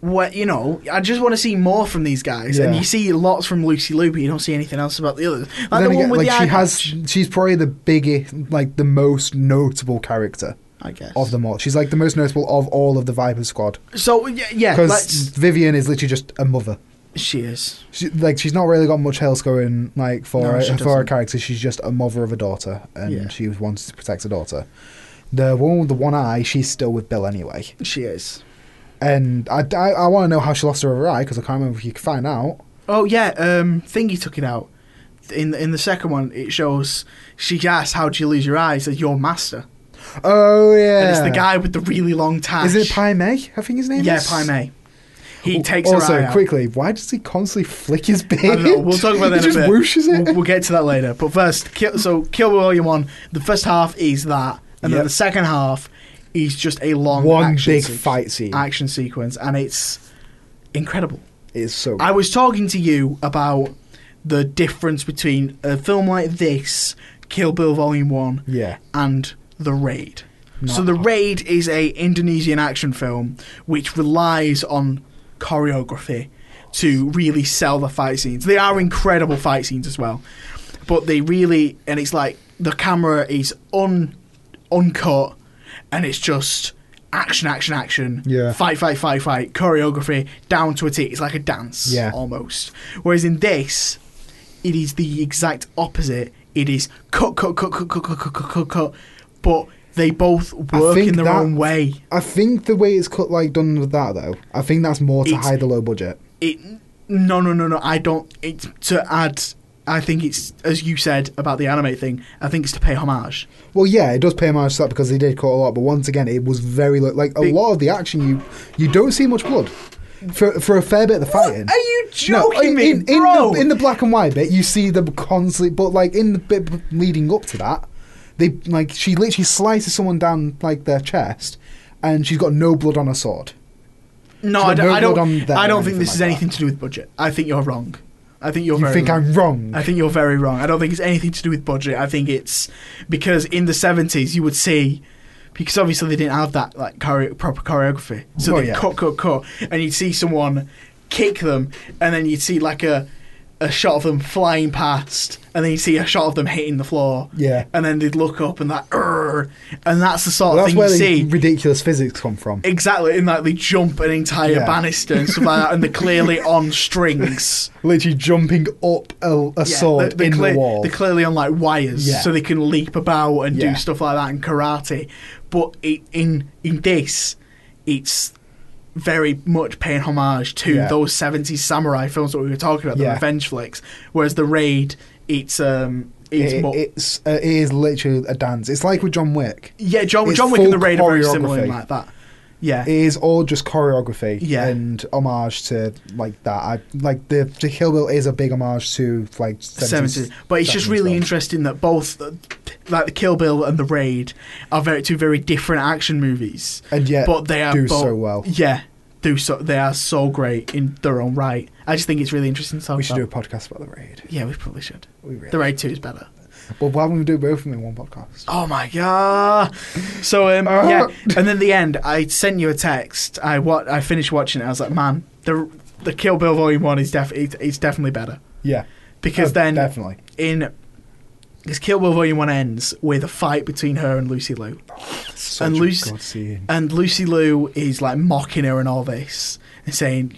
[SPEAKER 1] what you know. I just want to see more from these guys, and
[SPEAKER 2] Yeah.
[SPEAKER 1] you see lots from Lucy Liu, but you don't see anything else about the others. Like the one
[SPEAKER 2] then again,
[SPEAKER 1] with
[SPEAKER 2] like
[SPEAKER 1] the
[SPEAKER 2] she
[SPEAKER 1] eye
[SPEAKER 2] has,
[SPEAKER 1] patch,
[SPEAKER 2] she's probably the biggest, like the most notable character.
[SPEAKER 1] I guess.
[SPEAKER 2] of them all. She's like the most notable of all of the Viper squad
[SPEAKER 1] so yeah, yeah
[SPEAKER 2] because
[SPEAKER 1] let's,
[SPEAKER 2] Vivian is literally just a mother.
[SPEAKER 1] she is.
[SPEAKER 2] She, like she's not really got much else going like for
[SPEAKER 1] No,
[SPEAKER 2] her,
[SPEAKER 1] she
[SPEAKER 2] for her
[SPEAKER 1] doesn't.
[SPEAKER 2] character. She's just a mother of a daughter, and
[SPEAKER 1] Yeah.
[SPEAKER 2] she was wanted to protect her daughter. The woman with the one eye, she's still with Bill anyway.
[SPEAKER 1] She is.
[SPEAKER 2] And I, I, I want to know how she lost her other eye because I can't remember if you can find out.
[SPEAKER 1] Oh yeah, um, Thingy took it out. In in the second one, it shows she asks, "How do you lose your eyes?" Says, "Your master,"
[SPEAKER 2] Oh yeah,
[SPEAKER 1] and it's the guy with the really long tash.
[SPEAKER 2] Is it Pai Mei? I think his name
[SPEAKER 1] Yeah,
[SPEAKER 2] is.
[SPEAKER 1] Pai Mei. He takes her
[SPEAKER 2] also
[SPEAKER 1] eye out.
[SPEAKER 2] quickly. Why does he constantly flick his beard?
[SPEAKER 1] I don't know, we'll talk about that
[SPEAKER 2] (laughs) He
[SPEAKER 1] in a
[SPEAKER 2] just
[SPEAKER 1] bit.
[SPEAKER 2] whooshes it.
[SPEAKER 1] We'll, we'll get to that later. But first, kill, so Kill Bill Volume One. The first half is that, and then
[SPEAKER 2] Yep.
[SPEAKER 1] the second half is just a long
[SPEAKER 2] One
[SPEAKER 1] action
[SPEAKER 2] big
[SPEAKER 1] sequ-
[SPEAKER 2] fight scene.
[SPEAKER 1] action sequence, and it's incredible.
[SPEAKER 2] It's so.
[SPEAKER 1] I was talking to you about the difference between a film like this, Kill Bill Volume One,
[SPEAKER 2] yeah.
[SPEAKER 1] and The Raid. So
[SPEAKER 2] No.
[SPEAKER 1] The Raid is a Indonesian action film which relies on choreography to really sell the fight scenes. They are incredible fight scenes as well. But they really and it's like the camera is un uncut and it's just action action action
[SPEAKER 2] Yeah.
[SPEAKER 1] fight fight fight fight choreography down to a T it's like a dance
[SPEAKER 2] Yeah.
[SPEAKER 1] almost whereas in this it is the exact opposite. It is cut, cut, cut, cut, cut, cut, cut, cut, cut, cut. But they both work
[SPEAKER 2] think
[SPEAKER 1] in their
[SPEAKER 2] that-
[SPEAKER 1] own way.
[SPEAKER 2] I think the way it's cut, like done with that though, I think that's more to
[SPEAKER 1] It's-
[SPEAKER 2] hide the low budget.
[SPEAKER 1] It no, no, no, no. I don't. It's to add. I think it's as you said about the anime thing. I think it's to pay homage.
[SPEAKER 2] Well, yeah, it does pay homage to that because they did cut a lot, but once again, it was very low. Like a
[SPEAKER 1] Big-
[SPEAKER 2] lot of the action, you you don't see much blood for for a fair bit of the fighting.
[SPEAKER 1] Are you
[SPEAKER 2] No,
[SPEAKER 1] joking
[SPEAKER 2] in,
[SPEAKER 1] me,
[SPEAKER 2] in, in
[SPEAKER 1] bro?
[SPEAKER 2] the, in the black and white bit, you see them constantly, but like in the bit leading up to that, they like she literally slices someone down like their chest, and she's got no blood on her sword.
[SPEAKER 1] no,
[SPEAKER 2] so
[SPEAKER 1] I don't.
[SPEAKER 2] no
[SPEAKER 1] I don't,
[SPEAKER 2] blood on there
[SPEAKER 1] I
[SPEAKER 2] or
[SPEAKER 1] don't think this
[SPEAKER 2] anything
[SPEAKER 1] is
[SPEAKER 2] like
[SPEAKER 1] anything to do with budget. I think you're wrong. I think you're.
[SPEAKER 2] you
[SPEAKER 1] very
[SPEAKER 2] think
[SPEAKER 1] wrong.
[SPEAKER 2] I'm wrong?
[SPEAKER 1] I think you're very wrong. I don't think it's anything to do with budget. I think it's because in the seventies you would see, because obviously they didn't have that like choreo- proper choreography, so
[SPEAKER 2] Oh,
[SPEAKER 1] they
[SPEAKER 2] yeah.
[SPEAKER 1] cut, cut, cut, and you'd see someone kick them, and then you'd see like a a shot of them flying past, and then you would see a shot of them hitting the floor,
[SPEAKER 2] yeah,
[SPEAKER 1] and then they'd look up and that, "Urgh," and that's the sort
[SPEAKER 2] well,
[SPEAKER 1] of
[SPEAKER 2] that's
[SPEAKER 1] thing
[SPEAKER 2] where
[SPEAKER 1] you
[SPEAKER 2] the
[SPEAKER 1] see.
[SPEAKER 2] ridiculous physics come from.
[SPEAKER 1] Exactly, in that they jump an entire
[SPEAKER 2] Yeah.
[SPEAKER 1] banister and stuff like that, and they're
[SPEAKER 2] (laughs)
[SPEAKER 1] clearly on strings.
[SPEAKER 2] literally jumping up a, a
[SPEAKER 1] Yeah,
[SPEAKER 2] sword
[SPEAKER 1] they're
[SPEAKER 2] in
[SPEAKER 1] clear-
[SPEAKER 2] the wall.
[SPEAKER 1] They're clearly on like wires,
[SPEAKER 2] Yeah.
[SPEAKER 1] so they can leap about and
[SPEAKER 2] Yeah.
[SPEAKER 1] do stuff like that and karate. But it, in in this, it's very much paying homage to
[SPEAKER 2] Yeah.
[SPEAKER 1] those seventies samurai films that we were talking about, the
[SPEAKER 2] Yeah.
[SPEAKER 1] revenge flicks. Whereas the raid, it's um, it's
[SPEAKER 2] It-
[SPEAKER 1] more,
[SPEAKER 2] it's uh, it is literally a dance. It's like with John Wick.
[SPEAKER 1] yeah, John
[SPEAKER 2] it's
[SPEAKER 1] John Wick and the
[SPEAKER 2] full
[SPEAKER 1] raid are very similar in
[SPEAKER 2] choreography.
[SPEAKER 1] like that. Yeah,
[SPEAKER 2] It is all just choreography
[SPEAKER 1] Yeah.
[SPEAKER 2] and homage to like that. I like the the Kill Bill is a big homage to like
[SPEAKER 1] 70s. But it's just
[SPEAKER 2] 70s
[SPEAKER 1] really
[SPEAKER 2] film.
[SPEAKER 1] interesting that both, uh, like the Kill Bill and the Raid, are very two very different action movies.
[SPEAKER 2] and yet
[SPEAKER 1] but they are
[SPEAKER 2] do
[SPEAKER 1] both,
[SPEAKER 2] so well.
[SPEAKER 1] Yeah, do so. They are so great in their own right. I just think it's really interesting. To talk
[SPEAKER 2] We should do a
[SPEAKER 1] about.
[SPEAKER 2] podcast about the raid.
[SPEAKER 1] Yeah, we probably should.
[SPEAKER 2] We really.
[SPEAKER 1] The Raid Two is better.
[SPEAKER 2] Well, why don't we do both of them in one podcast?
[SPEAKER 1] Oh my god! So um,
[SPEAKER 2] Ah.
[SPEAKER 1] yeah, and then the end. I sent you a text. I what I finished watching it. I was like, man, the the Kill Bill Volume One is def it's, it's definitely better
[SPEAKER 2] Yeah,
[SPEAKER 1] because
[SPEAKER 2] Oh,
[SPEAKER 1] then
[SPEAKER 2] definitely.
[SPEAKER 1] in because Kill Bill Volume One ends with a fight between her and Lucy Liu.
[SPEAKER 2] Such
[SPEAKER 1] and
[SPEAKER 2] a
[SPEAKER 1] Lucy-
[SPEAKER 2] good scene.
[SPEAKER 1] (laughs) and Lucy Liu is like mocking her and all this and saying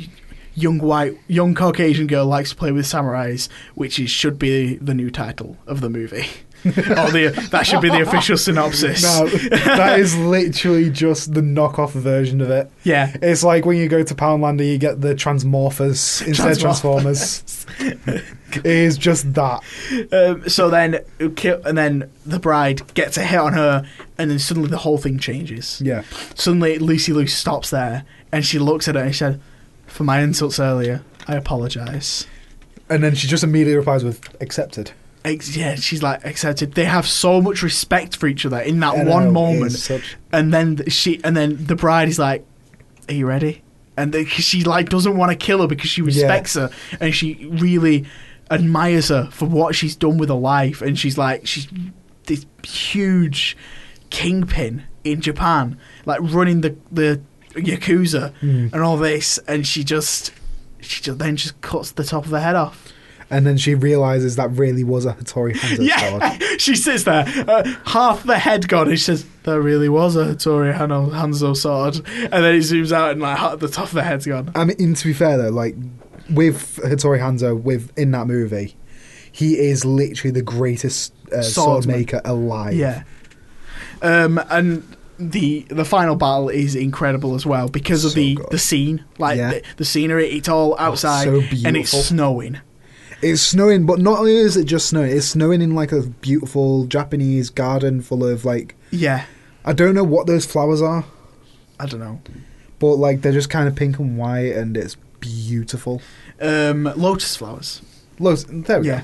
[SPEAKER 1] young white young Caucasian girl likes to play with samurais, which is, should be the new title of the movie. or the, that should be the official synopsis.
[SPEAKER 2] No, that is literally just the knockoff version of it.
[SPEAKER 1] Yeah.
[SPEAKER 2] It's like when you go to Poundland and you get the Transmorphers instead of Transformers. (laughs) it is just that.
[SPEAKER 1] Um, so then kill- and then the bride gets a hit on her and then suddenly the whole thing changes.
[SPEAKER 2] Yeah.
[SPEAKER 1] Suddenly Lucy Liu stops there and she looks at her and she said, For my insults earlier, I apologize.
[SPEAKER 2] And then she just immediately replies with accepted.
[SPEAKER 1] Ex- yeah, she's like accepted. They have so much respect for each other in that
[SPEAKER 2] I know,
[SPEAKER 1] one
[SPEAKER 2] it is
[SPEAKER 1] moment,
[SPEAKER 2] such-
[SPEAKER 1] and then th- she, and then the bride is like, "Are you ready?" And they, 'cause (laughs) she like doesn't want to kill her because she respects her and she really admires her for what she's done with her life, and she's like she's this huge kingpin in Japan, like running the the yakuza
[SPEAKER 2] Mm.
[SPEAKER 1] and all this, and she just she just then just cuts the top of her head off.
[SPEAKER 2] And then she realizes that really was a Hattori Hanzo
[SPEAKER 1] Yeah, (laughs) she sits there, uh, half the head gone, and she says, "There really was a Hattori Hano- Hanzo sword." And then it zooms out, and like ha- the top of the head's gone.
[SPEAKER 2] I mean, and to be fair though, like with Hattori Hanzo, with in that movie, he is literally the greatest uh, sword
[SPEAKER 1] Swordsman.
[SPEAKER 2] maker alive.
[SPEAKER 1] Yeah. Um, and the the final battle is incredible as well because of
[SPEAKER 2] So
[SPEAKER 1] the
[SPEAKER 2] good.
[SPEAKER 1] the scene, like
[SPEAKER 2] Yeah. Oh,
[SPEAKER 1] the, the scenery. It's all outside,
[SPEAKER 2] so
[SPEAKER 1] and it's
[SPEAKER 2] beautiful.
[SPEAKER 1] snowing.
[SPEAKER 2] It's snowing, but not only is it just snowing, it's snowing in like a beautiful Japanese garden full of like
[SPEAKER 1] Yeah,
[SPEAKER 2] I don't know what those flowers are,
[SPEAKER 1] I don't know.
[SPEAKER 2] but like they're just kind of pink and white, and it's beautiful.
[SPEAKER 1] Um, lotus flowers.
[SPEAKER 2] Loads. There we
[SPEAKER 1] yeah.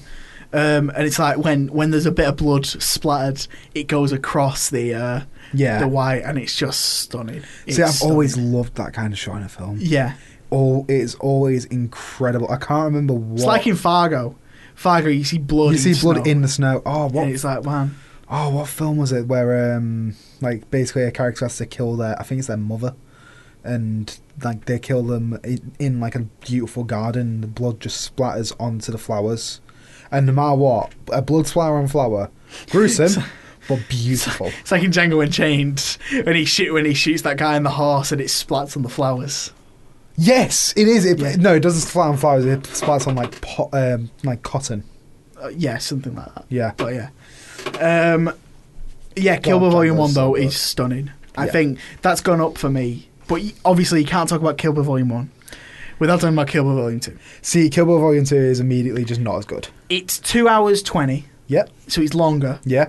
[SPEAKER 1] Um, and it's like when, when there's a bit of blood splattered, it goes across the uh,
[SPEAKER 2] go. Yeah.
[SPEAKER 1] the white, and it's just stunning.
[SPEAKER 2] See,
[SPEAKER 1] It's
[SPEAKER 2] I've always
[SPEAKER 1] stunning.
[SPEAKER 2] loved that kind of shot in a film.
[SPEAKER 1] yeah.
[SPEAKER 2] Oh, it's always incredible. I can't remember what.
[SPEAKER 1] It's like in Fargo. Fargo, you see blood.
[SPEAKER 2] you
[SPEAKER 1] in
[SPEAKER 2] see blood
[SPEAKER 1] snow.
[SPEAKER 2] in the snow. Oh, what
[SPEAKER 1] And it's like man,
[SPEAKER 2] Oh, what film was it where um like basically a character has to kill their I think it's their mother, and like they kill them in, in like a beautiful garden. The blood just splatters onto the flowers, and no matter what, a blood splatter on flower, gruesome but beautiful.
[SPEAKER 1] it's like in Django Unchained when he shoot when he shoots that guy in the horse and it splats on the flowers.
[SPEAKER 2] Yes, it is. It,
[SPEAKER 1] Yeah.
[SPEAKER 2] No, it doesn't splatter on flowers. It splatters on like pot, um, like cotton.
[SPEAKER 1] Uh, yeah, something like that.
[SPEAKER 2] Yeah,
[SPEAKER 1] But yeah, um, yeah, Kill Bill
[SPEAKER 2] Django's
[SPEAKER 1] Volume One though
[SPEAKER 2] so good.
[SPEAKER 1] is stunning. I
[SPEAKER 2] Yeah.
[SPEAKER 1] think that's gone up for me. But y- obviously, you can't talk about Kill Bill Volume One without talking about Kill Bill Volume Two.
[SPEAKER 2] see, Kill Bill Volume Two is immediately just not as good.
[SPEAKER 1] It's two hours twenty,
[SPEAKER 2] Yep.
[SPEAKER 1] so it's longer,
[SPEAKER 2] Yeah,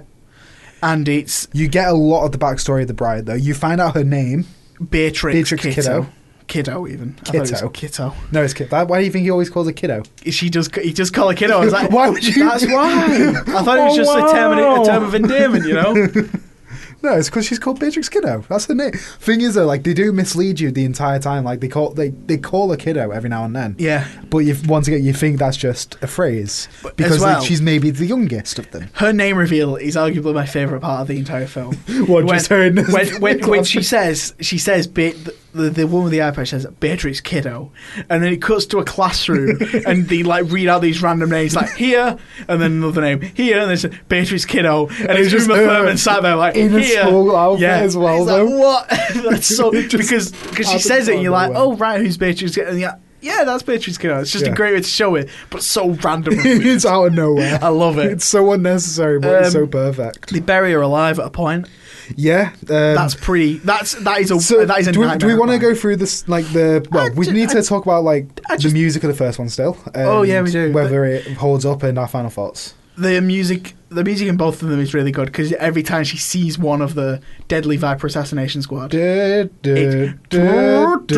[SPEAKER 1] and it's
[SPEAKER 2] you get a lot of the backstory of the bride though. You find out her name.
[SPEAKER 1] Beatrix,
[SPEAKER 2] Beatrix
[SPEAKER 1] Kiddo.
[SPEAKER 2] Kiddo.
[SPEAKER 1] Kiddo, even. I thought it was
[SPEAKER 2] Kiddo.
[SPEAKER 1] Kiddo.
[SPEAKER 2] No, it's kid. Why do you think he always calls her kiddo?
[SPEAKER 1] she does. He does call a kiddo. I was like,
[SPEAKER 2] (laughs) Why would you-
[SPEAKER 1] That's why. I thought it was
[SPEAKER 3] Oh,
[SPEAKER 1] just a, term,
[SPEAKER 3] wow.
[SPEAKER 1] a term of endearment, you
[SPEAKER 2] (laughs)
[SPEAKER 1] know.
[SPEAKER 2] No, it's because she's called Beatrix Kiddo. That's her name. Thing is, though, like they do mislead you the entire time. Like they call they, they call her kiddo every now and then.
[SPEAKER 1] yeah.
[SPEAKER 2] But you once again you think that's just a phrase
[SPEAKER 1] But as
[SPEAKER 2] because
[SPEAKER 1] well-
[SPEAKER 2] like, she's maybe the youngest of them. (laughs)
[SPEAKER 1] Her name reveal is arguably my favorite part of the entire film.
[SPEAKER 2] What just her in this (laughs)
[SPEAKER 1] when, when, when
[SPEAKER 2] class-
[SPEAKER 1] she says she says Be- the, the woman with the iPad says Beatrix Kiddo, and then it cuts to a
[SPEAKER 2] (laughs)
[SPEAKER 1] classroom and they like read out these random names like here and then another name here and then Beatrix Kiddo and,
[SPEAKER 2] it's
[SPEAKER 1] it's
[SPEAKER 2] just
[SPEAKER 1] Uma
[SPEAKER 2] her
[SPEAKER 1] Thurman sat there like
[SPEAKER 2] in a
[SPEAKER 1] here.
[SPEAKER 2] school outfit
[SPEAKER 1] yeah.
[SPEAKER 2] as well,
[SPEAKER 1] It's like,
[SPEAKER 2] though.
[SPEAKER 1] what? (laughs) That's
[SPEAKER 2] (laughs)
[SPEAKER 1] so because because she
[SPEAKER 2] out of
[SPEAKER 1] says it and you're like
[SPEAKER 2] nowhere.
[SPEAKER 1] oh right who's Beatrix Kiddo and you're like, yeah that's Beatrix Kiddo it's just
[SPEAKER 2] Yeah.
[SPEAKER 1] a great way to show it but so random.
[SPEAKER 2] (laughs)
[SPEAKER 1] and weird.
[SPEAKER 2] it's out of nowhere.
[SPEAKER 1] I love it.
[SPEAKER 2] It's so unnecessary, but it's
[SPEAKER 1] Um,
[SPEAKER 2] so perfect.
[SPEAKER 1] They bury her alive at a point.
[SPEAKER 2] Yeah, um,
[SPEAKER 1] That's pretty. That's that is a
[SPEAKER 2] so.
[SPEAKER 1] that is a
[SPEAKER 2] do we, do we
[SPEAKER 1] nightmare
[SPEAKER 2] want to
[SPEAKER 1] of
[SPEAKER 2] go
[SPEAKER 1] mine.
[SPEAKER 2] through this? Like the
[SPEAKER 1] I
[SPEAKER 2] well, we
[SPEAKER 1] ju-
[SPEAKER 2] need to
[SPEAKER 1] I-
[SPEAKER 2] talk about like
[SPEAKER 1] I just-
[SPEAKER 2] the music of the first one still.
[SPEAKER 1] Oh, yeah, we
[SPEAKER 2] and
[SPEAKER 1] do,
[SPEAKER 2] Whether it holds up and our final thoughts.
[SPEAKER 1] the music? The music in both of them is really good because every time she sees one of the deadly Viper assassination squad.
[SPEAKER 2] It's-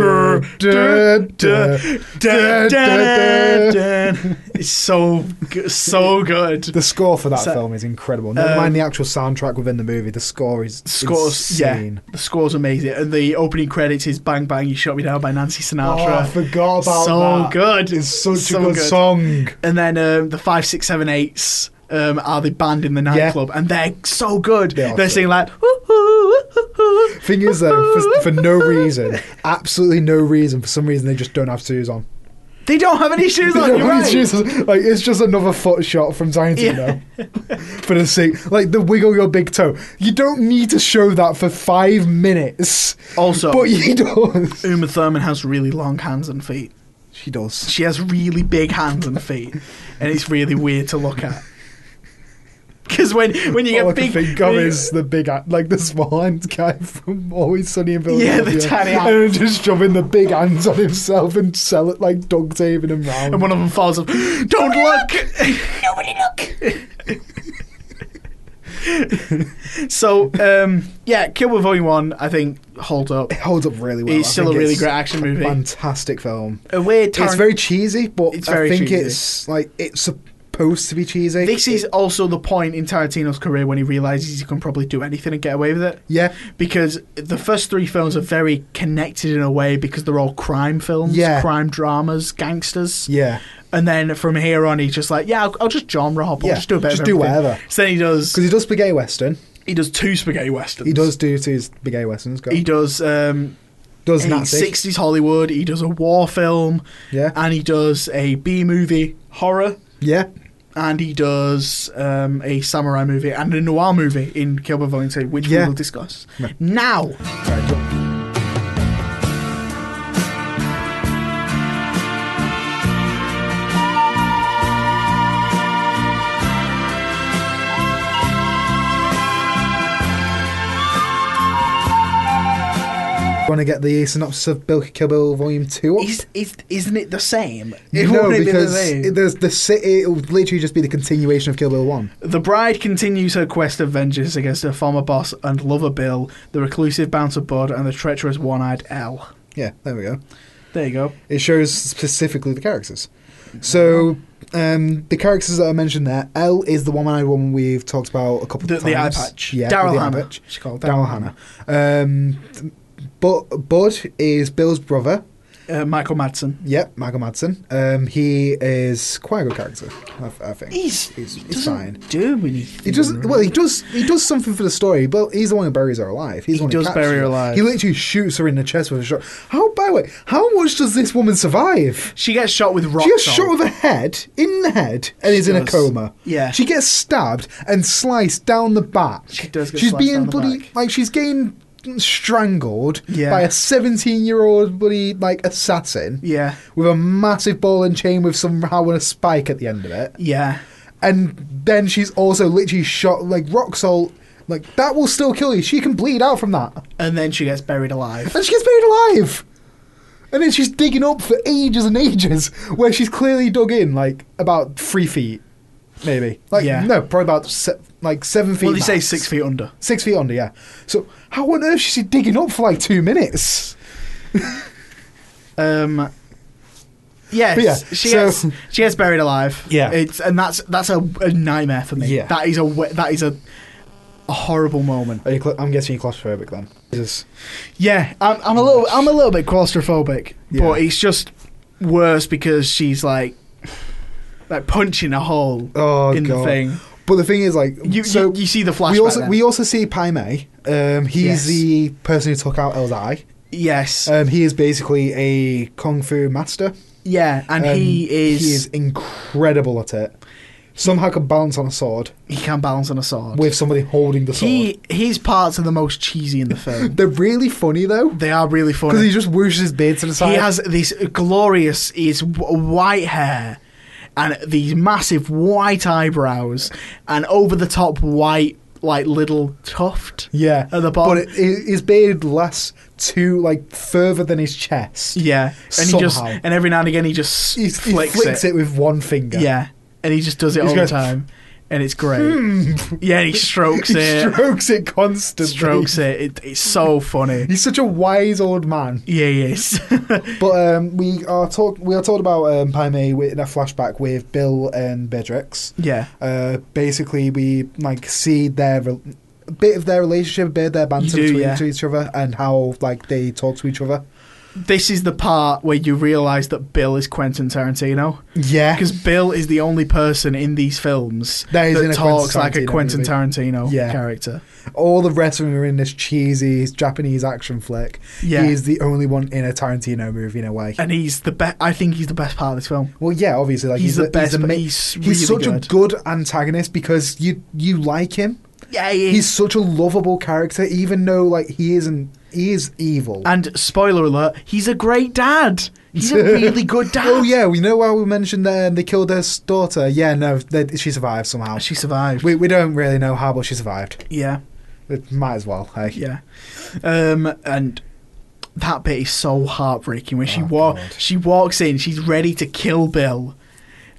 [SPEAKER 1] It's so go- so good.
[SPEAKER 2] The score for that
[SPEAKER 1] So-
[SPEAKER 2] film is incredible. Never
[SPEAKER 1] Um,
[SPEAKER 2] mind the actual soundtrack within the movie. The score is
[SPEAKER 1] Scores, yeah,
[SPEAKER 2] insane.
[SPEAKER 1] the score's amazing, and the opening credits is "Bang Bang, You Shot Me Down" by Nancy
[SPEAKER 2] Oh, I
[SPEAKER 1] Sinatra.
[SPEAKER 2] forgot about
[SPEAKER 1] so
[SPEAKER 2] that.
[SPEAKER 1] good.
[SPEAKER 2] It's such
[SPEAKER 1] So
[SPEAKER 2] a good,
[SPEAKER 1] good.
[SPEAKER 2] song.
[SPEAKER 1] and then um, the five, six, seven, eights um, are the band in the nightclub, and they're so good.
[SPEAKER 2] They
[SPEAKER 1] They
[SPEAKER 2] are
[SPEAKER 1] are
[SPEAKER 2] so
[SPEAKER 1] singing like, "Ooh, ooh, ooh, ooh, ooh."
[SPEAKER 2] Thing is, though, for, for no reason,
[SPEAKER 1] (laughs)
[SPEAKER 2] absolutely no reason, for some reason they just don't have shoes on.
[SPEAKER 1] they don't have any shoes on.
[SPEAKER 2] (laughs)
[SPEAKER 1] You're right.
[SPEAKER 2] Shoes on. Like it's just another foot shot from Tarantino. for the sake, like the wiggle your big toe. You don't need to show that for five minutes.
[SPEAKER 1] Also,
[SPEAKER 2] But he does.
[SPEAKER 1] Uma Thurman has really long hands and feet.
[SPEAKER 2] She does.
[SPEAKER 1] She has really big hands and feet, and it's really weird to look at. Because when when you get
[SPEAKER 2] All I
[SPEAKER 1] big,
[SPEAKER 2] can think of
[SPEAKER 1] when you-
[SPEAKER 2] is the big, hand- like the small hand guy from Always Sunny in
[SPEAKER 1] Yeah,
[SPEAKER 2] Philadelphia.
[SPEAKER 1] the tiny
[SPEAKER 2] hand. And just shoving the big hands on himself and sell it like duct taping him round.
[SPEAKER 1] and one of them falls off. Don't look! Nobody look! so um, yeah, Kill Bill Volume One, I think holds up.
[SPEAKER 2] it holds up really well.
[SPEAKER 1] It's
[SPEAKER 2] I
[SPEAKER 1] still
[SPEAKER 2] think
[SPEAKER 1] a really
[SPEAKER 2] it's
[SPEAKER 1] great action movie.
[SPEAKER 2] Fantastic film.
[SPEAKER 1] A weird. Taran-
[SPEAKER 2] it's very cheesy, but
[SPEAKER 1] It's
[SPEAKER 2] I
[SPEAKER 1] very
[SPEAKER 2] think
[SPEAKER 1] cheesy.
[SPEAKER 2] it's like it's supposed to be cheesy.
[SPEAKER 1] This is also the point in Tarantino's career when he realizes he can probably do anything and get away with it.
[SPEAKER 2] yeah,
[SPEAKER 1] Because the first three films are very connected in a way because they're all crime films,
[SPEAKER 2] Yeah.
[SPEAKER 1] crime dramas, gangsters.
[SPEAKER 2] yeah,
[SPEAKER 1] And then from here on, he's just like, yeah, I'll, I'll just genre hop. I'll
[SPEAKER 2] Yeah,
[SPEAKER 1] just do a bit
[SPEAKER 2] just
[SPEAKER 1] of
[SPEAKER 2] do
[SPEAKER 1] everything.
[SPEAKER 2] whatever.
[SPEAKER 1] So then he does.
[SPEAKER 2] because he does spaghetti western.
[SPEAKER 1] He does two spaghetti westerns.
[SPEAKER 2] He does do two spaghetti westerns. Go.
[SPEAKER 1] He does um,
[SPEAKER 2] does
[SPEAKER 1] a
[SPEAKER 2] Nazi.
[SPEAKER 1] sixties Hollywood. He does a war film,
[SPEAKER 2] yeah,
[SPEAKER 1] and he does a B movie horror,
[SPEAKER 2] yeah.
[SPEAKER 1] and he does um, a samurai movie and a noir movie in Kill Bill Volume Two, which
[SPEAKER 2] Yeah.
[SPEAKER 1] we will discuss
[SPEAKER 2] Right.
[SPEAKER 1] now.
[SPEAKER 2] Want to get the synopsis of Bill Kill Bill Volume Two? Up?
[SPEAKER 1] Is, is isn't it the same?
[SPEAKER 2] no,
[SPEAKER 1] wouldn't it be
[SPEAKER 2] because
[SPEAKER 1] the,
[SPEAKER 2] it,
[SPEAKER 1] same?
[SPEAKER 2] there's the city. It would literally just be the continuation of Kill Bill One.
[SPEAKER 1] the bride continues her quest of vengeance against her former boss and lover Bill, the reclusive bouncer Bud, and the treacherous one-eyed L.
[SPEAKER 2] Yeah, there we go.
[SPEAKER 1] There you go.
[SPEAKER 2] It shows specifically the characters. So um, the characters that I mentioned there, L is the one-eyed woman we've talked about a couple
[SPEAKER 1] The,
[SPEAKER 2] of
[SPEAKER 1] the eye
[SPEAKER 2] times.
[SPEAKER 1] patch.
[SPEAKER 2] Yeah,
[SPEAKER 1] Daryl
[SPEAKER 2] the eye
[SPEAKER 1] Hannah.
[SPEAKER 2] patch.
[SPEAKER 1] She's called
[SPEAKER 2] Daryl Hannah. Um, th- Bu- Bud is Bill's brother.
[SPEAKER 1] Uh, Michael Madsen.
[SPEAKER 2] Yep, Michael Madsen. Um, he is quite a good character, I, I think.
[SPEAKER 1] He's
[SPEAKER 2] He's-
[SPEAKER 1] he
[SPEAKER 2] he's
[SPEAKER 1] doesn't
[SPEAKER 2] fine.
[SPEAKER 1] do anything.
[SPEAKER 2] He doesn't. Well, he does. He does something for the story, but he's the one who buries her alive. He's
[SPEAKER 1] He
[SPEAKER 2] the one who
[SPEAKER 1] does
[SPEAKER 2] captures
[SPEAKER 1] bury her alive.
[SPEAKER 2] He literally shoots her in the chest with a shot. How? By the way, how much does this woman survive?
[SPEAKER 1] she gets shot with rocks.
[SPEAKER 2] She gets shot
[SPEAKER 1] on.
[SPEAKER 2] with a head in the head and is in a
[SPEAKER 1] does.
[SPEAKER 2] coma.
[SPEAKER 1] Yeah.
[SPEAKER 2] She gets stabbed and sliced down the back.
[SPEAKER 1] She does get
[SPEAKER 2] she's
[SPEAKER 1] sliced
[SPEAKER 2] being
[SPEAKER 1] down the
[SPEAKER 2] bloody
[SPEAKER 1] back.
[SPEAKER 2] like she's getting strangled
[SPEAKER 1] Yeah.
[SPEAKER 2] by a seventeen-year-old bloody like assassin.
[SPEAKER 1] Yeah.
[SPEAKER 2] With a massive ball and chain with somehow and a spike at the end of it
[SPEAKER 1] Yeah.
[SPEAKER 2] and then she's also literally shot like rock salt. Like that will still kill you. She can bleed out from that,
[SPEAKER 1] And then she gets buried alive.
[SPEAKER 2] and she gets buried alive. And then she's digging up for ages and ages, where she's clearly dug in like about three feet, maybe. Like
[SPEAKER 1] Yeah.
[SPEAKER 2] no, probably about se- like seven feet.
[SPEAKER 1] Well, they say
[SPEAKER 2] max.
[SPEAKER 1] six feet under.
[SPEAKER 2] Six feet under, yeah. So how on earth is she digging up for like two minutes?
[SPEAKER 1] Um, yes,
[SPEAKER 2] But yeah,
[SPEAKER 1] she
[SPEAKER 2] so- (laughs)
[SPEAKER 1] gets she gets buried alive.
[SPEAKER 2] Yeah.
[SPEAKER 1] it's and that's that's a, a nightmare for me.
[SPEAKER 2] Yeah.
[SPEAKER 1] that is a we- that is a, a horrible moment.
[SPEAKER 2] Are you cla I'm guessing you're claustrophobic then. Jesus.
[SPEAKER 1] Yeah, I'm, I'm a little I'm a little bit claustrophobic,
[SPEAKER 2] Yeah.
[SPEAKER 1] but it's just worse because she's like like punching a hole
[SPEAKER 2] Oh
[SPEAKER 1] in
[SPEAKER 2] god.
[SPEAKER 1] the thing.
[SPEAKER 2] But the thing is, like,
[SPEAKER 1] You
[SPEAKER 2] so
[SPEAKER 1] you, you see the flashback.
[SPEAKER 2] we also
[SPEAKER 1] then.
[SPEAKER 2] we also see Pai Mei. Um, he's
[SPEAKER 1] Yes.
[SPEAKER 2] the person who took out El's eye.
[SPEAKER 1] yes
[SPEAKER 2] Um, he is basically a kung fu master,
[SPEAKER 1] yeah, and
[SPEAKER 2] Um,
[SPEAKER 1] he
[SPEAKER 2] he is
[SPEAKER 1] is
[SPEAKER 2] incredible at it. Somehow can balance on a sword
[SPEAKER 1] he can balance on a sword.
[SPEAKER 2] with somebody holding the sword.
[SPEAKER 1] he his parts are the most cheesy in the film.
[SPEAKER 2] They're really funny though
[SPEAKER 1] they are really funny.
[SPEAKER 2] because he just whooshes his beard to the side.
[SPEAKER 1] He has this glorious, his w- white hair and these massive white eyebrows and over the top white, like little tuft.
[SPEAKER 2] yeah,
[SPEAKER 1] at the bottom.
[SPEAKER 2] But it, it- his beard lasts too like further than his chest.
[SPEAKER 1] Yeah, and he just
[SPEAKER 2] Somehow.
[SPEAKER 1] and every now and again he just
[SPEAKER 2] He, he
[SPEAKER 1] flicks,
[SPEAKER 2] flicks, it. with one finger.
[SPEAKER 1] Yeah. and he just does it
[SPEAKER 2] He's
[SPEAKER 1] all
[SPEAKER 2] going,
[SPEAKER 1] the time, and it's great. Yeah, and he strokes
[SPEAKER 2] (laughs) (laughs) he
[SPEAKER 1] it,
[SPEAKER 2] strokes it constantly.
[SPEAKER 1] strokes it. it. It's so funny.
[SPEAKER 2] He's such a wise old man.
[SPEAKER 1] Yeah, yes,
[SPEAKER 2] But um, we are talk we are told about um, Pai Mei wi- in a flashback with Bill and Bedrix.
[SPEAKER 1] (laughs) yeah,
[SPEAKER 2] Uh, basically, we like see their re- bit of their relationship, a bit of their banter
[SPEAKER 1] do,
[SPEAKER 2] between
[SPEAKER 1] yeah.
[SPEAKER 2] to each other, and how like they talk to each other.
[SPEAKER 1] this is the part where you realise that Bill is Quentin Tarantino.
[SPEAKER 2] Yeah,
[SPEAKER 1] because Bill is the only person in these films
[SPEAKER 2] That
[SPEAKER 1] that,
[SPEAKER 2] is in a
[SPEAKER 1] talks
[SPEAKER 2] Quentin
[SPEAKER 1] like a
[SPEAKER 2] Tarantino
[SPEAKER 1] Quentin
[SPEAKER 2] movie.
[SPEAKER 1] Tarantino
[SPEAKER 2] Yeah.
[SPEAKER 1] character.
[SPEAKER 2] all the rest of them are in this cheesy Japanese action flick.
[SPEAKER 1] Yeah,
[SPEAKER 2] He is the only one in a Tarantino movie in a way.
[SPEAKER 1] and he's the best. I think he's the best part of this film.
[SPEAKER 2] Well, yeah, obviously, like
[SPEAKER 1] he's, the best.
[SPEAKER 2] He's, the
[SPEAKER 1] but
[SPEAKER 2] ma-
[SPEAKER 1] he's, really
[SPEAKER 2] he's such
[SPEAKER 1] good.
[SPEAKER 2] a good antagonist because you you like him.
[SPEAKER 1] yeah, he is.
[SPEAKER 2] He's such a lovable character, even though like he isn't. He is evil.
[SPEAKER 1] and spoiler alert, he's a great dad. He's
[SPEAKER 2] (laughs)
[SPEAKER 1] a really good dad.
[SPEAKER 2] oh yeah, we know how we mentioned that um, they killed his daughter. Yeah, no, they, she survived somehow.
[SPEAKER 1] she survived.
[SPEAKER 2] we, we don't really know how, but she survived.
[SPEAKER 1] yeah,
[SPEAKER 2] It might as well. Like,
[SPEAKER 1] yeah, um, and. That bit is so heartbreaking when she
[SPEAKER 2] Oh,
[SPEAKER 1] wa-
[SPEAKER 2] God.
[SPEAKER 1] she walks in, she's ready to kill Bill,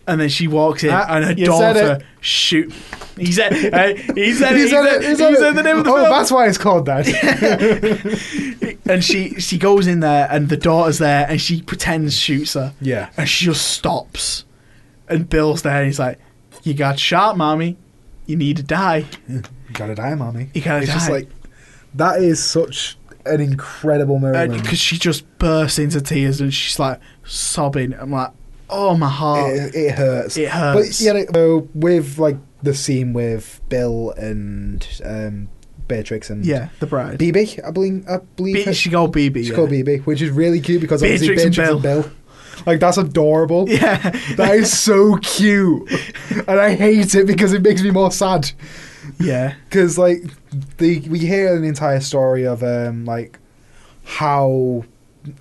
[SPEAKER 1] and then she walks in,
[SPEAKER 2] Ah,
[SPEAKER 1] and her
[SPEAKER 2] you said
[SPEAKER 1] daughter shoot. He said, uh, he said,
[SPEAKER 2] (laughs) He
[SPEAKER 1] he
[SPEAKER 2] said
[SPEAKER 1] said,
[SPEAKER 2] it, he said
[SPEAKER 1] he
[SPEAKER 2] it.
[SPEAKER 1] said the name of the
[SPEAKER 2] oh,
[SPEAKER 1] film.
[SPEAKER 2] that's why it's called that.
[SPEAKER 1] (laughs) and she she goes in there and the daughter's there and she pretends shoots her
[SPEAKER 2] (laughs) yeah.
[SPEAKER 1] and she just stops and bill's there and he's like you got shot mommy you need to die
[SPEAKER 2] gotta die, mommy.
[SPEAKER 1] You gotta
[SPEAKER 2] it's Just
[SPEAKER 1] die.
[SPEAKER 2] like, that is such an incredible moment.
[SPEAKER 1] Uh, because she just bursts into tears and she's like sobbing i'm like oh my heart
[SPEAKER 2] it, it hurts.
[SPEAKER 1] it hurts.
[SPEAKER 2] But you know, so with like the scene with Bill and um, Beatrix and
[SPEAKER 1] yeah the bride
[SPEAKER 2] BB, I believe. I believe
[SPEAKER 1] B-
[SPEAKER 2] her-
[SPEAKER 1] she called bb
[SPEAKER 2] It's
[SPEAKER 1] yeah.
[SPEAKER 2] called BB, which is really cute because obviously
[SPEAKER 1] Beatrix
[SPEAKER 2] Beatrix,
[SPEAKER 1] and
[SPEAKER 2] and, Bill. like
[SPEAKER 1] (laughs)
[SPEAKER 2] that's adorable.
[SPEAKER 1] yeah
[SPEAKER 2] That is so cute, and I hate it because it makes me more sad.
[SPEAKER 1] yeah
[SPEAKER 2] Because like the we hear an entire story of um like how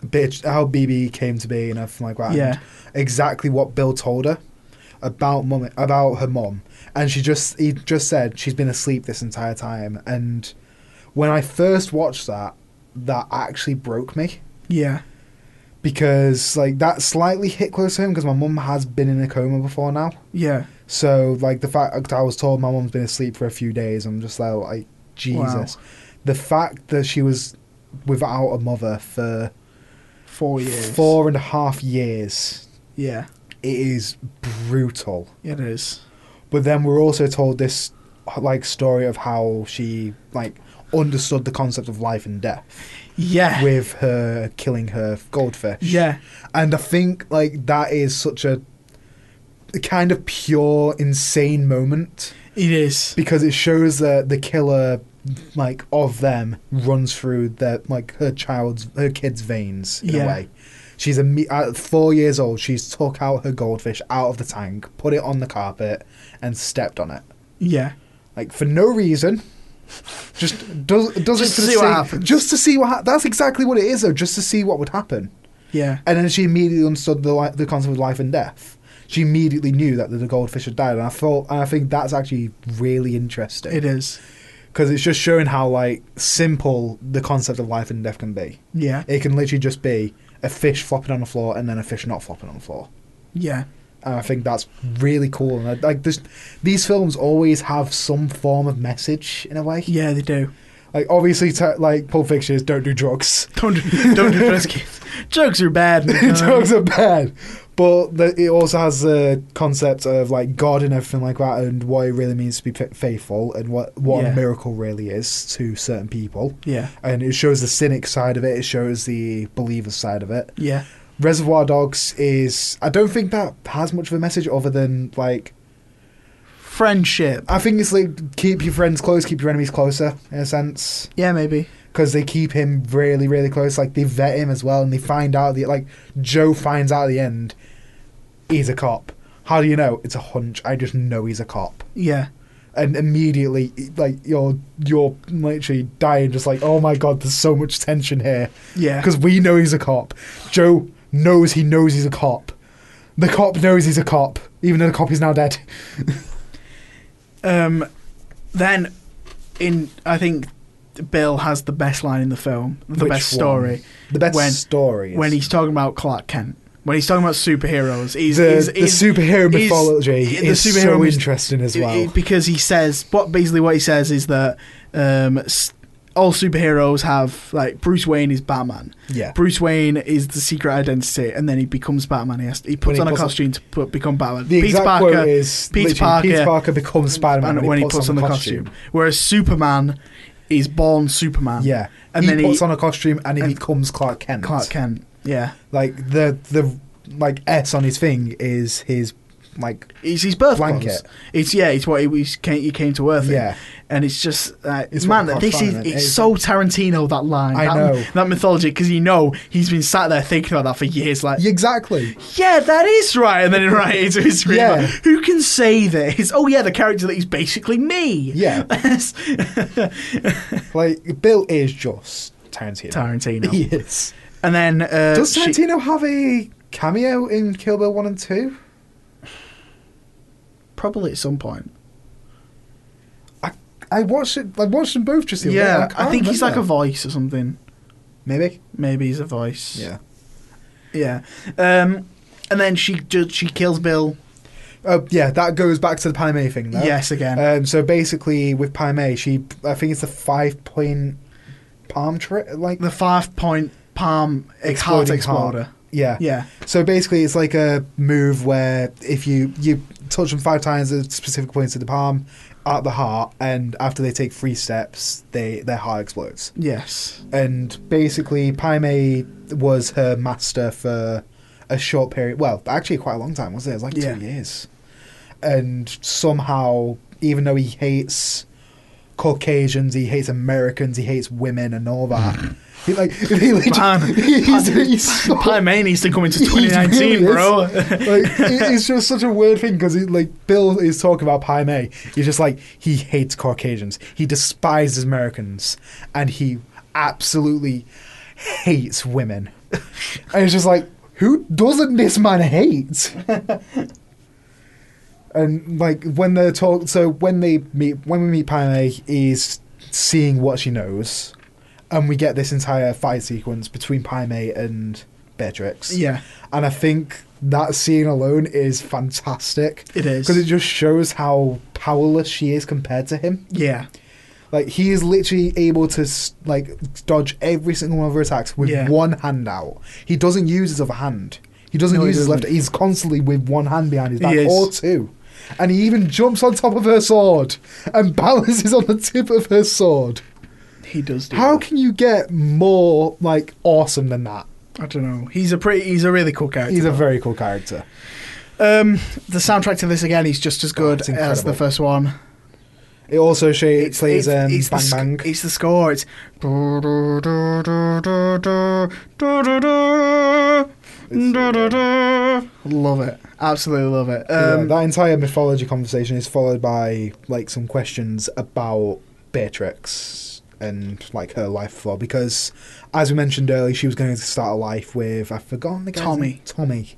[SPEAKER 2] bitch how BB came to be and everything like that. and
[SPEAKER 1] Yeah.
[SPEAKER 2] exactly what Bill told her about mum about her mom, and she just he just said she's been asleep this entire time. And when I first watched that, that actually broke me
[SPEAKER 1] yeah
[SPEAKER 2] because like that slightly hit close to home because my mum has been in a coma before now.
[SPEAKER 1] yeah
[SPEAKER 2] So like the fact I was told my mum's been asleep for a few days, I'm just like, like Jesus. The fact that she was without a mother for
[SPEAKER 1] Four years.
[SPEAKER 2] Four and a half years.
[SPEAKER 1] Yeah.
[SPEAKER 2] It is brutal.
[SPEAKER 1] It is.
[SPEAKER 2] But then we're also told this like story of how she like understood the concept of life and death
[SPEAKER 1] Yeah.
[SPEAKER 2] with her killing her goldfish.
[SPEAKER 1] yeah.
[SPEAKER 2] And I think like that is such a kind of pure insane moment
[SPEAKER 1] It is.
[SPEAKER 2] because it shows that the killer like of them runs through their like her child's her kid's veins in
[SPEAKER 1] Yeah.
[SPEAKER 2] a way. She's a me- at four years old. She's took out her goldfish out of the tank, put it on the carpet, and stepped on it
[SPEAKER 1] Yeah.
[SPEAKER 2] like for no reason. Just does does
[SPEAKER 1] Just
[SPEAKER 2] it
[SPEAKER 1] to
[SPEAKER 2] for the
[SPEAKER 1] see what
[SPEAKER 2] sake-
[SPEAKER 1] happens.
[SPEAKER 2] Just to see what ha- that's exactly what it is though. Just to see what would happen,
[SPEAKER 1] Yeah.
[SPEAKER 2] and then she immediately understood the li- the concept of life and death. She immediately knew that the goldfish had died, and I thought, and I think that's actually really interesting.
[SPEAKER 1] It is.
[SPEAKER 2] because it's just showing how like simple the concept of life and death can be.
[SPEAKER 1] Yeah.
[SPEAKER 2] It can literally just be a fish flopping on the floor and then a fish not flopping on the floor.
[SPEAKER 1] Yeah.
[SPEAKER 2] And I think that's really cool. And I, like this, these films always have some form of message in a way.
[SPEAKER 1] Yeah, they do.
[SPEAKER 2] Like obviously, te- like Pulp Fiction is don't do drugs. (laughs)
[SPEAKER 1] Don't do, don't do drugs, kids. (laughs) Jokes are bad. man.
[SPEAKER 2] drugs are bad, but the, it also has the concept of like God and everything like that, and what it really means to be fa- faithful, and what what
[SPEAKER 1] Yeah.
[SPEAKER 2] a miracle really is to certain people.
[SPEAKER 1] Yeah.
[SPEAKER 2] And it shows the cynic side of it. It shows the believer side of it.
[SPEAKER 1] Yeah.
[SPEAKER 2] Reservoir Dogs is I don't think that has much of a message other than like
[SPEAKER 1] Friendship.
[SPEAKER 2] I think it's like keep your friends close, keep your enemies closer in a sense.
[SPEAKER 1] Yeah, maybe.
[SPEAKER 2] because they keep him really, really close. Like they vet him as well, and they find out that like Joe finds out at the end he's a cop. How do you know? It's a hunch. I just know he's a cop,
[SPEAKER 1] Yeah.
[SPEAKER 2] and immediately like you're you're literally dying, just like oh my god, there's so much tension here
[SPEAKER 1] Yeah.
[SPEAKER 2] because we know he's a cop. Joe knows he knows he's a cop. The cop knows he's a cop, even though the cop is now dead.
[SPEAKER 1] Um, then, in I think Bill has the best line in the film, the
[SPEAKER 2] Which
[SPEAKER 1] best
[SPEAKER 2] one?
[SPEAKER 1] story
[SPEAKER 2] The best
[SPEAKER 1] When-
[SPEAKER 2] story is
[SPEAKER 1] when he's talking about Clark Kent. When he's talking about superheroes, he's
[SPEAKER 2] the,
[SPEAKER 1] he's,
[SPEAKER 2] the
[SPEAKER 1] he's-
[SPEAKER 2] superhero
[SPEAKER 1] he's-
[SPEAKER 2] mythology
[SPEAKER 1] the
[SPEAKER 2] is so
[SPEAKER 1] superhero is-
[SPEAKER 2] interesting as
[SPEAKER 1] it-
[SPEAKER 2] well.
[SPEAKER 1] it- because he says what basically what he says is that um, s- all superheroes have like Bruce Wayne is Batman.
[SPEAKER 2] yeah.
[SPEAKER 1] Bruce Wayne is the secret identity, and then he becomes Batman. He, has he puts
[SPEAKER 2] he
[SPEAKER 1] on a
[SPEAKER 2] puts on-
[SPEAKER 1] costume to put, become Batman.
[SPEAKER 2] The
[SPEAKER 1] Peter
[SPEAKER 2] exact
[SPEAKER 1] Parker
[SPEAKER 2] quote is
[SPEAKER 1] Peter
[SPEAKER 2] Peter Parker, Peter
[SPEAKER 1] Parker-
[SPEAKER 2] Parker becomes Spider Man
[SPEAKER 1] and when he puts, on, the costume. whereas Superman is born Superman.
[SPEAKER 2] Yeah,
[SPEAKER 1] and
[SPEAKER 2] and he
[SPEAKER 1] then
[SPEAKER 2] puts
[SPEAKER 1] he
[SPEAKER 2] on a costume and he
[SPEAKER 1] and-
[SPEAKER 2] becomes Clark Kent.
[SPEAKER 1] Clark Kent. Yeah,
[SPEAKER 2] Like the the like S on his thing is his like
[SPEAKER 1] it's his birth
[SPEAKER 2] Blanket.
[SPEAKER 1] clothes. It's yeah, it's what he, he came, he came to Earth. in.
[SPEAKER 2] yeah.
[SPEAKER 1] and it's just uh,
[SPEAKER 2] It's
[SPEAKER 1] man,
[SPEAKER 2] what
[SPEAKER 1] this is
[SPEAKER 2] Clark Kent
[SPEAKER 1] it's
[SPEAKER 2] is.
[SPEAKER 1] so Tarantino that line.
[SPEAKER 2] I
[SPEAKER 1] that,
[SPEAKER 2] know.
[SPEAKER 1] that mythology because you know he's been sat there thinking about that for years. Like,
[SPEAKER 2] Yeah, exactly.
[SPEAKER 1] yeah, that is right, and then right into his room.
[SPEAKER 2] Yeah.
[SPEAKER 1] like, Who can say this? Oh yeah, the character that he's basically me. (laughs)
[SPEAKER 2] Yeah. Like Bill is just Tarantino.
[SPEAKER 1] Tarantino.
[SPEAKER 2] (laughs) He is.
[SPEAKER 1] And then uh,
[SPEAKER 2] Does
[SPEAKER 1] she-
[SPEAKER 2] Tarantino have a cameo in Kill Bill one and two?
[SPEAKER 1] probably at some point.
[SPEAKER 2] I watched it. I watched them both just the other day,
[SPEAKER 1] Yeah,
[SPEAKER 2] and
[SPEAKER 1] I
[SPEAKER 2] can't
[SPEAKER 1] think he's like a
[SPEAKER 2] remember.
[SPEAKER 1] voice or something.
[SPEAKER 2] maybe.
[SPEAKER 1] Maybe he's a voice.
[SPEAKER 2] Yeah.
[SPEAKER 1] yeah. Um, and then she ju- she kills Bill.
[SPEAKER 2] Oh yeah, that goes back to the Padme thing. Though.
[SPEAKER 1] Yes, again.
[SPEAKER 2] Um, so basically, with Palme, she I think it's the five point palm tree, like
[SPEAKER 1] the five point palm ex- heart
[SPEAKER 2] Exploding heart.
[SPEAKER 1] exploder.
[SPEAKER 2] yeah.
[SPEAKER 1] Yeah,
[SPEAKER 2] So basically, it's like a move where if you you touch them five times at specific points of the palm, at the heart, and after they take three steps, they their heart explodes.
[SPEAKER 1] yes,
[SPEAKER 2] And basically, Palme was her master for a short period. Well, actually, quite a long time, wasn't it? It was like
[SPEAKER 1] Yeah.
[SPEAKER 2] two years. And somehow, even though he hates Caucasians, he hates Americans, he hates women, and all that. He like (laughs) he
[SPEAKER 1] Man.
[SPEAKER 2] literally, (laughs) he's, he's so-
[SPEAKER 1] Pie May needs to come into
[SPEAKER 2] (laughs) He
[SPEAKER 1] 2019,
[SPEAKER 2] really is.
[SPEAKER 1] bro. (laughs)
[SPEAKER 2] like it- it's just such a weird thing because like Bill is talking about Pai May. He's just like he hates Caucasians, he despises Americans, and he absolutely
[SPEAKER 1] (laughs)
[SPEAKER 2] hates women. and it's just like who doesn't this man hate? (laughs) and like when they're talk, so when they meet, when we meet Pai May, he's seeing what she knows, and we get this entire fight sequence between Pai May and Beatrix
[SPEAKER 1] yeah,
[SPEAKER 2] and I think that scene alone is fantastic
[SPEAKER 1] it is.
[SPEAKER 2] because it just shows how powerless she is compared to him.
[SPEAKER 1] yeah,
[SPEAKER 2] Like he is literally able to s- like dodge every single one of her attacks with
[SPEAKER 1] Yeah.
[SPEAKER 2] one hand out. He doesn't use his other hand. He doesn't
[SPEAKER 3] No, he
[SPEAKER 2] use his left.
[SPEAKER 3] doesn't.
[SPEAKER 2] He's constantly with one hand behind his back
[SPEAKER 1] He is.
[SPEAKER 2] or two, and he even jumps on top of her sword and (laughs) balances on the tip of her sword.
[SPEAKER 1] He does. Do
[SPEAKER 2] How
[SPEAKER 1] that.
[SPEAKER 2] can you get more like awesome than that?
[SPEAKER 1] I don't know. He's a pretty. He's a really cool character.
[SPEAKER 2] He's a very cool character.
[SPEAKER 1] Um, the soundtrack to this again is just as good
[SPEAKER 2] it's
[SPEAKER 1] as the
[SPEAKER 2] incredible.
[SPEAKER 1] first one.
[SPEAKER 2] It also sh- it
[SPEAKER 1] It's-
[SPEAKER 2] plays um,
[SPEAKER 1] it's
[SPEAKER 2] Bang
[SPEAKER 1] the sc-
[SPEAKER 2] Bang.
[SPEAKER 1] It's the score. It's. Love it. Absolutely love it.
[SPEAKER 2] Yeah,
[SPEAKER 1] Um,
[SPEAKER 2] that entire mythology conversation is followed by like some questions about Beatrix and like her life flaw because, as we mentioned earlier, she was going to start a life with I've forgotten the guy.
[SPEAKER 1] Tommy.
[SPEAKER 2] Tommy.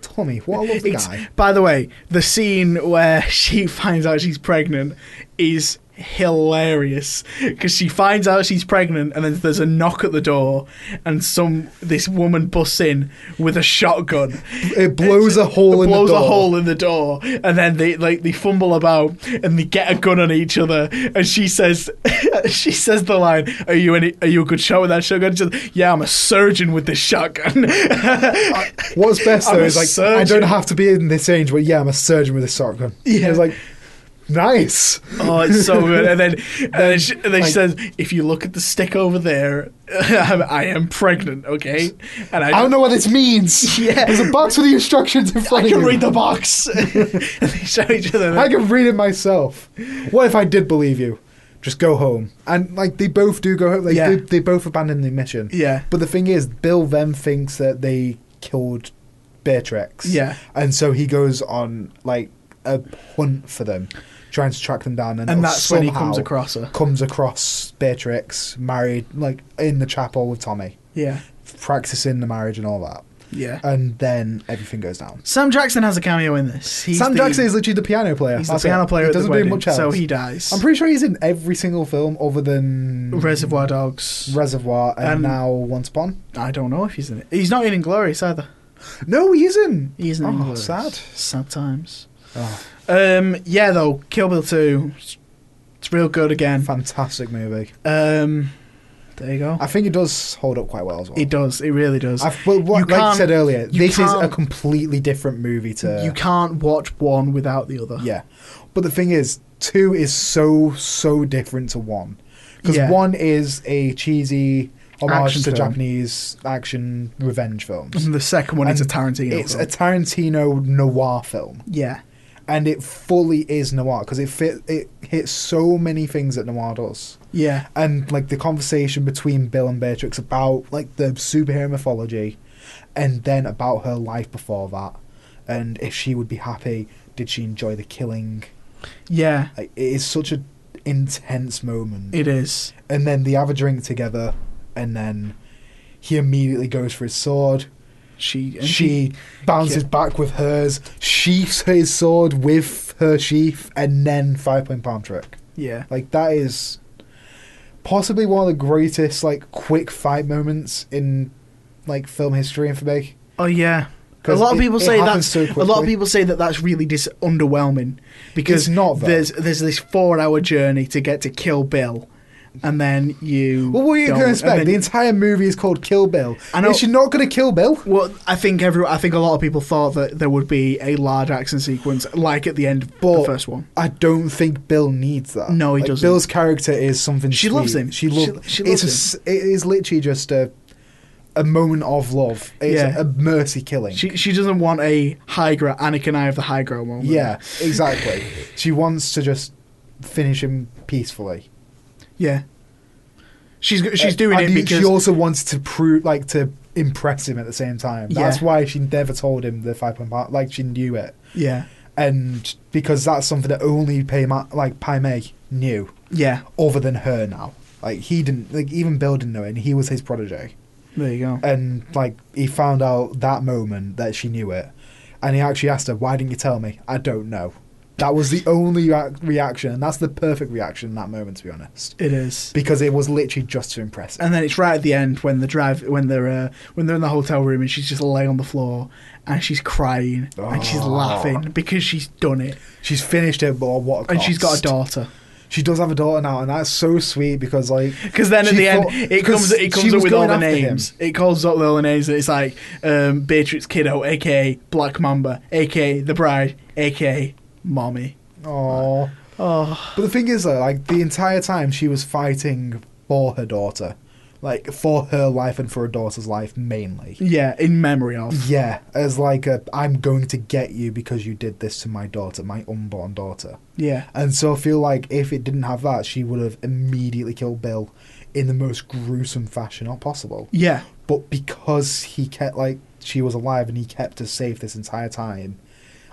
[SPEAKER 2] Tommy. What a lovely
[SPEAKER 1] It's-
[SPEAKER 2] guy.
[SPEAKER 1] By the way, the scene where (laughs) she finds out she's pregnant is hilarious because she finds out she's pregnant and then there's a knock at the door and some this woman busts in with a shotgun
[SPEAKER 2] It blows a hole in
[SPEAKER 1] blows
[SPEAKER 2] the door.
[SPEAKER 1] a hole in the door, and then they like they fumble about and they get a gun on each other. And she says, (laughs) she says the line, "Are you any? Are you a good shot with that shotgun?" She says, yeah, I'm a surgeon with this shotgun. (laughs)
[SPEAKER 2] What's best
[SPEAKER 1] I'm
[SPEAKER 2] though
[SPEAKER 1] a
[SPEAKER 2] is like I
[SPEAKER 1] surgeon.
[SPEAKER 2] don't have to be in this age, but yeah, I'm a surgeon with a shotgun.
[SPEAKER 1] Yeah.
[SPEAKER 2] It's like nice.
[SPEAKER 1] oh, it's so good. And then and then she, and then she
[SPEAKER 2] Like-
[SPEAKER 1] says, "If you look at the stick over there, (laughs) I am pregnant." Okay, and
[SPEAKER 2] I don't know what this means.
[SPEAKER 1] (laughs) Yeah.
[SPEAKER 2] There's a box with the instructions in
[SPEAKER 1] (laughs)
[SPEAKER 2] front
[SPEAKER 1] I
[SPEAKER 2] of
[SPEAKER 1] can
[SPEAKER 2] you.
[SPEAKER 1] read the box. (laughs) and they show each other.
[SPEAKER 2] I can read it myself. What if I did believe you? Just go home. And like they both do go home. Like,
[SPEAKER 1] Yeah.
[SPEAKER 2] they, they both abandon the mission.
[SPEAKER 1] yeah,
[SPEAKER 2] But the thing is, Bill then thinks that they killed Beatrix.
[SPEAKER 1] yeah.
[SPEAKER 2] And so he goes on like a hunt for them, trying to track them down. And,
[SPEAKER 1] And that's when he
[SPEAKER 2] somehow
[SPEAKER 1] comes across her.
[SPEAKER 2] comes across Beatrix married, like in the chapel with Tommy,
[SPEAKER 1] Yeah,
[SPEAKER 2] practicing the marriage and all that.
[SPEAKER 1] yeah.
[SPEAKER 2] And then everything goes down.
[SPEAKER 1] Sam Jackson has a cameo in this. He's
[SPEAKER 2] Sam
[SPEAKER 1] the-
[SPEAKER 2] Jackson is literally the piano player.
[SPEAKER 1] He's
[SPEAKER 2] That's
[SPEAKER 1] the piano
[SPEAKER 2] it.
[SPEAKER 1] player
[SPEAKER 2] He
[SPEAKER 1] at the
[SPEAKER 2] doesn't
[SPEAKER 1] wedding,
[SPEAKER 2] do much else.
[SPEAKER 1] so he dies.
[SPEAKER 2] I'm pretty sure he's in every single film other than
[SPEAKER 1] Reservoir Dogs.
[SPEAKER 2] Reservoir, and
[SPEAKER 1] And-
[SPEAKER 2] now Once Upon.
[SPEAKER 1] I don't know if he's in it. He's not in Inglorious either.
[SPEAKER 2] No, he isn't.
[SPEAKER 1] He isn't in
[SPEAKER 2] Oh,
[SPEAKER 1] Inglorious.
[SPEAKER 2] sad.
[SPEAKER 1] Sad times.
[SPEAKER 2] Oh,
[SPEAKER 1] Um, yeah, though Kill Bill Two, it's- it's real good again.
[SPEAKER 2] fantastic movie.
[SPEAKER 1] Um, there you go.
[SPEAKER 2] I think it does hold up quite well as well.
[SPEAKER 1] It does. It really does.
[SPEAKER 2] I've, but what,
[SPEAKER 1] You
[SPEAKER 2] like you
[SPEAKER 1] can't-
[SPEAKER 2] said earlier,
[SPEAKER 1] you
[SPEAKER 2] this is a
[SPEAKER 1] can't-
[SPEAKER 2] completely different movie to.
[SPEAKER 1] you can't watch one without the other.
[SPEAKER 2] uh, Yeah, but the thing is, two is so so different to one because
[SPEAKER 1] Yeah.
[SPEAKER 2] one is a cheesy homage
[SPEAKER 1] Action
[SPEAKER 2] to
[SPEAKER 1] film. Mm-hmm.
[SPEAKER 2] Japanese action revenge films.
[SPEAKER 1] And the second one is a
[SPEAKER 2] And
[SPEAKER 1] Tarantino.
[SPEAKER 2] It's
[SPEAKER 1] film.
[SPEAKER 2] a Tarantino noir film,
[SPEAKER 1] yeah.
[SPEAKER 2] and it fully is noir because it fit it hits so many things that noir does.
[SPEAKER 1] Yeah.
[SPEAKER 2] And like the conversation between Bill and Beatrix about like the superhero mythology, and then about her life before that, and if she would be happy, did she enjoy the killing?
[SPEAKER 1] Yeah.
[SPEAKER 2] Like, it is such a intense moment.
[SPEAKER 1] It is.
[SPEAKER 2] and then they have a drink together, and then he immediately goes for his sword.
[SPEAKER 1] She. and
[SPEAKER 2] She bounces
[SPEAKER 1] yeah.
[SPEAKER 2] back with hers, sheaths his sword with her sheath, and then five point palm trick.
[SPEAKER 1] Yeah.
[SPEAKER 2] Like that is possibly one of the greatest like quick fight moments in like film history and for me.
[SPEAKER 1] Oh yeah. A
[SPEAKER 2] 'Cause
[SPEAKER 1] lot of
[SPEAKER 2] it-
[SPEAKER 1] people
[SPEAKER 2] it
[SPEAKER 1] say
[SPEAKER 2] happens
[SPEAKER 1] that's
[SPEAKER 2] so
[SPEAKER 1] a lot of
[SPEAKER 2] quickly.
[SPEAKER 1] people say that that's really dis- underwhelming because
[SPEAKER 2] It's not, though.
[SPEAKER 1] there's there's this four hour journey to get to Kill Bill, and then you.
[SPEAKER 2] Well, what are you
[SPEAKER 1] don't-
[SPEAKER 2] going to
[SPEAKER 1] and
[SPEAKER 2] expect?
[SPEAKER 1] then-
[SPEAKER 2] the entire movie is called Kill Bill.
[SPEAKER 1] I
[SPEAKER 2] I
[SPEAKER 1] know-
[SPEAKER 2] know. Is she not going to kill Bill?
[SPEAKER 1] well, I think every I think a lot of people thought that there would be a large action sequence like at the end of the
[SPEAKER 2] But-
[SPEAKER 1] first one.
[SPEAKER 2] I don't think Bill needs that.
[SPEAKER 1] No, he
[SPEAKER 2] Like,
[SPEAKER 1] doesn't.
[SPEAKER 2] Bill's character is something.
[SPEAKER 1] She
[SPEAKER 2] sweet.
[SPEAKER 1] loves him.
[SPEAKER 2] She,
[SPEAKER 1] She-
[SPEAKER 2] lo-
[SPEAKER 1] she
[SPEAKER 2] it's
[SPEAKER 1] loves
[SPEAKER 2] a s- it is literally just a a moment of love. It's
[SPEAKER 1] Yeah.
[SPEAKER 2] a mercy killing.
[SPEAKER 1] She she doesn't want a high grow Anakin I have the high grow moment.
[SPEAKER 2] yeah, exactly. she wants to just finish him peacefully.
[SPEAKER 1] yeah. She's go- she's
[SPEAKER 2] Uh,
[SPEAKER 1] doing
[SPEAKER 2] and
[SPEAKER 1] it
[SPEAKER 2] he-
[SPEAKER 1] because
[SPEAKER 2] she also wants to prove, like, to impress him at the same time. That's
[SPEAKER 1] Yeah.
[SPEAKER 2] why she never told him the five point part. Like, she knew it,
[SPEAKER 1] yeah
[SPEAKER 2] and because that's something that only Paima, like Paimei knew,
[SPEAKER 1] yeah
[SPEAKER 2] other than her now. Like he didn't, like even Bill didn't know it, and he was his protege.
[SPEAKER 1] there you go
[SPEAKER 2] And like he found out that moment that she knew it, and he actually asked her, "Why didn't you tell me?" I don't know. That was the only re- reaction, and that's the perfect reaction in that moment, to be honest,
[SPEAKER 1] it is.
[SPEAKER 2] because it was literally just to impress. him.
[SPEAKER 1] And then it's right at the end when the drive when they're uh, when they're in the hotel room and she's just laying on the floor and she's crying and she's
[SPEAKER 2] Oh.
[SPEAKER 1] laughing because she's done it
[SPEAKER 2] She's finished it, but what? a
[SPEAKER 1] and she's got a
[SPEAKER 2] cost.
[SPEAKER 1] daughter.
[SPEAKER 2] she does have a daughter now, and that's so sweet because like
[SPEAKER 1] Because then at
[SPEAKER 2] She
[SPEAKER 1] the
[SPEAKER 2] thought-
[SPEAKER 1] end, it
[SPEAKER 2] 'cause
[SPEAKER 1] comes it
[SPEAKER 2] she
[SPEAKER 1] comes up
[SPEAKER 2] was
[SPEAKER 1] with all
[SPEAKER 2] going
[SPEAKER 1] the
[SPEAKER 2] after him.
[SPEAKER 1] names. It calls up all the names, and it's like um, Beatrix Kiddo, aka Black Mamba, aka The Bride, aka Mommy.
[SPEAKER 2] oh.
[SPEAKER 1] Oh,
[SPEAKER 2] But the thing is, though, like the entire time she was fighting for her daughter, like for her life and for her daughter's life mainly.
[SPEAKER 1] yeah, in memory of.
[SPEAKER 2] Yeah, as like a, I'm going to get you because you did this to my daughter, my unborn daughter.
[SPEAKER 1] Yeah,
[SPEAKER 2] And so I feel like if it didn't have that, she would have immediately killed Bill in the most gruesome fashion not possible.
[SPEAKER 1] yeah,
[SPEAKER 2] But because he kept like she was alive and he kept her safe this entire time,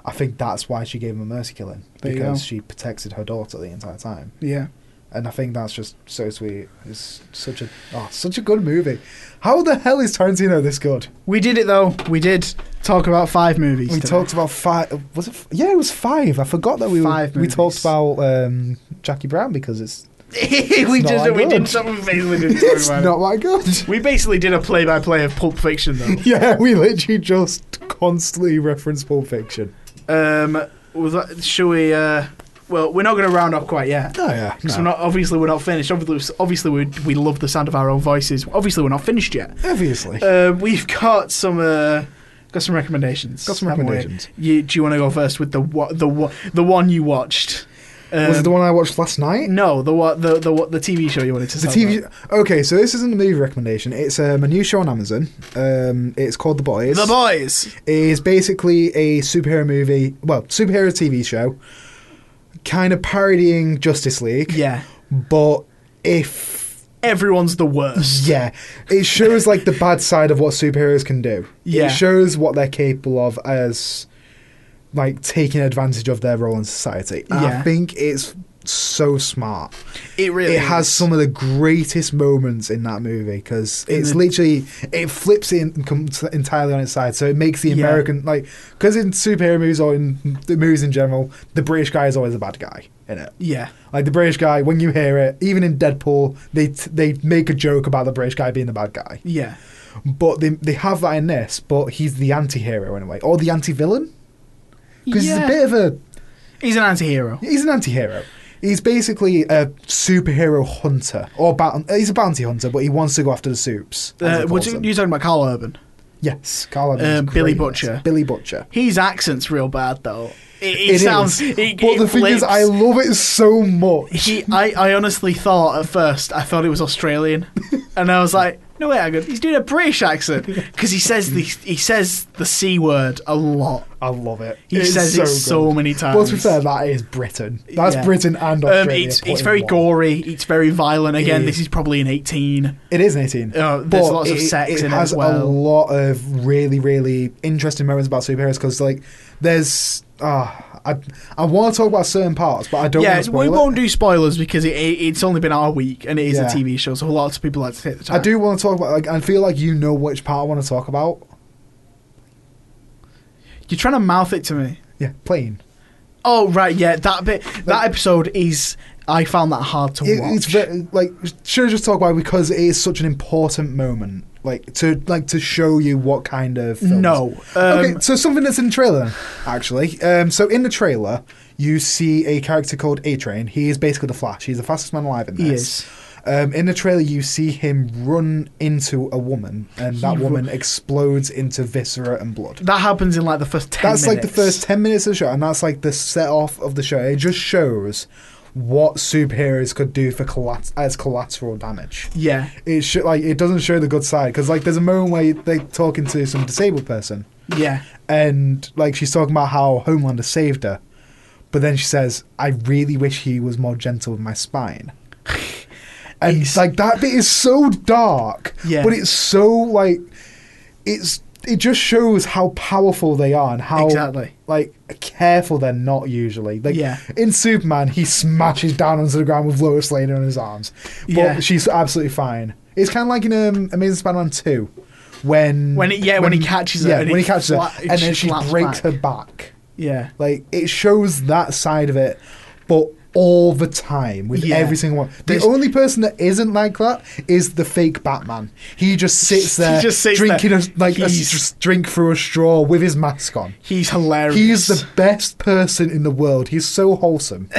[SPEAKER 2] I think that's why she gave him a mercy killing
[SPEAKER 1] There you
[SPEAKER 2] because
[SPEAKER 1] go.
[SPEAKER 2] she protected her daughter the entire time
[SPEAKER 1] yeah.
[SPEAKER 2] and I think that's just so sweet. It's such a oh, such a good movie. How the hell is Tarantino this good?
[SPEAKER 1] We did it though. We did talk about five movies.
[SPEAKER 2] We
[SPEAKER 1] today.
[SPEAKER 2] talked (laughs) about five. Was it? f- Yeah, it was five. I forgot that we were-
[SPEAKER 1] Five
[SPEAKER 2] we
[SPEAKER 1] movies.
[SPEAKER 2] talked about um, Jackie Brown because it's
[SPEAKER 1] we
[SPEAKER 2] not
[SPEAKER 1] just
[SPEAKER 2] that
[SPEAKER 1] we
[SPEAKER 2] good.
[SPEAKER 1] did something basically didn't (laughs) talk
[SPEAKER 2] it's
[SPEAKER 1] about it.
[SPEAKER 2] not that good. (laughs)
[SPEAKER 1] We basically did a play by play of Pulp Fiction though.
[SPEAKER 2] yeah, we literally just constantly reference Pulp Fiction. (laughs)
[SPEAKER 1] Um, was that, should we? Uh, well, we're not going to round up quite yet.
[SPEAKER 2] Oh yeah,
[SPEAKER 1] Because we're not obviously we're not finished. Obviously, obviously we we love the sound of our own voices. Obviously, we're not finished yet.
[SPEAKER 2] (laughs) obviously.
[SPEAKER 1] Uh, we've got some uh, got some recommendations.
[SPEAKER 2] Got some
[SPEAKER 1] haven't we?
[SPEAKER 2] recommendations.
[SPEAKER 1] You, do you want to go first with the wa- the wa- the one you watched? Um, Mm,
[SPEAKER 2] was it the one I watched last night?
[SPEAKER 1] No, the what the the what the TV show you wanted to.
[SPEAKER 2] The
[SPEAKER 1] talk
[SPEAKER 2] TV.
[SPEAKER 1] about.
[SPEAKER 2] Okay, so this isn't a movie recommendation. It's um, a new show on Amazon. Um, it's called The Boys.
[SPEAKER 1] The boys.
[SPEAKER 2] is basically a superhero movie, well, superhero TV show, kind of parodying Justice League.
[SPEAKER 1] Yeah,
[SPEAKER 2] But if
[SPEAKER 1] everyone's the worst.
[SPEAKER 2] yeah, it shows like the bad side of what superheroes can do.
[SPEAKER 1] Yeah.
[SPEAKER 2] It shows what they're capable of as like taking advantage of their role in society. And I
[SPEAKER 1] Yeah.
[SPEAKER 2] think it's so smart.
[SPEAKER 1] It really.
[SPEAKER 2] It has
[SPEAKER 1] is.
[SPEAKER 2] some of the greatest moments in that movie because
[SPEAKER 1] In
[SPEAKER 2] it's
[SPEAKER 1] the-
[SPEAKER 2] literally it flips it in, com- entirely on its side. So it makes the
[SPEAKER 1] Yeah.
[SPEAKER 2] American like because in superhero movies or in the movies in general, the British guy is always a bad guy in it.
[SPEAKER 1] Yeah,
[SPEAKER 2] Like the British guy, when you hear it, even in Deadpool, they t- they make a joke about the British guy being the bad guy.
[SPEAKER 1] yeah,
[SPEAKER 2] But they they have that in this, but he's the anti-hero in a way or the anti-villain because he's a
[SPEAKER 1] Yeah.
[SPEAKER 2] bit of a
[SPEAKER 1] He's an anti-hero.
[SPEAKER 2] He's an anti-hero. He's basically a superhero hunter, or ba- he's a bounty hunter, but he wants to go after the soups. as
[SPEAKER 1] Uh,
[SPEAKER 2] he
[SPEAKER 1] what
[SPEAKER 2] calls
[SPEAKER 1] you,
[SPEAKER 2] them.
[SPEAKER 1] you're talking about Carl Urban.
[SPEAKER 2] yes, Carl Evans is
[SPEAKER 1] Um, Billy
[SPEAKER 2] great in this.
[SPEAKER 1] Butcher.
[SPEAKER 2] Billy Butcher.
[SPEAKER 1] His accent's real bad though. It, it,
[SPEAKER 2] is.
[SPEAKER 1] sounds. It,
[SPEAKER 2] but
[SPEAKER 1] it
[SPEAKER 2] the thing is,
[SPEAKER 1] flips.
[SPEAKER 2] I love it so much.
[SPEAKER 1] He, I, I honestly thought at first I thought it was
[SPEAKER 2] (laughs)
[SPEAKER 1] Australian, and I was like, no way, I go, he's doing a British accent because he says the he says the c word a lot.
[SPEAKER 2] I love it.
[SPEAKER 1] He
[SPEAKER 2] It's
[SPEAKER 1] says
[SPEAKER 2] so
[SPEAKER 1] it
[SPEAKER 2] good.
[SPEAKER 1] so many times.
[SPEAKER 2] But to be fair, that is Britain. That's
[SPEAKER 1] Yeah.
[SPEAKER 2] Britain and
[SPEAKER 1] um,
[SPEAKER 2] Australia.
[SPEAKER 1] it's
[SPEAKER 2] put
[SPEAKER 1] it's
[SPEAKER 2] in
[SPEAKER 1] very
[SPEAKER 2] one.
[SPEAKER 1] gory. It's very violent. Again,
[SPEAKER 2] is.
[SPEAKER 1] this is probably an eighteen.
[SPEAKER 2] It is an 18.
[SPEAKER 1] Oh, there's
[SPEAKER 2] but
[SPEAKER 1] lots of
[SPEAKER 2] it,
[SPEAKER 1] sex
[SPEAKER 2] it
[SPEAKER 1] in it
[SPEAKER 2] has
[SPEAKER 1] as well.
[SPEAKER 2] a lot of really, really interesting moments about superheroes because, like, there's. ah, I, I want to talk about certain parts, but I don't
[SPEAKER 1] yeah,
[SPEAKER 2] want to spoil
[SPEAKER 1] we
[SPEAKER 2] it.
[SPEAKER 1] won't do spoilers because it, it, it's only been our week and it is
[SPEAKER 2] Yeah.
[SPEAKER 1] a TV show, so lots of people like to take the time.
[SPEAKER 2] I do want to talk about. Like, I feel like you know which part I want to talk about.
[SPEAKER 1] You're trying to mouth it to me.
[SPEAKER 2] Yeah, plane.
[SPEAKER 1] Oh right, yeah, that bit, that
[SPEAKER 2] Like-
[SPEAKER 1] episode is. I found that hard to
[SPEAKER 2] It,
[SPEAKER 1] watch.
[SPEAKER 2] it's very, like should I just talk about it because it is such an important moment. Like to like to show you what kind of films.
[SPEAKER 1] no. Um,
[SPEAKER 2] okay, so something that's in the trailer, actually. Um, so in the trailer, you see a character called A Train. He is basically the Flash. He's the fastest man alive in this.
[SPEAKER 1] He is.
[SPEAKER 2] Um, in the trailer, you see him run into a woman, and that
[SPEAKER 1] He ru-
[SPEAKER 2] woman explodes into viscera and blood.
[SPEAKER 1] That happens in like the first ten.
[SPEAKER 2] that's like the
[SPEAKER 1] minutes.
[SPEAKER 2] first 10 minutes of the show and that's like the set off of the show it just shows what superheroes could do for collat- as collateral damage
[SPEAKER 1] Yeah,
[SPEAKER 2] it should like it doesn't show the good side because like there's a moment where they're talking to some disabled person
[SPEAKER 1] yeah,
[SPEAKER 2] and like she's talking about how homelander saved her but then she says i really wish he was more gentle with
[SPEAKER 1] (laughs)
[SPEAKER 2] my spine and
[SPEAKER 1] It's-
[SPEAKER 2] like that bit is so dark
[SPEAKER 1] Yeah.
[SPEAKER 2] but it's so like it's it just shows how powerful they are and how
[SPEAKER 1] exactly.
[SPEAKER 2] like careful they're not usually. Like
[SPEAKER 1] Yeah.
[SPEAKER 2] in Superman, he smashes down onto the ground with Lois Lane on his arms, but
[SPEAKER 1] Yeah.
[SPEAKER 2] she's absolutely fine. It's kind of like in um, Amazing Spider-Man two, when
[SPEAKER 1] When it- yeah, when he catches her
[SPEAKER 2] yeah,
[SPEAKER 1] and
[SPEAKER 2] when he
[SPEAKER 1] it
[SPEAKER 2] catches
[SPEAKER 1] fla-
[SPEAKER 2] her, and
[SPEAKER 1] she
[SPEAKER 2] then she
[SPEAKER 1] flaps
[SPEAKER 2] breaks
[SPEAKER 1] back.
[SPEAKER 2] her back.
[SPEAKER 1] Yeah,
[SPEAKER 2] Like it shows that side of it, but all the time with
[SPEAKER 1] Yeah.
[SPEAKER 2] every single one. The
[SPEAKER 1] There's-
[SPEAKER 2] only person that isn't like that is the fake Batman. He just sits
[SPEAKER 1] He
[SPEAKER 2] there
[SPEAKER 1] just sits
[SPEAKER 2] drinking
[SPEAKER 1] there.
[SPEAKER 2] A, like a
[SPEAKER 1] He's-
[SPEAKER 2] s- drink through a straw with his mask on.
[SPEAKER 1] He's hilarious.
[SPEAKER 2] He's the best person in the world. He's so wholesome.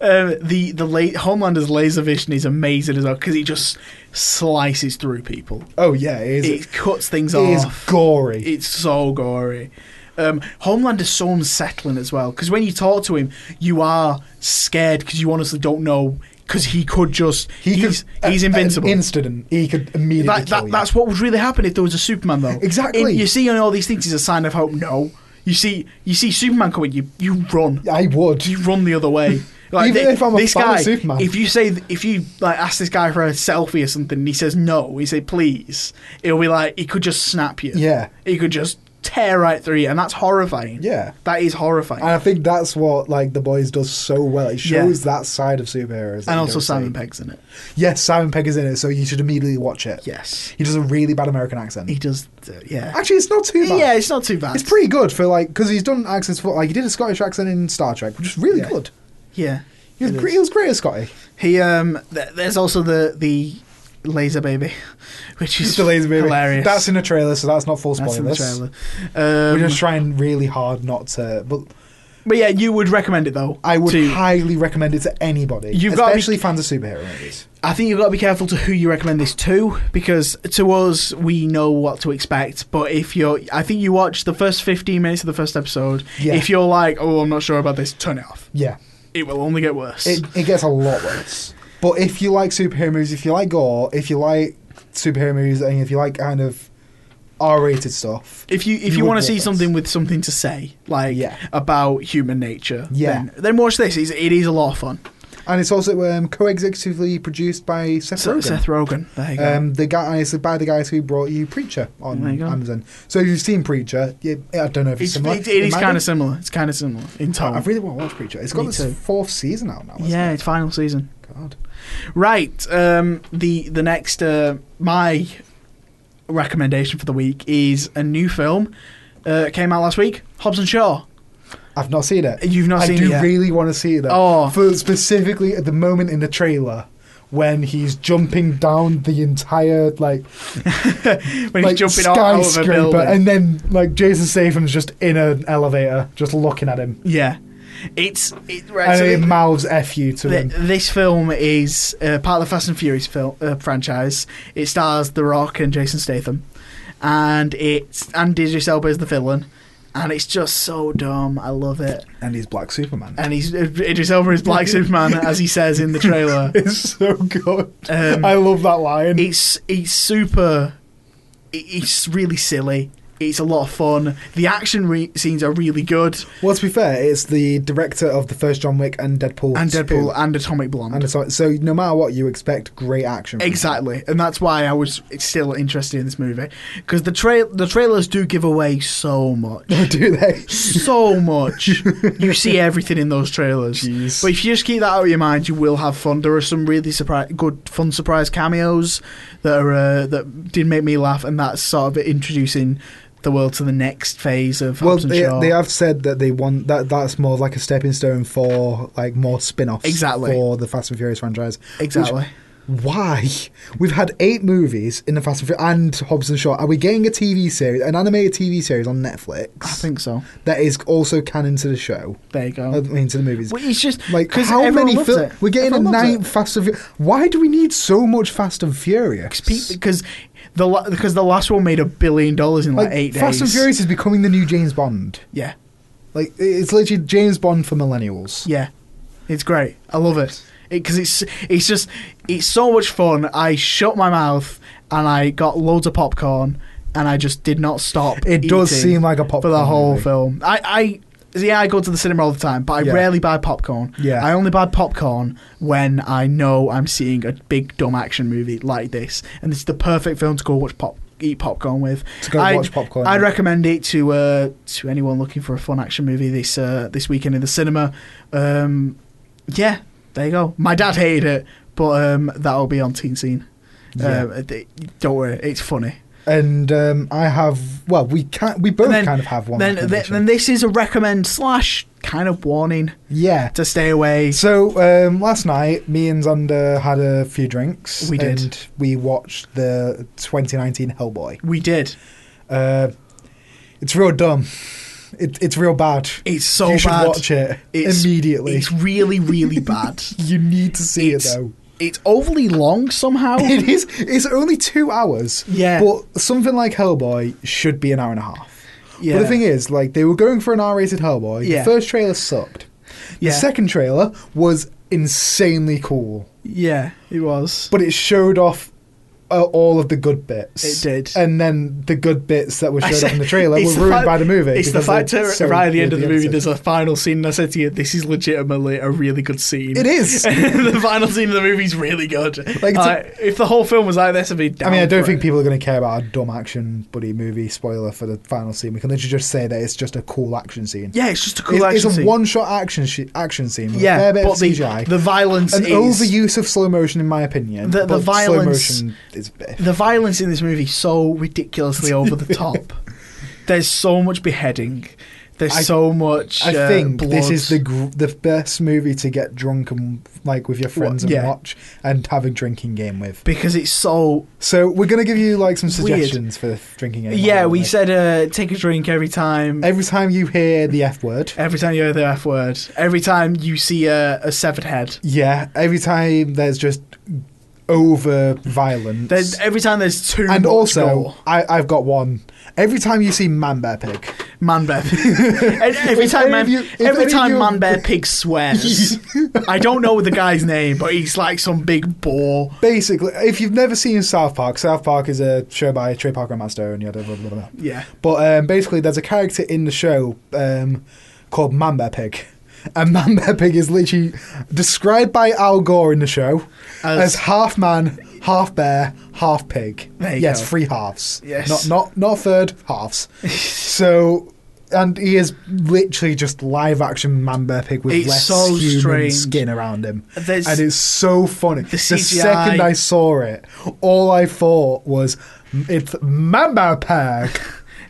[SPEAKER 1] Um, the the late Homelander's laser vision is amazing as well because he just slices through people.
[SPEAKER 2] Oh yeah, he is.
[SPEAKER 1] It, cuts things
[SPEAKER 2] he is
[SPEAKER 1] off.
[SPEAKER 2] gory.
[SPEAKER 1] It's so gory. Um, Homelander's so unsettling as well because when you talk to him, you are scared because you honestly don't know because he could just he's
[SPEAKER 2] at-
[SPEAKER 1] he's
[SPEAKER 2] at an
[SPEAKER 1] invincible.
[SPEAKER 2] instant, he could immediately
[SPEAKER 1] that,
[SPEAKER 2] uh, kill
[SPEAKER 1] that,
[SPEAKER 2] you.
[SPEAKER 1] that's what would really happen if there was a Superman though.
[SPEAKER 2] Exactly.
[SPEAKER 1] And you see on all these things is a sign of hope. No, you see you see Superman coming, you you run.
[SPEAKER 2] I would.
[SPEAKER 1] you run the other way.
[SPEAKER 2] (laughs) Even
[SPEAKER 1] thi-
[SPEAKER 2] if I'm a
[SPEAKER 1] this
[SPEAKER 2] fan of
[SPEAKER 1] guy,
[SPEAKER 2] Superman.
[SPEAKER 1] if you say if you like ask this guy for a selfie or something, and he says no, he say please, it'll be like he could just snap you.
[SPEAKER 2] Yeah.
[SPEAKER 1] he could just tear right through you, and that's horrifying.
[SPEAKER 2] Yeah.
[SPEAKER 1] that is horrifying.
[SPEAKER 2] And I think that's what like the boys does so well. It
[SPEAKER 1] Yeah.
[SPEAKER 2] shows that side of superheroes. that
[SPEAKER 1] and
[SPEAKER 2] you
[SPEAKER 1] also
[SPEAKER 2] don't
[SPEAKER 1] Simon
[SPEAKER 2] see.
[SPEAKER 1] Pegg's in it.
[SPEAKER 2] Yes, Simon Pegg is in it, so you should immediately watch it.
[SPEAKER 1] Yes,
[SPEAKER 2] He does a really bad American accent.
[SPEAKER 1] he does. uh, yeah,
[SPEAKER 2] Actually, it's not too bad.
[SPEAKER 1] yeah, it's not too bad.
[SPEAKER 2] It's pretty good for like because he's done accents for like he did a Scottish accent in Star Trek, which is really
[SPEAKER 1] Yeah.
[SPEAKER 2] good.
[SPEAKER 1] Yeah,
[SPEAKER 2] He was,
[SPEAKER 1] It
[SPEAKER 2] great,
[SPEAKER 1] is.
[SPEAKER 2] he was great as Scotty.
[SPEAKER 1] He um, th- there's also the the laser baby, (laughs) which is
[SPEAKER 2] the laser baby.
[SPEAKER 1] hilarious.
[SPEAKER 2] That's in the trailer, so that's not full
[SPEAKER 1] That's
[SPEAKER 2] spoilers.
[SPEAKER 1] in the trailer. Um,
[SPEAKER 2] We're just trying really hard not to, but
[SPEAKER 1] but yeah, you would recommend it though.
[SPEAKER 2] I would
[SPEAKER 1] to-
[SPEAKER 2] highly recommend it to anybody,
[SPEAKER 1] You've gotta be-
[SPEAKER 2] especially fans of superhero movies.
[SPEAKER 1] I think you've got to be careful to who you recommend this to because to us we know what to expect. But if you're, I think you watch the first fifteen minutes of the first episode.
[SPEAKER 2] Yeah.
[SPEAKER 1] If you're like, oh, I'm not sure about this, turn it off.
[SPEAKER 2] Yeah,
[SPEAKER 1] It will only get worse.
[SPEAKER 2] it, it gets a lot worse. But if you like superhero movies, if you like gore, if you like superhero movies, and if you like kind of R-rated stuff,
[SPEAKER 1] if you if
[SPEAKER 2] you
[SPEAKER 1] you
[SPEAKER 2] would
[SPEAKER 1] want to
[SPEAKER 2] get
[SPEAKER 1] see
[SPEAKER 2] worse.
[SPEAKER 1] something with something to say, like
[SPEAKER 2] Yeah.
[SPEAKER 1] about human nature,
[SPEAKER 2] Yeah.
[SPEAKER 1] then, then watch this. It's, it is a lot of fun.
[SPEAKER 2] and it's also um, co-executively produced by Seth
[SPEAKER 1] So,
[SPEAKER 2] Rogen.
[SPEAKER 1] Seth Rogen, there you go.
[SPEAKER 2] Um, the guy is by the guys who brought you Preacher on
[SPEAKER 1] There you go.
[SPEAKER 2] Amazon. So if you've seen Preacher, yeah, I don't know if it's,
[SPEAKER 1] it's,
[SPEAKER 2] similar.
[SPEAKER 1] it, it is
[SPEAKER 2] might
[SPEAKER 1] kind
[SPEAKER 2] be.
[SPEAKER 1] of similar. It's kind of similar in
[SPEAKER 2] I I
[SPEAKER 1] tone.
[SPEAKER 2] really want to watch Preacher. It's got
[SPEAKER 1] Me
[SPEAKER 2] its
[SPEAKER 1] too.
[SPEAKER 2] fourth season out now. Isn't
[SPEAKER 1] yeah,
[SPEAKER 2] it?
[SPEAKER 1] it's final season.
[SPEAKER 2] God.
[SPEAKER 1] Right. Um, the the next uh, my recommendation for the week is a new film. Uh, it came out last week. Hobbs and Shaw.
[SPEAKER 2] I've not seen it.
[SPEAKER 1] You've not
[SPEAKER 2] I
[SPEAKER 1] seen
[SPEAKER 2] do
[SPEAKER 1] it yet.
[SPEAKER 2] really want to see it though.
[SPEAKER 1] Oh.
[SPEAKER 2] For specifically at the moment in the trailer when he's jumping down the entire like,
[SPEAKER 1] when
[SPEAKER 2] like
[SPEAKER 1] he's jumping out, out of a
[SPEAKER 2] skyscraper,
[SPEAKER 1] building.
[SPEAKER 2] and then like Jason Statham's just in an elevator, just looking at him,
[SPEAKER 1] yeah, it's it, right.
[SPEAKER 2] and
[SPEAKER 1] so
[SPEAKER 2] it
[SPEAKER 1] the-
[SPEAKER 2] mouths "f you" to
[SPEAKER 1] the-
[SPEAKER 2] him.
[SPEAKER 1] this film is uh, part of the Fast and Furious film uh, franchise. It stars The Rock and Jason Statham, and it's and Idris Elba is the villain, and it's just so dumb. I love it.
[SPEAKER 2] And he's Black Superman.
[SPEAKER 1] And he's uh, Idris Elba is Black Superman, as he says in the trailer.
[SPEAKER 2] (laughs) It's so good.
[SPEAKER 1] Um,
[SPEAKER 2] I love that line.
[SPEAKER 1] it's it's super it- it's really silly it's a lot of fun the action re- scenes are really good
[SPEAKER 2] well, to be fair, it's the director of the first John Wick and Deadpool.
[SPEAKER 1] and
[SPEAKER 2] two.
[SPEAKER 1] deadpool and atomic blonde
[SPEAKER 2] And so, so no matter what, you expect great action. from
[SPEAKER 1] exactly and that's why i was still interested in this movie because the tra- the trailers do give away so (laughs) much
[SPEAKER 2] them. (laughs) Do they?
[SPEAKER 1] so much you see everything in those trailers
[SPEAKER 2] Jeez.
[SPEAKER 1] but if you just keep that out of your mind you will have fun there are some really surpri- good fun surprise cameos that are uh, that did make me laugh and that's sort of introducing the world to the next phase of
[SPEAKER 2] Well,
[SPEAKER 1] Hobbs and
[SPEAKER 2] they,
[SPEAKER 1] Shaw.
[SPEAKER 2] they have said that they want that. That's more of like a stepping stone for like more spin-offs.
[SPEAKER 1] Exactly.
[SPEAKER 2] For the Fast and Furious franchise.
[SPEAKER 1] Exactly.
[SPEAKER 2] Why? (laughs) We've had eight movies in the Fast and Furious and Hobbs and Shaw. Are we getting a TV series, an animated TV series on Netflix?
[SPEAKER 1] I think so.
[SPEAKER 2] that is also canon to the show.
[SPEAKER 1] There you go.
[SPEAKER 2] I mean, to the movies.
[SPEAKER 1] Well, it's just
[SPEAKER 2] Like,
[SPEAKER 1] because
[SPEAKER 2] how many films? We're getting
[SPEAKER 1] everyone
[SPEAKER 2] a
[SPEAKER 1] loves it.
[SPEAKER 2] ninth Fast and Furious. Why do we need so much Fast and Furious?
[SPEAKER 1] 'Cause pe- because the la- because the last one made a billion dollars in like, eight days.
[SPEAKER 2] Fast and Furious is becoming the new James Bond.
[SPEAKER 1] Yeah,
[SPEAKER 2] Like, i- it's literally James Bond for millennials.
[SPEAKER 1] yeah, it's great. I love it because it's it's just it's so much fun. I shut my mouth and I got loads of popcorn and I just did not stop.
[SPEAKER 2] It does
[SPEAKER 1] eating
[SPEAKER 2] seem like a pop
[SPEAKER 1] for the whole film. I I yeah I go to the cinema all the time, but I
[SPEAKER 2] Yeah.
[SPEAKER 1] rarely buy popcorn.
[SPEAKER 2] Yeah.
[SPEAKER 1] I only buy popcorn when I know I'm seeing a big dumb action movie like this, and it's the perfect film to go watch pop eat popcorn with.
[SPEAKER 2] To go
[SPEAKER 1] I'd-
[SPEAKER 2] watch popcorn.
[SPEAKER 1] I'd recommend it to uh, to anyone looking for a fun action movie this uh, this weekend in the cinema. Um, yeah, there you go. My dad hated it, but um, that'll be on Teen Scene.
[SPEAKER 2] Yeah.
[SPEAKER 1] Um, it- don't worry, it's funny.
[SPEAKER 2] and um, I have. Well, we can We both
[SPEAKER 1] And then-
[SPEAKER 2] kind of have one.
[SPEAKER 1] then, th-
[SPEAKER 2] recommendation.
[SPEAKER 1] then this is a recommend slash kind of warning
[SPEAKER 2] yeah.
[SPEAKER 1] to stay away.
[SPEAKER 2] So um, last night, me and Zander had a few drinks.
[SPEAKER 1] We did.
[SPEAKER 2] And we watched the 2019 Hellboy.
[SPEAKER 1] We did.
[SPEAKER 2] Uh, it's real dumb. It, it's real bad.
[SPEAKER 1] It's so
[SPEAKER 2] you should
[SPEAKER 1] bad.
[SPEAKER 2] watch it
[SPEAKER 1] It's-
[SPEAKER 2] immediately.
[SPEAKER 1] It's really, really
[SPEAKER 2] (laughs)
[SPEAKER 1] bad.
[SPEAKER 2] you need to see it
[SPEAKER 1] it's-
[SPEAKER 2] though.
[SPEAKER 1] it's overly long somehow.
[SPEAKER 2] It is. It's only two hours.
[SPEAKER 1] Yeah.
[SPEAKER 2] But something like Hellboy should be an hour and a half.
[SPEAKER 1] yeah.
[SPEAKER 2] But the thing is, like, they were going for an R-rated Hellboy.
[SPEAKER 1] Yeah.
[SPEAKER 2] The first trailer sucked. The
[SPEAKER 1] Yeah.
[SPEAKER 2] second trailer was insanely cool,
[SPEAKER 1] yeah, it was.
[SPEAKER 2] but it showed off uh, all of the good bits.
[SPEAKER 1] It did.
[SPEAKER 2] And then the good bits that were
[SPEAKER 1] I
[SPEAKER 2] showed off in the
[SPEAKER 1] (laughs) said-
[SPEAKER 2] trailer were
[SPEAKER 1] it's
[SPEAKER 2] ruined
[SPEAKER 1] fact-
[SPEAKER 2] by the movie.
[SPEAKER 1] It's the
[SPEAKER 2] because
[SPEAKER 1] fact
[SPEAKER 2] they're
[SPEAKER 1] that
[SPEAKER 2] so
[SPEAKER 1] right at the end of the
[SPEAKER 2] weirdly
[SPEAKER 1] movie,
[SPEAKER 2] edited.
[SPEAKER 1] there's a final scene, and I said to you, "This is legitimately a really good scene." (laughs)
[SPEAKER 2] It is.
[SPEAKER 1] the final scene of the movie's really good.
[SPEAKER 2] Like,
[SPEAKER 1] Like,
[SPEAKER 2] it's a-
[SPEAKER 1] if the whole film was like this, I'd be. Down
[SPEAKER 2] I mean, I don't
[SPEAKER 1] for
[SPEAKER 2] think
[SPEAKER 1] it.
[SPEAKER 2] people are going to care about a dumb action buddy movie spoiler for the final scene. We can literally just say that it's just a cool action scene.
[SPEAKER 1] Yeah, it's just a cool
[SPEAKER 2] it's,
[SPEAKER 1] action
[SPEAKER 2] it's a
[SPEAKER 1] scene.
[SPEAKER 2] one-shot action sh- action scene. With
[SPEAKER 1] yeah,
[SPEAKER 2] a fair bit
[SPEAKER 1] but
[SPEAKER 2] of
[SPEAKER 1] the
[SPEAKER 2] CGI.
[SPEAKER 1] the violence
[SPEAKER 2] an
[SPEAKER 1] is
[SPEAKER 2] overuse of slow motion, in my opinion.
[SPEAKER 1] The- the
[SPEAKER 2] but
[SPEAKER 1] violence-
[SPEAKER 2] slow motion is a bit.
[SPEAKER 1] the violence in this movie is so ridiculously over
[SPEAKER 2] (laughs)
[SPEAKER 1] the top. There's so much beheading. There's
[SPEAKER 2] I-
[SPEAKER 1] so much.
[SPEAKER 2] I
[SPEAKER 1] uh,
[SPEAKER 2] think
[SPEAKER 1] blood.
[SPEAKER 2] this is the gr- the best movie to get drunk and like with your friends and
[SPEAKER 1] yeah.
[SPEAKER 2] watch and have a drinking game with.
[SPEAKER 1] because it's so
[SPEAKER 2] So we're gonna give you like some
[SPEAKER 1] Weird.
[SPEAKER 2] suggestions for the drinking game.
[SPEAKER 1] yeah.
[SPEAKER 2] aren't
[SPEAKER 1] We said uh, take a drink every time.
[SPEAKER 2] every time you hear the F word.
[SPEAKER 1] Every time you hear the F word, every time you see a, a severed head,
[SPEAKER 2] Yeah, every time there's just over violence.
[SPEAKER 1] there's, every time there's too
[SPEAKER 2] and
[SPEAKER 1] much
[SPEAKER 2] also,
[SPEAKER 1] gore.
[SPEAKER 2] I, I've got one. Every time you see Man Bear Pig,
[SPEAKER 1] man
[SPEAKER 2] (laughs)
[SPEAKER 1] bear. And every
[SPEAKER 2] If
[SPEAKER 1] time
[SPEAKER 2] any of
[SPEAKER 1] man,
[SPEAKER 2] you- if
[SPEAKER 1] every
[SPEAKER 2] any of
[SPEAKER 1] time
[SPEAKER 2] you-
[SPEAKER 1] man bear pig
[SPEAKER 2] (laughs)
[SPEAKER 1] swears. I don't know the guy's name, but he's like some big boar.
[SPEAKER 2] basically, if you've never seen South Park, South Park is a show by Trey Parker and Matt Stone. Yada, blah, blah, blah.
[SPEAKER 1] Yeah,
[SPEAKER 2] But um, basically, there's a character in the show um, called Man Bear Pig. (laughs) And Man Bear Pig is literally described by Al Gore in the show as,
[SPEAKER 1] As-
[SPEAKER 2] half man, half bear, half pig.
[SPEAKER 1] There you
[SPEAKER 2] yes,
[SPEAKER 1] go.
[SPEAKER 2] three halves.
[SPEAKER 1] Yes.
[SPEAKER 2] Not not not a third, halves.
[SPEAKER 1] (laughs)
[SPEAKER 2] so and he is literally just live action Man Bear Pig with
[SPEAKER 1] It's
[SPEAKER 2] less
[SPEAKER 1] so
[SPEAKER 2] human
[SPEAKER 1] strange.
[SPEAKER 2] skin around him.
[SPEAKER 1] There's-
[SPEAKER 2] and it's so funny. The,
[SPEAKER 1] CGI
[SPEAKER 2] second I saw it, all I thought was it's Man Bear Pig.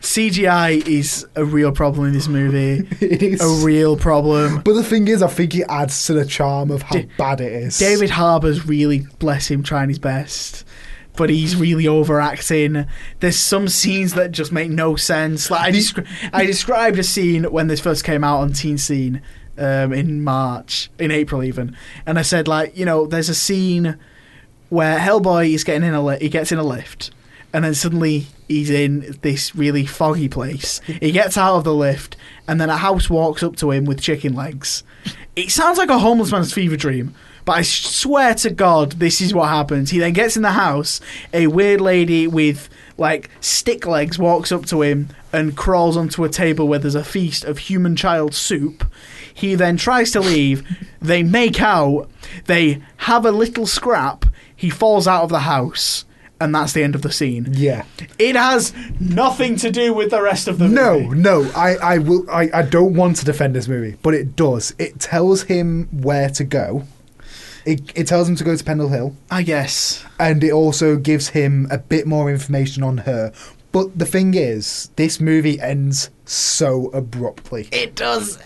[SPEAKER 1] CGI is a real problem in this
[SPEAKER 2] (laughs)
[SPEAKER 1] movie.
[SPEAKER 2] (laughs) It is.
[SPEAKER 1] a real problem.
[SPEAKER 2] but the thing is, I think it adds to the charm of how
[SPEAKER 1] Da-
[SPEAKER 2] bad it is.
[SPEAKER 1] David Harbour's really, bless him, trying his best. But he's really overacting. There's some scenes that just make no sense. Like I, descri- I described a scene when this first came out on Teen Scene um, in March, in April even, and I said like, you know, there's a scene where Hellboy is getting in a li- he gets in a lift, and then suddenly he's in this really foggy place. He gets out of the lift, and then a house walks up to him with chicken legs. It sounds like a homeless man's fever dream. But I swear to God, this is what happens. He then gets in the house. A weird lady with like stick legs walks up to him and crawls onto a table where there's a feast of human child soup. He then tries to leave. they make out. They have a little scrap. He falls out of the house. And that's the end of the scene.
[SPEAKER 2] Yeah.
[SPEAKER 1] It has nothing to do with the rest of the
[SPEAKER 2] No,
[SPEAKER 1] movie.
[SPEAKER 2] no, I, I will. I, I don't want to defend this movie, but it does. It tells him where to go. It, it tells him to go to Pendle Hill,
[SPEAKER 1] I guess.
[SPEAKER 2] and it also gives him a bit more information on her. But the thing is, this movie ends so abruptly.
[SPEAKER 1] It does.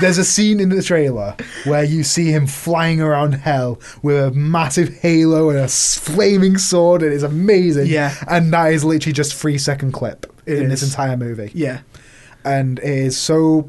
[SPEAKER 2] There's a scene in the trailer where you see him flying around hell with a massive halo and a s- flaming sword, and it's amazing.
[SPEAKER 1] Yeah.
[SPEAKER 2] And that is literally just three second clip
[SPEAKER 1] It
[SPEAKER 2] in
[SPEAKER 1] is.
[SPEAKER 2] this entire movie.
[SPEAKER 1] Yeah.
[SPEAKER 2] And it is so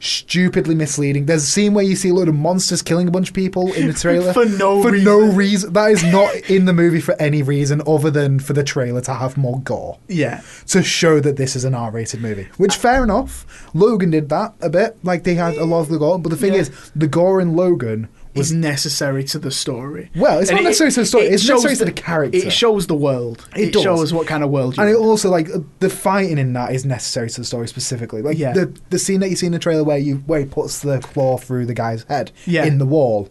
[SPEAKER 2] stupidly misleading. There's a scene where you see a load of monsters killing a bunch of people
[SPEAKER 1] (laughs)
[SPEAKER 2] in the trailer.
[SPEAKER 1] For no
[SPEAKER 2] for
[SPEAKER 1] reason.
[SPEAKER 2] no reason. That is not in the movie for any reason other than for the trailer to have more gore
[SPEAKER 1] Yeah.
[SPEAKER 2] to show that this is an R-rated movie.
[SPEAKER 1] Uh,
[SPEAKER 2] Which, fair enough. Logan did that a bit. Like they had a lot of the gore, but the thing
[SPEAKER 1] Yeah.
[SPEAKER 2] is, the gore in Logan was
[SPEAKER 1] is necessary to the story.
[SPEAKER 2] Well, it's
[SPEAKER 1] And
[SPEAKER 2] not
[SPEAKER 1] it-
[SPEAKER 2] necessary to the story,
[SPEAKER 1] it
[SPEAKER 2] it's
[SPEAKER 1] shows
[SPEAKER 2] necessary to the character.
[SPEAKER 1] It shows the world.
[SPEAKER 2] It
[SPEAKER 1] It,
[SPEAKER 2] does.
[SPEAKER 1] shows what kind of world you
[SPEAKER 2] and it
[SPEAKER 1] live
[SPEAKER 2] also like the fighting in that is necessary to the story specifically. Like
[SPEAKER 1] Yeah.
[SPEAKER 2] the the scene that you see in the trailer where you where he puts the claw through the guy's head
[SPEAKER 1] Yeah.
[SPEAKER 2] in the wall.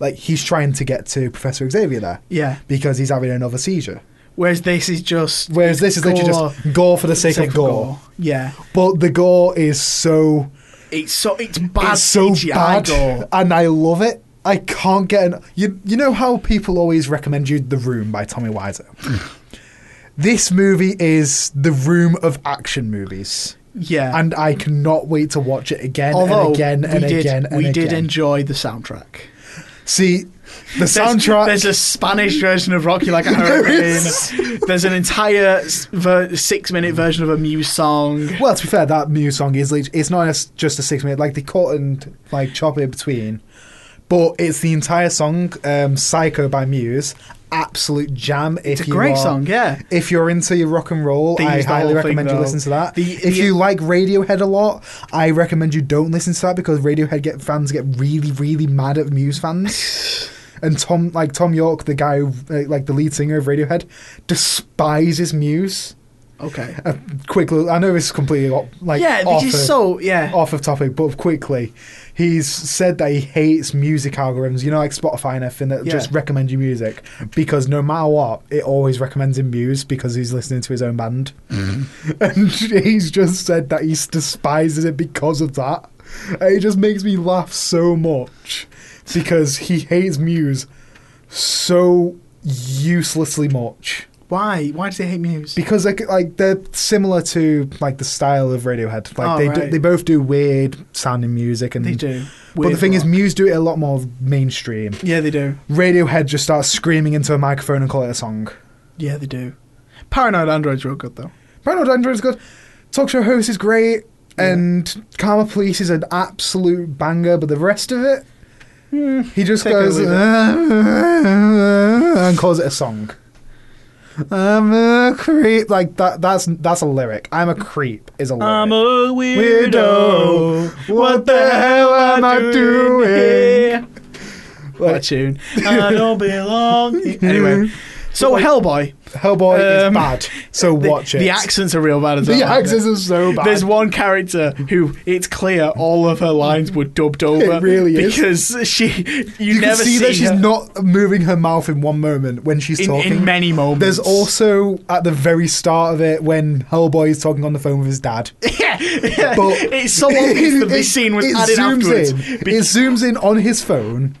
[SPEAKER 2] Like he's trying to get to Professor Xavier there
[SPEAKER 1] in. Yeah.
[SPEAKER 2] because he's having another seizure.
[SPEAKER 1] Whereas this is just
[SPEAKER 2] Whereas this is literally
[SPEAKER 1] gore,
[SPEAKER 2] just gore for the sake,
[SPEAKER 1] sake
[SPEAKER 2] of gore.
[SPEAKER 1] Yeah.
[SPEAKER 2] But the gore is so
[SPEAKER 1] It's so it's bad
[SPEAKER 2] it's so
[SPEAKER 1] CGI
[SPEAKER 2] bad,
[SPEAKER 1] gore.
[SPEAKER 2] and I love it.
[SPEAKER 1] (laughs)
[SPEAKER 2] I can't get an. You you know how people always recommend you The Room by Tommy Wiseau. This movie is the room of action movies,
[SPEAKER 1] Yeah.
[SPEAKER 2] and I cannot wait to watch it again
[SPEAKER 1] Although
[SPEAKER 2] and again and
[SPEAKER 1] we did,
[SPEAKER 2] again and
[SPEAKER 1] we
[SPEAKER 2] again.
[SPEAKER 1] did enjoy the soundtrack.
[SPEAKER 2] See, the
[SPEAKER 1] There's-
[SPEAKER 2] soundtrack.
[SPEAKER 1] There's, a Spanish version of Rocky
[SPEAKER 2] (laughs)
[SPEAKER 1] Like a
[SPEAKER 2] There
[SPEAKER 1] Hurricane.
[SPEAKER 2] is.
[SPEAKER 1] There's an entire s- ver- six-minute version of a Muse song.
[SPEAKER 2] well, to be fair, that Muse song is lit- it's not as- just a six minute like they cut and like chop it between, but it's the entire song, um, "Psycho" by Muse. Absolute jam!
[SPEAKER 1] It's
[SPEAKER 2] If
[SPEAKER 1] a
[SPEAKER 2] you
[SPEAKER 1] great
[SPEAKER 2] are-
[SPEAKER 1] song, yeah.
[SPEAKER 2] If you're into your rock and roll,
[SPEAKER 1] They
[SPEAKER 2] I
[SPEAKER 1] use the
[SPEAKER 2] highly
[SPEAKER 1] whole
[SPEAKER 2] recommend
[SPEAKER 1] thing,
[SPEAKER 2] you
[SPEAKER 1] though.
[SPEAKER 2] listen to that.
[SPEAKER 1] The-
[SPEAKER 2] if
[SPEAKER 1] the-
[SPEAKER 2] you like Radiohead a lot, I recommend you don't listen to that because Radiohead get fans get really, really mad at Muse
[SPEAKER 1] (laughs)
[SPEAKER 2] fans. and Tom, like Tom York, the guy, who, uh, like the lead singer of Radiohead, despises Muse.
[SPEAKER 1] Okay.
[SPEAKER 2] Uh, quickly, I know this is completely off, like
[SPEAKER 1] yeah,
[SPEAKER 2] off
[SPEAKER 1] this
[SPEAKER 2] of,
[SPEAKER 1] is so yeah.
[SPEAKER 2] off of topic, but quickly, he's said that he hates music algorithms. You know, like Spotify and everything that
[SPEAKER 1] Yeah.
[SPEAKER 2] just recommend you music because no matter what, it always recommends him Muse because he's listening to his own band, (laughs) and he's just said that he despises it because of that. And it just makes me laugh so much because he hates Muse so uselessly much
[SPEAKER 1] Why? Why do they hate Muse?
[SPEAKER 2] because like like they're similar to like the style of Radiohead. Like
[SPEAKER 1] Oh,
[SPEAKER 2] they do,
[SPEAKER 1] right.
[SPEAKER 2] they both do weird sounding music and
[SPEAKER 1] they do.
[SPEAKER 2] But the
[SPEAKER 1] Weird
[SPEAKER 2] thing is,
[SPEAKER 1] rock.
[SPEAKER 2] Muse do it a lot more mainstream.
[SPEAKER 1] yeah, they do.
[SPEAKER 2] Radiohead just starts screaming into a microphone and call it a song.
[SPEAKER 1] Yeah, they do. Paranoid Android's real good though.
[SPEAKER 2] Paranoid Android is good. Talk show host is great, and Karma Police is an absolute banger. But the rest of it, he just
[SPEAKER 1] Take it or
[SPEAKER 2] goes
[SPEAKER 1] leave it.
[SPEAKER 2] (laughs) and calls it a song. I'm a creep. Like that. That's that's a lyric. I'm a creep is a lyric.
[SPEAKER 1] I'm a weirdo.
[SPEAKER 2] weirdo. What the hell am I doing?
[SPEAKER 1] here? What a
[SPEAKER 2] Like,
[SPEAKER 1] tune. I don't belong.
[SPEAKER 2] (laughs)
[SPEAKER 1] here. Anyway, so Hellboy.
[SPEAKER 2] Hellboy
[SPEAKER 1] Um,
[SPEAKER 2] is bad. So
[SPEAKER 1] The,
[SPEAKER 2] watch it.
[SPEAKER 1] The accents are real bad as well.
[SPEAKER 2] The
[SPEAKER 1] aren't they?
[SPEAKER 2] accents are so bad.
[SPEAKER 1] There's one character who it's clear all of her lines were dubbed over.
[SPEAKER 2] really is.
[SPEAKER 1] because she you,
[SPEAKER 2] you can
[SPEAKER 1] never
[SPEAKER 2] see that she's
[SPEAKER 1] her
[SPEAKER 2] not moving her mouth in one moment when she's
[SPEAKER 1] in,
[SPEAKER 2] talking.
[SPEAKER 1] in many moments.
[SPEAKER 2] There's also at the very start of it when Hellboy is talking on the phone with his dad.
[SPEAKER 1] yeah, (laughs) yeah.
[SPEAKER 2] But
[SPEAKER 1] it's so obvious
[SPEAKER 2] (laughs)
[SPEAKER 1] that this scene was
[SPEAKER 2] it
[SPEAKER 1] added
[SPEAKER 2] zooms
[SPEAKER 1] afterwards.
[SPEAKER 2] In,
[SPEAKER 1] Be-
[SPEAKER 2] it zooms in on his phone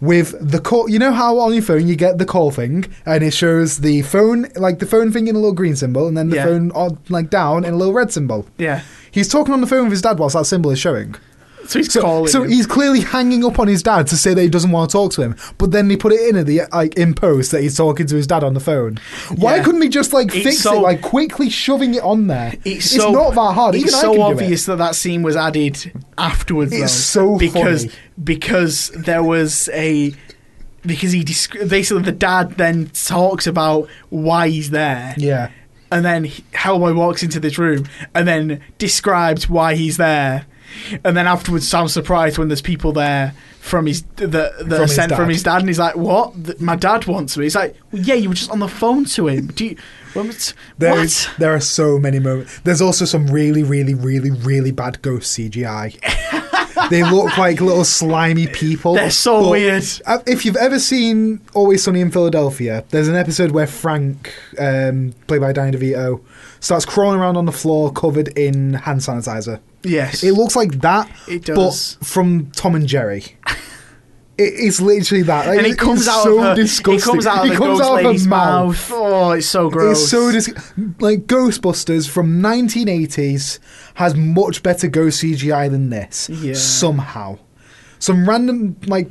[SPEAKER 2] with the call. You know how on your phone you get the call thing, and it shows the phone, like the phone thing in a little green symbol, and then the
[SPEAKER 1] Yeah.
[SPEAKER 2] phone on, like down in a little red symbol.
[SPEAKER 1] yeah,
[SPEAKER 2] He's talking on the phone with his dad whilst that symbol is showing.
[SPEAKER 1] so he's
[SPEAKER 2] So,
[SPEAKER 1] calling.
[SPEAKER 2] so
[SPEAKER 1] him.
[SPEAKER 2] he's clearly hanging up on his dad to say that he doesn't want to talk to him. But then they put it in at the like in post that he's talking to his dad on the phone. Why
[SPEAKER 1] Yeah.
[SPEAKER 2] couldn't he just like
[SPEAKER 1] It's
[SPEAKER 2] fix
[SPEAKER 1] so-
[SPEAKER 2] it, like quickly shoving it on there?
[SPEAKER 1] It's, so,
[SPEAKER 2] not that hard.
[SPEAKER 1] It's
[SPEAKER 2] Even I
[SPEAKER 1] so
[SPEAKER 2] can
[SPEAKER 1] obvious that that scene was added afterwards.
[SPEAKER 2] It's
[SPEAKER 1] though,
[SPEAKER 2] so
[SPEAKER 1] because
[SPEAKER 2] funny.
[SPEAKER 1] because there was a because he descri- basically the dad then talks about why he's there.
[SPEAKER 2] Do it. Yeah,
[SPEAKER 1] and then he- Hellboy walks into this room and then describes why he's there, and then afterwards sounds surprised when there's people there from his that that
[SPEAKER 2] From
[SPEAKER 1] are
[SPEAKER 2] his
[SPEAKER 1] sent
[SPEAKER 2] dad.
[SPEAKER 1] from his dad, and he's like, "What? Th- My dad wants me." He's like, well, "Yeah, you were just on the phone to him." Do you? When was,
[SPEAKER 2] there
[SPEAKER 1] what?
[SPEAKER 2] is- there are so many moments. There's also some really, really, really, really bad ghost CGI. (laughs) they look like little slimy people.
[SPEAKER 1] They're so
[SPEAKER 2] but-
[SPEAKER 1] weird.
[SPEAKER 2] Uh, If you've ever seen Always Sunny in Philadelphia, there's an episode where Frank, um, played by Danny DeVito, starts crawling around on the floor covered in hand sanitizer.
[SPEAKER 1] Yes,
[SPEAKER 2] It looks like that,
[SPEAKER 1] It does.
[SPEAKER 2] but from Tom and Jerry. It, it's literally that. Like,
[SPEAKER 1] and it
[SPEAKER 2] it's
[SPEAKER 1] comes out
[SPEAKER 2] so
[SPEAKER 1] of her,
[SPEAKER 2] disgusting.
[SPEAKER 1] It comes out of
[SPEAKER 2] It
[SPEAKER 1] the
[SPEAKER 2] comes
[SPEAKER 1] ghost
[SPEAKER 2] out of her
[SPEAKER 1] lady's mouth. Oh, it's so gross.
[SPEAKER 2] It's so dis- like Ghostbusters from 1980s has much better ghost CGI than this.
[SPEAKER 1] Yeah.
[SPEAKER 2] Somehow, some random like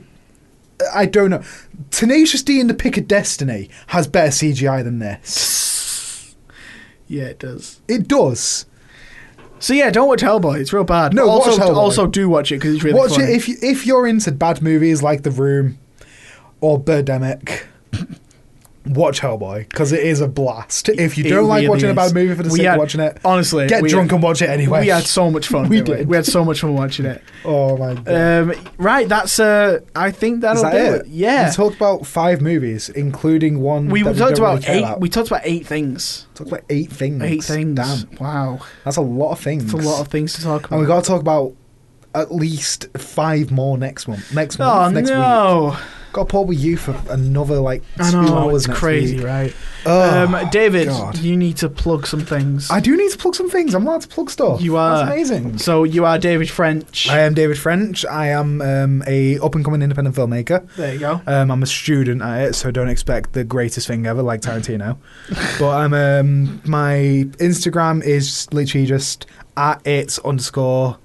[SPEAKER 2] I don't know. Tenacious D and the Pick of Destiny has better CGI than this.
[SPEAKER 1] yeah, it does.
[SPEAKER 2] It does.
[SPEAKER 1] So yeah, don't watch Hellboy. It's real bad.
[SPEAKER 2] No,
[SPEAKER 1] But also,
[SPEAKER 2] watch Hellboy.
[SPEAKER 1] also do watch it because it's really
[SPEAKER 2] Watch
[SPEAKER 1] funny.
[SPEAKER 2] it if you, if you're into bad movies like The Room or Birdemic. (coughs) Watch Hellboy because it is a blast. If you
[SPEAKER 1] It
[SPEAKER 2] don't like
[SPEAKER 1] really
[SPEAKER 2] watching a
[SPEAKER 1] is.
[SPEAKER 2] bad movie for the
[SPEAKER 1] We
[SPEAKER 2] sake
[SPEAKER 1] had-
[SPEAKER 2] of watching it,
[SPEAKER 1] honestly,
[SPEAKER 2] get
[SPEAKER 1] we-
[SPEAKER 2] drunk and watch it anyway.
[SPEAKER 1] We had so much fun.
[SPEAKER 2] (laughs) We
[SPEAKER 1] didn't we
[SPEAKER 2] did.
[SPEAKER 1] We had so much fun watching
[SPEAKER 2] (laughs)
[SPEAKER 1] it.
[SPEAKER 2] oh my god!
[SPEAKER 1] Um, right, that's uh, I think that'll
[SPEAKER 2] Is that
[SPEAKER 1] do
[SPEAKER 2] it?
[SPEAKER 1] it. Yeah,
[SPEAKER 2] We talked about five movies, including one.
[SPEAKER 1] we,
[SPEAKER 2] that we
[SPEAKER 1] talked
[SPEAKER 2] don't really
[SPEAKER 1] about
[SPEAKER 2] care
[SPEAKER 1] eight.
[SPEAKER 2] about.
[SPEAKER 1] We talked about eight things.
[SPEAKER 2] talked about eight things.
[SPEAKER 1] Eight things.
[SPEAKER 2] Damn,
[SPEAKER 1] Wow,
[SPEAKER 2] that's a lot of things.
[SPEAKER 1] it's a lot of things to talk about.
[SPEAKER 2] And we got to talk about at least five more next month. Next
[SPEAKER 1] oh
[SPEAKER 2] month. Next week.
[SPEAKER 1] no!
[SPEAKER 2] Got Paul with you for another like two
[SPEAKER 1] I know
[SPEAKER 2] hours.
[SPEAKER 1] it's
[SPEAKER 2] next
[SPEAKER 1] crazy,
[SPEAKER 2] week.
[SPEAKER 1] right?
[SPEAKER 2] Oh,
[SPEAKER 1] um, David,
[SPEAKER 2] God.
[SPEAKER 1] you need to plug some things.
[SPEAKER 2] I do need to plug some things. I'm allowed to plug stuff.
[SPEAKER 1] You are.
[SPEAKER 2] That's amazing.
[SPEAKER 1] so you are David French.
[SPEAKER 2] I am David French. I am um, a up and coming independent filmmaker.
[SPEAKER 1] there you go.
[SPEAKER 2] Um, I'm a student at it, so don't expect the greatest thing ever,
[SPEAKER 1] (laughs)
[SPEAKER 2] like Tarantino. but I'm um, my Instagram is literally just at it underscore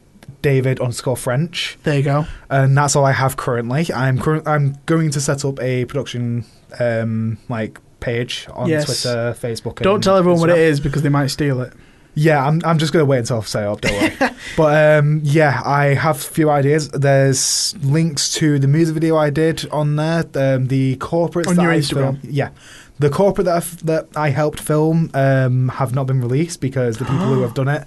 [SPEAKER 2] David underscore French,
[SPEAKER 1] There you go.
[SPEAKER 2] and that's all I have currently. I'm curr- I'm going to set up a production um, like page on
[SPEAKER 1] Yes.
[SPEAKER 2] Twitter, Facebook.
[SPEAKER 1] Don't
[SPEAKER 2] and
[SPEAKER 1] tell everyone what
[SPEAKER 2] Instagram.
[SPEAKER 1] it is because they might steal it.
[SPEAKER 2] Yeah, I'm, I'm just going to wait until I say it up,
[SPEAKER 1] (laughs)
[SPEAKER 2] don't worry. but um, yeah, I have a few ideas. There's links to the music video I did on there, um, the corporate
[SPEAKER 1] On
[SPEAKER 2] that
[SPEAKER 1] your
[SPEAKER 2] I
[SPEAKER 1] Instagram?
[SPEAKER 2] filmed- yeah. The corporate that, I've, that I helped film um, have not been released because the
[SPEAKER 1] (gasps)
[SPEAKER 2] people who have done it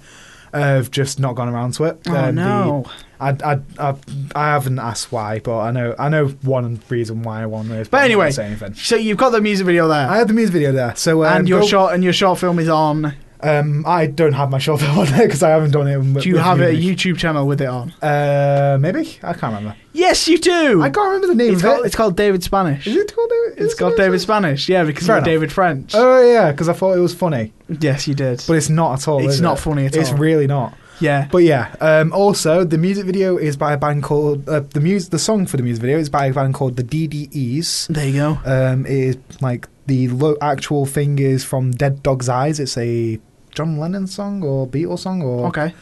[SPEAKER 2] uh, have just not gone around to it.
[SPEAKER 1] Oh
[SPEAKER 2] Um, the-
[SPEAKER 1] no!
[SPEAKER 2] I, I, I, I haven't asked why, but I know I know one reason why one is.
[SPEAKER 1] But
[SPEAKER 2] I'm not gonna
[SPEAKER 1] anyway.
[SPEAKER 2] say anything.
[SPEAKER 1] so you've got the music video there,
[SPEAKER 2] I had the music video there, so um,
[SPEAKER 1] and your
[SPEAKER 2] go-
[SPEAKER 1] short and your short film is on.
[SPEAKER 2] Um, I don't have my shoulder (laughs) on there because I haven't done it. with-
[SPEAKER 1] Do you
[SPEAKER 2] with
[SPEAKER 1] have a
[SPEAKER 2] music.
[SPEAKER 1] YouTube channel with it on?
[SPEAKER 2] Uh, maybe I can't remember.
[SPEAKER 1] Yes, you do.
[SPEAKER 2] I can't remember the name
[SPEAKER 1] it's,
[SPEAKER 2] of
[SPEAKER 1] called,
[SPEAKER 2] it.
[SPEAKER 1] it's called David Spanish.
[SPEAKER 2] Is it called David?
[SPEAKER 1] It's
[SPEAKER 2] is it
[SPEAKER 1] called David Spanish. Yeah, because
[SPEAKER 2] Fair
[SPEAKER 1] you're
[SPEAKER 2] enough.
[SPEAKER 1] David French.
[SPEAKER 2] Oh yeah, because I thought it was funny,
[SPEAKER 1] yes, you did.
[SPEAKER 2] but it's not at all.
[SPEAKER 1] it's
[SPEAKER 2] is
[SPEAKER 1] not
[SPEAKER 2] it?
[SPEAKER 1] funny at
[SPEAKER 2] It's
[SPEAKER 1] all.
[SPEAKER 2] really not.
[SPEAKER 1] yeah.
[SPEAKER 2] But yeah. Um, also, the music video is by a band called uh, the mus The song for the music video is by a band called the DDEs.
[SPEAKER 1] There you go.
[SPEAKER 2] Um, it is like the lo- actual thing is from Dead Dog's Eyes. It's a John Lennon song or Beatles song or
[SPEAKER 1] Okay.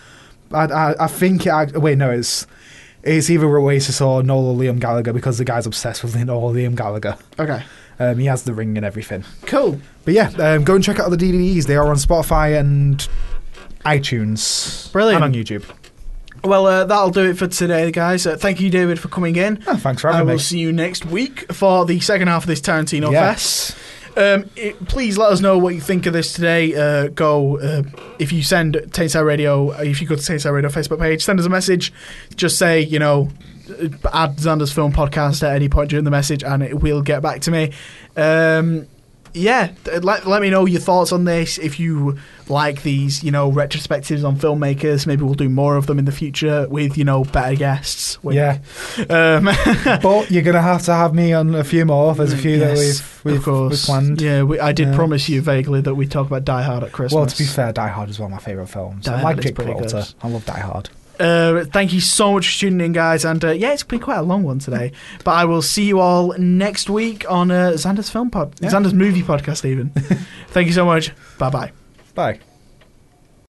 [SPEAKER 2] I, I, I think it. act- Wait, no, it's it's either Oasis or Noel or Liam Gallagher because the guy's obsessed with Noel or Liam Gallagher.
[SPEAKER 1] Okay.
[SPEAKER 2] Um, he has the ring and everything.
[SPEAKER 1] Cool.
[SPEAKER 2] But yeah, um, go and check out the DVDs. They are on Spotify and iTunes.
[SPEAKER 1] Brilliant.
[SPEAKER 2] And on YouTube.
[SPEAKER 1] Well, uh, that'll do it for today, guys. Uh, thank you, David, Ah, for coming in.
[SPEAKER 2] Oh, thanks for
[SPEAKER 1] I
[SPEAKER 2] having
[SPEAKER 1] will
[SPEAKER 2] me.
[SPEAKER 1] see you next week for the second half of this Tarantino
[SPEAKER 2] Yes.
[SPEAKER 1] Fest. Um, it, please let us know what you think of this today. Uh, go uh, if you send Taintside Radio, if you go to Taintside Radio Facebook page, send us a message. Just say you know, uh, add Xander's film podcast at any point during the message, and it will get back to me. Um, yeah, th- let, let me know your thoughts on this. If you like these, you know, retrospectives on filmmakers, maybe we'll do more of them in the future with, you know, better guests. Wink. (laughs)
[SPEAKER 2] Yeah.
[SPEAKER 1] Um,
[SPEAKER 2] but you're going to have to have me on a few more. There's a few
[SPEAKER 1] Mm, Yes,
[SPEAKER 2] that we've,
[SPEAKER 1] of
[SPEAKER 2] we've,
[SPEAKER 1] course.
[SPEAKER 2] we've planned.
[SPEAKER 1] Yeah, we, I did
[SPEAKER 2] Yeah.
[SPEAKER 1] promise you vaguely that we'd talk about Die Hard at Christmas.
[SPEAKER 2] Well, to be fair, Die Hard is one of my favourite films.
[SPEAKER 1] Die
[SPEAKER 2] I
[SPEAKER 1] Hard is
[SPEAKER 2] like Dick
[SPEAKER 1] pretty
[SPEAKER 2] Peralta.
[SPEAKER 1] good.
[SPEAKER 2] I love Die Hard.
[SPEAKER 1] Uh, thank you so much for tuning in, guys. And uh, yeah, it's been quite a long one
[SPEAKER 2] (laughs)
[SPEAKER 1] today. but I will see you all next week on uh, Xander's Film Pod,
[SPEAKER 2] Yeah. (laughs)
[SPEAKER 1] Xander's Movie Podcast, even. thank you so much. Bye bye.
[SPEAKER 2] Bye.